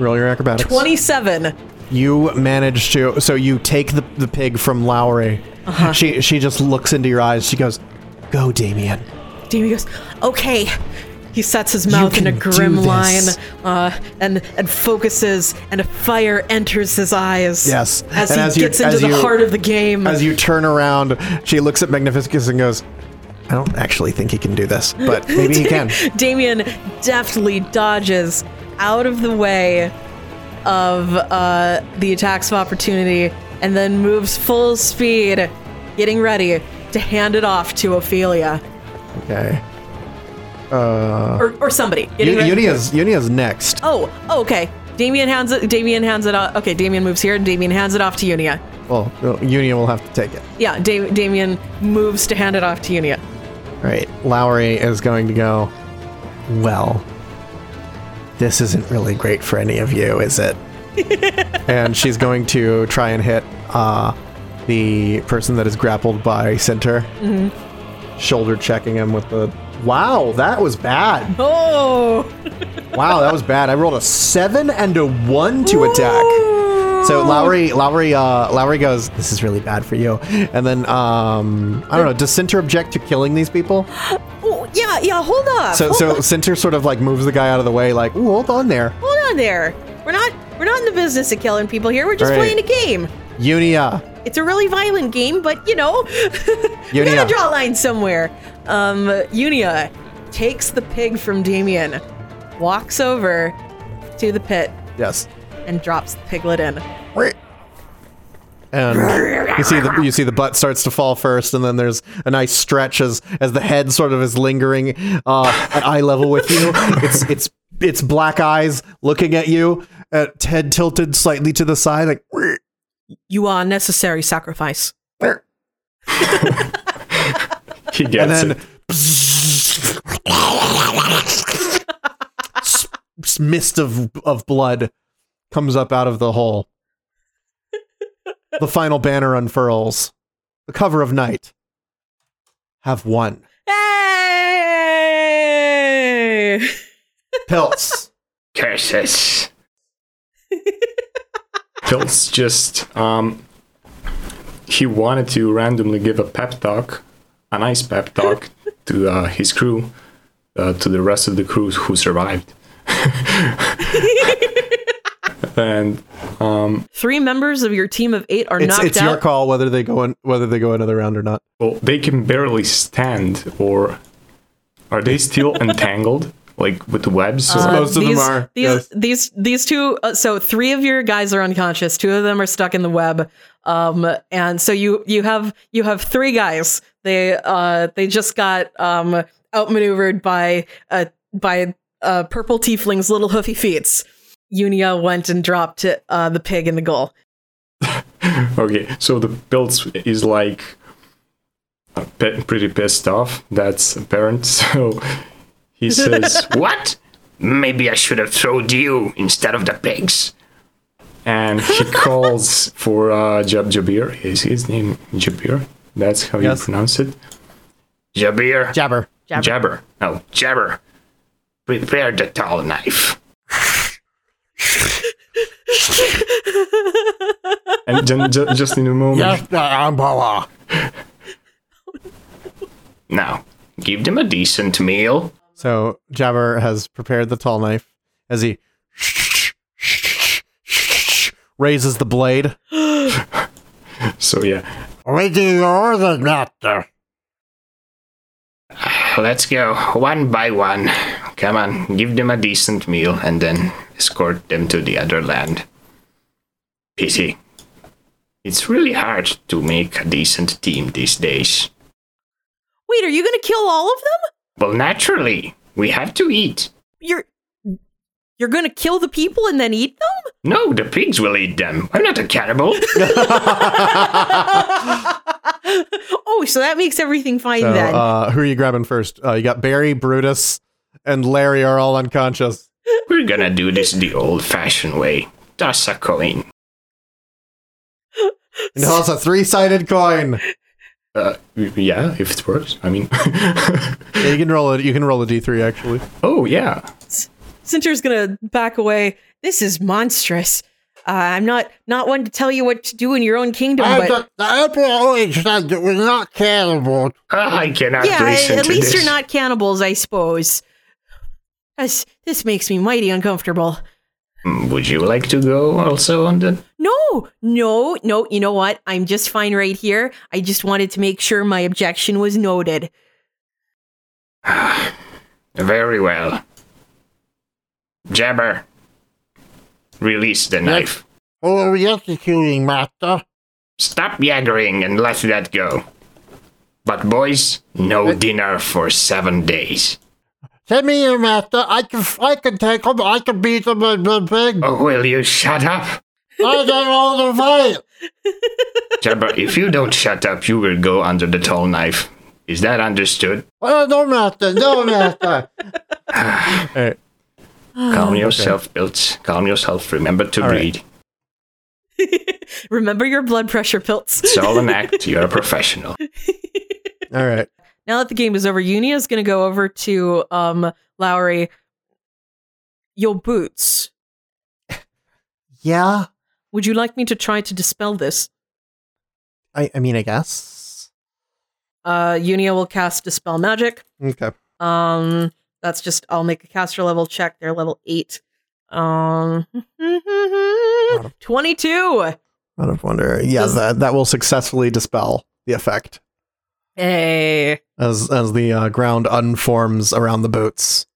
S1: Roll your acrobatics.
S3: Twenty-seven.
S1: You manage to. So you take the, the pig from Lowry. She she just looks into your eyes. She goes, "Go, Damien."
S3: Damien goes, "Okay." He sets his mouth in a
S1: can do
S3: grim
S1: this.
S3: line, uh, and and focuses, and a fire enters his eyes.
S1: Yes.
S3: as
S1: And
S3: he
S1: as you-
S3: gets into
S1: as
S3: the
S1: you-
S3: heart of the game.
S1: As you turn around, she looks at Magnificus and goes, "I don't actually think he can do this, but maybe he can."
S3: Damien deftly dodges out of the way of uh, the attacks of opportunity and then moves full speed, getting ready to hand it off to Ophelia
S1: Okay. Uh.
S3: or, or somebody. Getting ready-
S1: Unia's Unia's next.
S3: oh, oh, okay. Damien hands it. Damien hands it off. Okay, Damien moves here, and Damien hands it off to Unia.
S1: Well, Unia will have to take it.
S3: Yeah, da- Damien moves to hand it off to Unia.
S1: All right, Lowry is going to go. Well, this isn't really great for any of you, is it? and she's going to try and hit uh, the person that is grappled by Center, shoulder checking him with the. Wow, that was bad.
S3: Oh,
S1: Wow, that was bad. I rolled a seven and a one to attack. So Lowry, Lowry, uh, Lowry goes. This is really bad for you. And then um, I don't know. Does Center object to killing these people?
S5: Oh, yeah, yeah, hold up.
S1: So
S5: hold,
S1: so Center sort of like moves the guy out of the way, like, ooh, hold on there.
S5: hold on there. We're not we're not in the business of killing people here. We're just
S1: All right.
S5: playing a game.
S1: Unia.
S5: It's a really violent game, but you know, we
S1: Unia.
S5: gotta draw a line
S3: somewhere. Um, Unia takes the pig from Damien, walks over to the pit,
S1: Yes.
S3: and drops the piglet in.
S1: And you see the you see the butt starts to fall first, and then there's a nice stretch as as the head sort of is lingering uh, at eye level with you. It's it's it's black eyes looking at you, uh, head tilted slightly to the side, like
S3: You are necessary sacrifice.
S2: He
S1: and
S2: gets
S1: then
S2: it.
S1: S- s- mist of of blood comes up out of the hole. The final banner unfurls. The cover of night. Have won.
S3: Hey!
S1: Pilts.
S2: Curses. Phil's just um, he wanted to randomly give a pep talk
S8: a nice pep talk to uh, his crew, uh, to the rest of the crew who survived. and
S3: Three members of your team of eight are
S1: It's,
S3: knocked
S1: it's
S3: out.
S1: your call whether they go in, whether they go another round or not.
S8: well, they can barely stand, or are they still entangled, like with webs? or-
S1: Most of them
S3: Uh, these,
S1: are,
S3: These,
S1: yes.
S3: these, these two. Uh, so three of your guys are unconscious. Two of them are stuck in the web. Um, and so you you have you have three guys. They uh they just got um outmaneuvered by uh by uh purple tiefling's little hoofy feets. Unia went and dropped uh the pig in the goal.
S8: Okay, so the build is like uh, pe- pretty pissed off. That's apparent. So he says, "What? Maybe I should have thrown you instead of the pigs." And he calls for uh, Jab Jabir. Is his name Jabir? That's how
S1: Yes.
S8: you pronounce it. Jabir.
S1: Jabber.
S8: Jabber. No, Jabber. Prepare the tall knife. and then, ju- just in a moment,
S1: Ambala.
S8: Now, give them a decent meal.
S1: So Jabber has prepared the tall knife as he raises the blade.
S8: So yeah,
S1: Making your the matter.
S8: let's go one by one. Come on, give them a decent meal and then escort them to the other land. Pity. It's really hard to make a decent team these days.
S5: Wait, are you gonna kill all of them?
S8: Well, naturally, we have to eat.
S5: You're you're gonna kill the people and then eat them?
S8: No, the pigs will eat them. I'm not a cannibal.
S5: Oh, so that makes everything fine
S1: So,
S5: then.
S1: uh, who are you grabbing first? Uh, you got Barry, Brutus, and Larry are all unconscious.
S8: We're gonna do this the old fashioned way. Toss a coin.
S1: And it's a three-sided coin.
S8: Uh, yeah, if it works. I mean,
S1: Yeah, you can roll it. You can roll a d3 actually.
S8: oh, yeah.
S3: Cinter's gonna back away.
S5: this is monstrous. Uh, I'm not not one to tell you what to do in your own kingdom, but
S9: the emperor always said that we're not cannibals.
S8: Ah, I cannot
S5: yeah,
S8: listen
S5: at
S8: to
S5: least
S8: this.
S5: you're not cannibals, I suppose. This this makes me mighty uncomfortable.
S8: Mm, Would you like to go also on the?
S5: No, no, no. You know what? I'm just fine right here. I just wanted to make sure my objection was noted.
S8: Very well. Jabber, release the knife.
S9: Or are we executing, master?
S8: Stop yaggering and let that go. But boys, no dinner for seven days.
S9: Send me here, master. I can, I can take them. I can beat them and the pig.
S8: Oh, will you shut up,
S9: I got all the fight.
S8: Jabber? If you don't shut up, you will go under the tall knife. Is that understood?
S9: Oh, no, master. No, master.
S1: Alright.
S8: Calm yourself, Bilt. Calm yourself. Remember to
S1: right.
S8: breathe.
S3: Remember your blood pressure pills.
S8: It's all an act. You're a professional.
S1: All right.
S3: now that the game is over, Unia is going to go over to um Lowry. Your boots.
S1: Yeah.
S3: Would you like me to try to dispel this?
S1: I. I mean, I guess.
S3: Uh, Unia will cast dispel magic.
S1: Okay.
S3: Um, that's just I'll make a caster level check. They're level eight. Um, twenty-two.
S1: Out of wonder. Yeah,
S3: Does-
S1: that that will successfully dispel the effect
S3: Hey,
S1: as as the uh, ground unforms around the boots.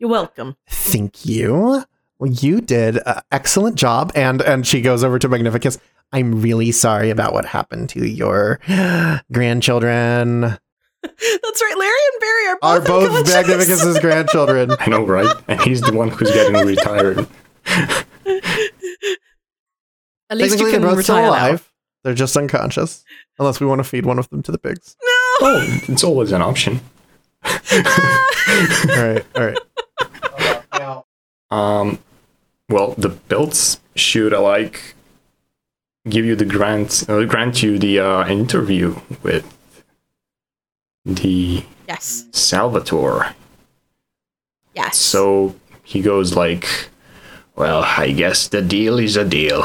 S3: you're welcome.
S1: Thank you. Well, you did an excellent job. And and she goes over to Magnificus. I'm really sorry about what happened to your
S3: Oh,
S1: grandchildren.
S3: That's right. Larry and Barry are both,
S1: Are both
S3: unconscious.
S1: Magnificus's grandchildren?
S8: I know, right? And he's the one who's getting retired.
S3: At least you
S1: Technically,
S3: can
S1: they're both still
S3: retire now.
S1: alive. They're just unconscious, unless we want to feed one of them to the pigs.
S8: Oh, it's always an option.
S1: all right, all right.
S8: Um, well, the builds should uh, like give you the grant, uh, grant you the uh, interview with the
S5: Yes,
S8: Salvatore.
S5: yes.
S8: So he goes like, "Well, I guess the deal is a deal.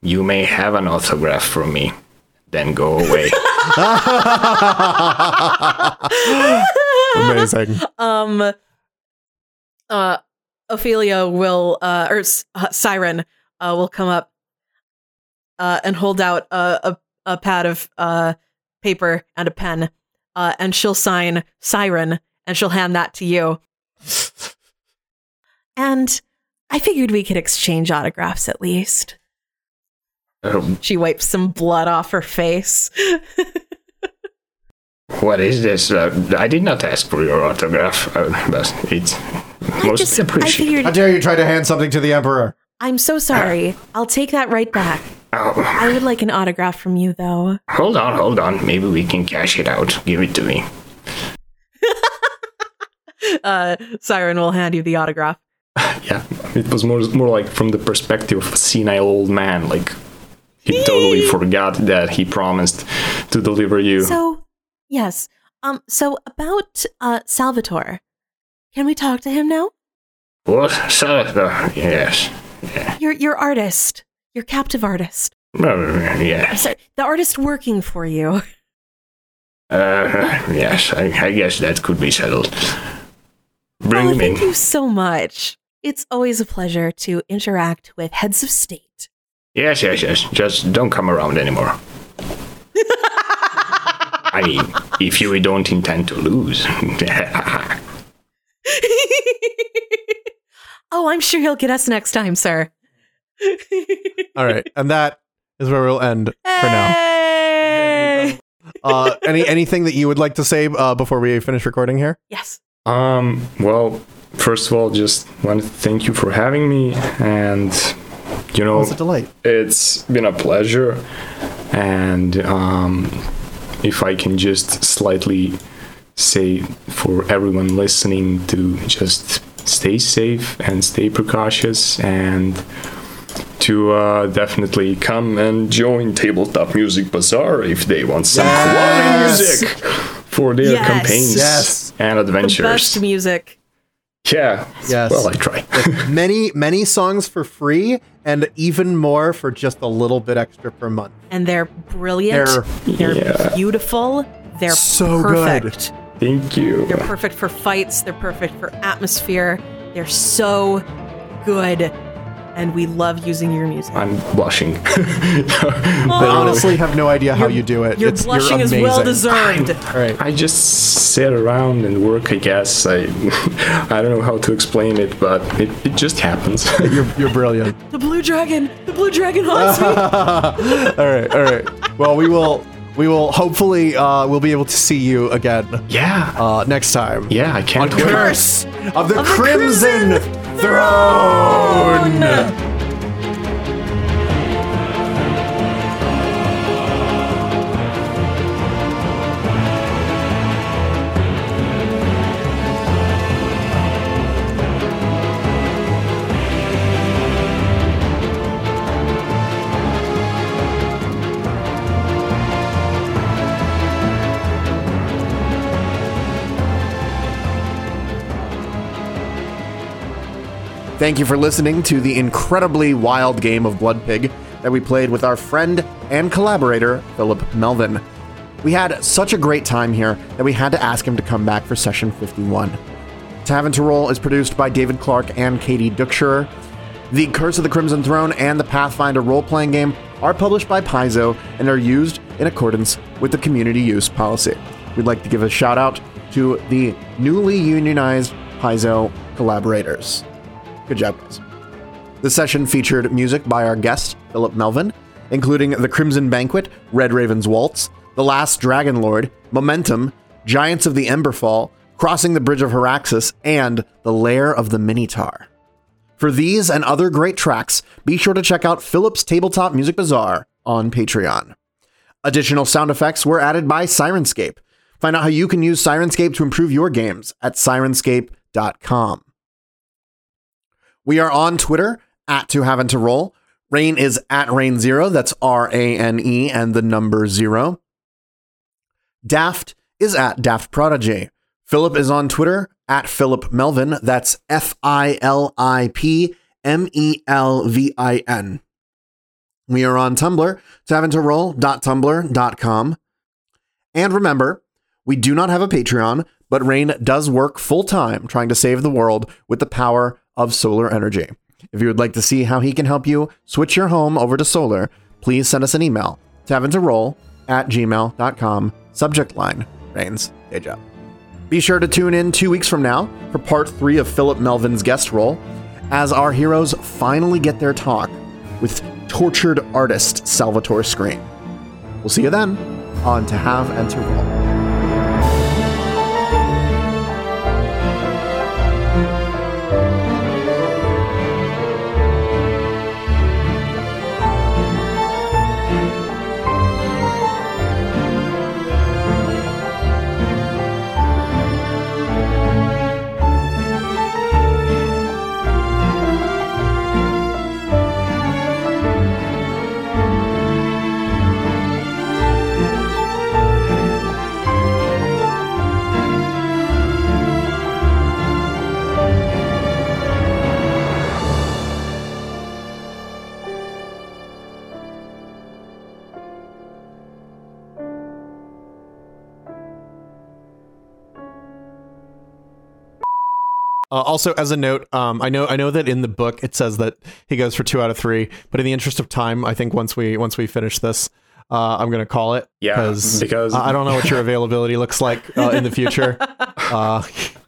S8: You may have an autograph from me. then go away.
S2: Amazing.
S3: Um, uh, Ophelia will, uh, or S- uh, Siren uh, will come up uh, and hold out a, a, a pad of uh, paper and a pen, uh, and she'll sign Siren, and she'll hand that to you. and I figured we could exchange autographs at least.
S8: Um,
S3: She wipes some blood off her face.
S8: what is this? Uh, I did not ask for your autograph, uh, but it's most appreciated.
S10: I
S2: How
S10: figured.
S2: dare you try to hand something to the Emperor?
S3: I'm so sorry. I'll take that right back.
S8: Oh,
S3: I would like an autograph from you, though.
S8: hold on, hold on. Maybe we can cash it out. Give it to me.
S3: Uh, Siren will hand you the autograph.
S8: Yeah, it was more more like from the perspective of a senile old man. Like he totally forgot that he promised to deliver you.
S3: So, yes. Um. So about uh Salvatore, can we talk to him now?
S8: what, sir? Uh, yes.
S3: Your your artist, your captive artist.
S8: Uh,
S3: I'm
S8: yes.
S3: sorry, the artist working for you.
S8: Uh, yes. I, I guess that could be settled. Bring
S3: oh,
S8: him
S3: thank
S8: in.
S3: you so much. It's always a pleasure to interact with heads of state.
S8: Yes, yes, yes. Just don't come around anymore. I mean, if you don't intend to lose.
S3: oh, I'm sure he'll get us next time, sir.
S2: All right, and that is where we'll end for now.
S3: Hey!
S2: Uh, any anything that you would like to say uh, before we finish recording here?
S3: Yes.
S8: um, well, first of all, just wanted to thank you for having me. And, you know,
S2: It's a delight.
S8: it's been a pleasure and um, if i can just slightly say for everyone listening to just stay safe and stay precautious and to uh, definitely come and join tabletop music bazaar if they want some quality music for their
S3: Yes.
S8: campaigns
S2: Yes.
S8: and
S3: The best
S8: adventures
S3: music.
S8: yeah
S2: Yes.
S8: well i try
S2: many many songs for free, and even more for just a little bit extra per month.
S3: And they're brilliant.
S2: They're-
S3: They're
S8: Yeah.
S3: beautiful. They're
S2: So good.
S3: perfect.
S8: thank you
S3: They're perfect for fights. They're perfect for atmosphere. They're so good. And we love using your music. Oh,
S8: i'm blushing
S2: I honestly have no idea how you do it.
S3: Your
S2: It's- you're
S3: blushing is well
S2: amazing.
S3: deserved.
S2: All right.
S8: I just sit around and work, I guess. I I don't know how to explain it, but it, it just happens.
S2: You're, you're brilliant.
S3: the blue dragon. The blue dragon haunts me.
S2: all right, all right. Well, we will we will hopefully uh, we'll be able to see you again
S8: yeah.
S2: uh, next time.
S8: yeah, I can't
S2: on Curse of the Crimson, Throne.
S1: Thank you for listening to the incredibly wild game of Blood Pig that we played with our friend and collaborator, Philip Melvin. We had such a great time here that we had to ask him to come back for session 51. Tavern to Roll is produced by David Clark and Katie Duksher. The Curse of the Crimson Throne and the Pathfinder role playing game are published by Paizo and are used in accordance with the community use policy. We'd like to give a shout out to the newly unionized Paizo collaborators. Good job, guys. The session featured music by our guest, Philip Melvin, including The Crimson Banquet, Red Raven's Waltz, The Last Dragon Lord, Momentum, Giants of the Emberfall, Crossing the Bridge of Haraxis, and The Lair of the Minotaur. For these and other great tracks, be sure to check out Philip's Tabletop Music Bazaar on Patreon. Additional sound effects were added by Sirenscape. Find out how you can use Sirenscape to improve your games at sirenscape.com. We are on Twitter at to have and to roll. Rain is at rain zero. That's R A N E and the number zero. Daft is at Daft Prodigy. Philip is on Twitter at Philip Melvin. That's F I L I P M E L V I N.
S6: We are on Tumblr, taventoroll.tumblr.com. And remember, we do not have a Patreon, but Rain does work full time trying to save the world with the power of solar energy. If you would like to see how he can help you switch your home over to solar, please send us an email, taventoroll at gmail.com, subject line, Rain's day job. Be sure to tune in two weeks from now for part three of Philip Melvin's guest role, as our heroes finally get their talk with tortured artist Salvatore Scream. We'll see you then on To Have and To Roll.
S1: Uh, also, as a note, um, I know I know that in the book it says that he goes for two out of three, but in the interest of time, I think once we once we finish this, uh, I'm gonna call it.
S2: Yeah, because-
S1: I I don't know what your availability looks like uh, in the future. Uh,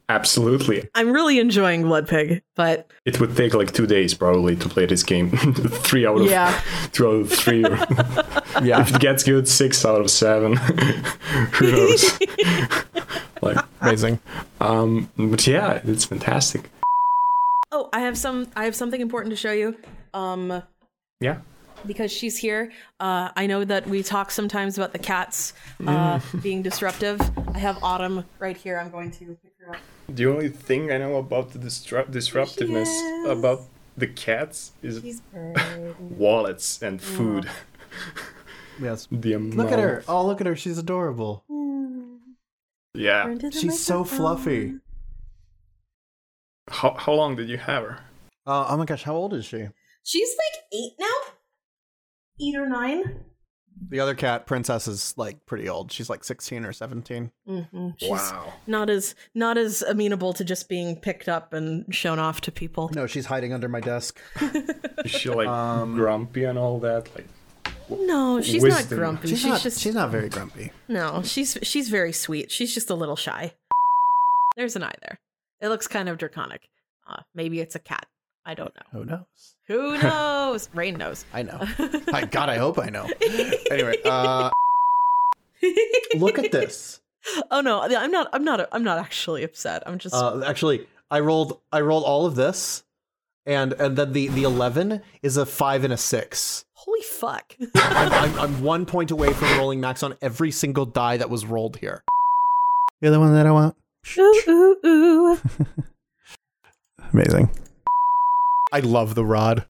S2: Absolutely.
S3: I'm really enjoying Blood Pig, but
S2: It would take like two days probably to play this game. three out of
S3: Yeah.
S2: two out of three. or-
S1: yeah,
S2: if it gets good, six out of seven. Who knows? like,
S1: amazing.
S2: um, but yeah, it's fantastic.
S3: oh, I have some I have something important to show you. Um
S2: Yeah.
S3: because she's here. Uh, I know that we talk sometimes about the cats uh,
S1: Mm.
S3: being disruptive. I have Autumn right here. I'm going to pick her up.
S2: The only thing I know about the disrupt- disruptiveness about the cats is wallets and food.
S1: Yes.
S2: The amount.
S1: Look at her. Oh, look at her. She's adorable.
S2: Yeah.
S1: She's so fluffy.
S2: How, how long did you have her?
S1: Uh, oh my gosh, how old is she?
S3: She's like eight now, eight or nine.
S1: The other cat, Princess, is like pretty old. She's like 16 or 17.
S3: Mm-hmm. She's not as not as amenable to just being picked up and shown off to people.
S1: No, she's hiding under my desk.
S2: Is she like grumpy and all that? Like,
S3: No, she's not
S2: Wisdom.
S3: grumpy.
S1: She's,
S3: She's,
S1: not,
S3: just
S1: she's not very grumpy.
S3: no. She's she's very sweet. She's just a little shy. There's an eye there. It looks kind of draconic. Uh, maybe it's a cat. I don't know.
S1: Who knows?
S3: Who knows? Rain knows.
S1: I know. My God, I hope I know. Anyway, uh, look at this.
S3: Oh no, I'm not. I'm not. I'm not actually upset. I'm just.
S1: Uh, actually, I rolled I rolled all of this, and and then the the 11 is a five and a six.
S3: holy fuck!
S1: I'm, I'm, I'm one point away from rolling max on every single die that was rolled here. You're the one that I want.
S3: ooh, ooh, ooh.
S1: Amazing. I love the rod.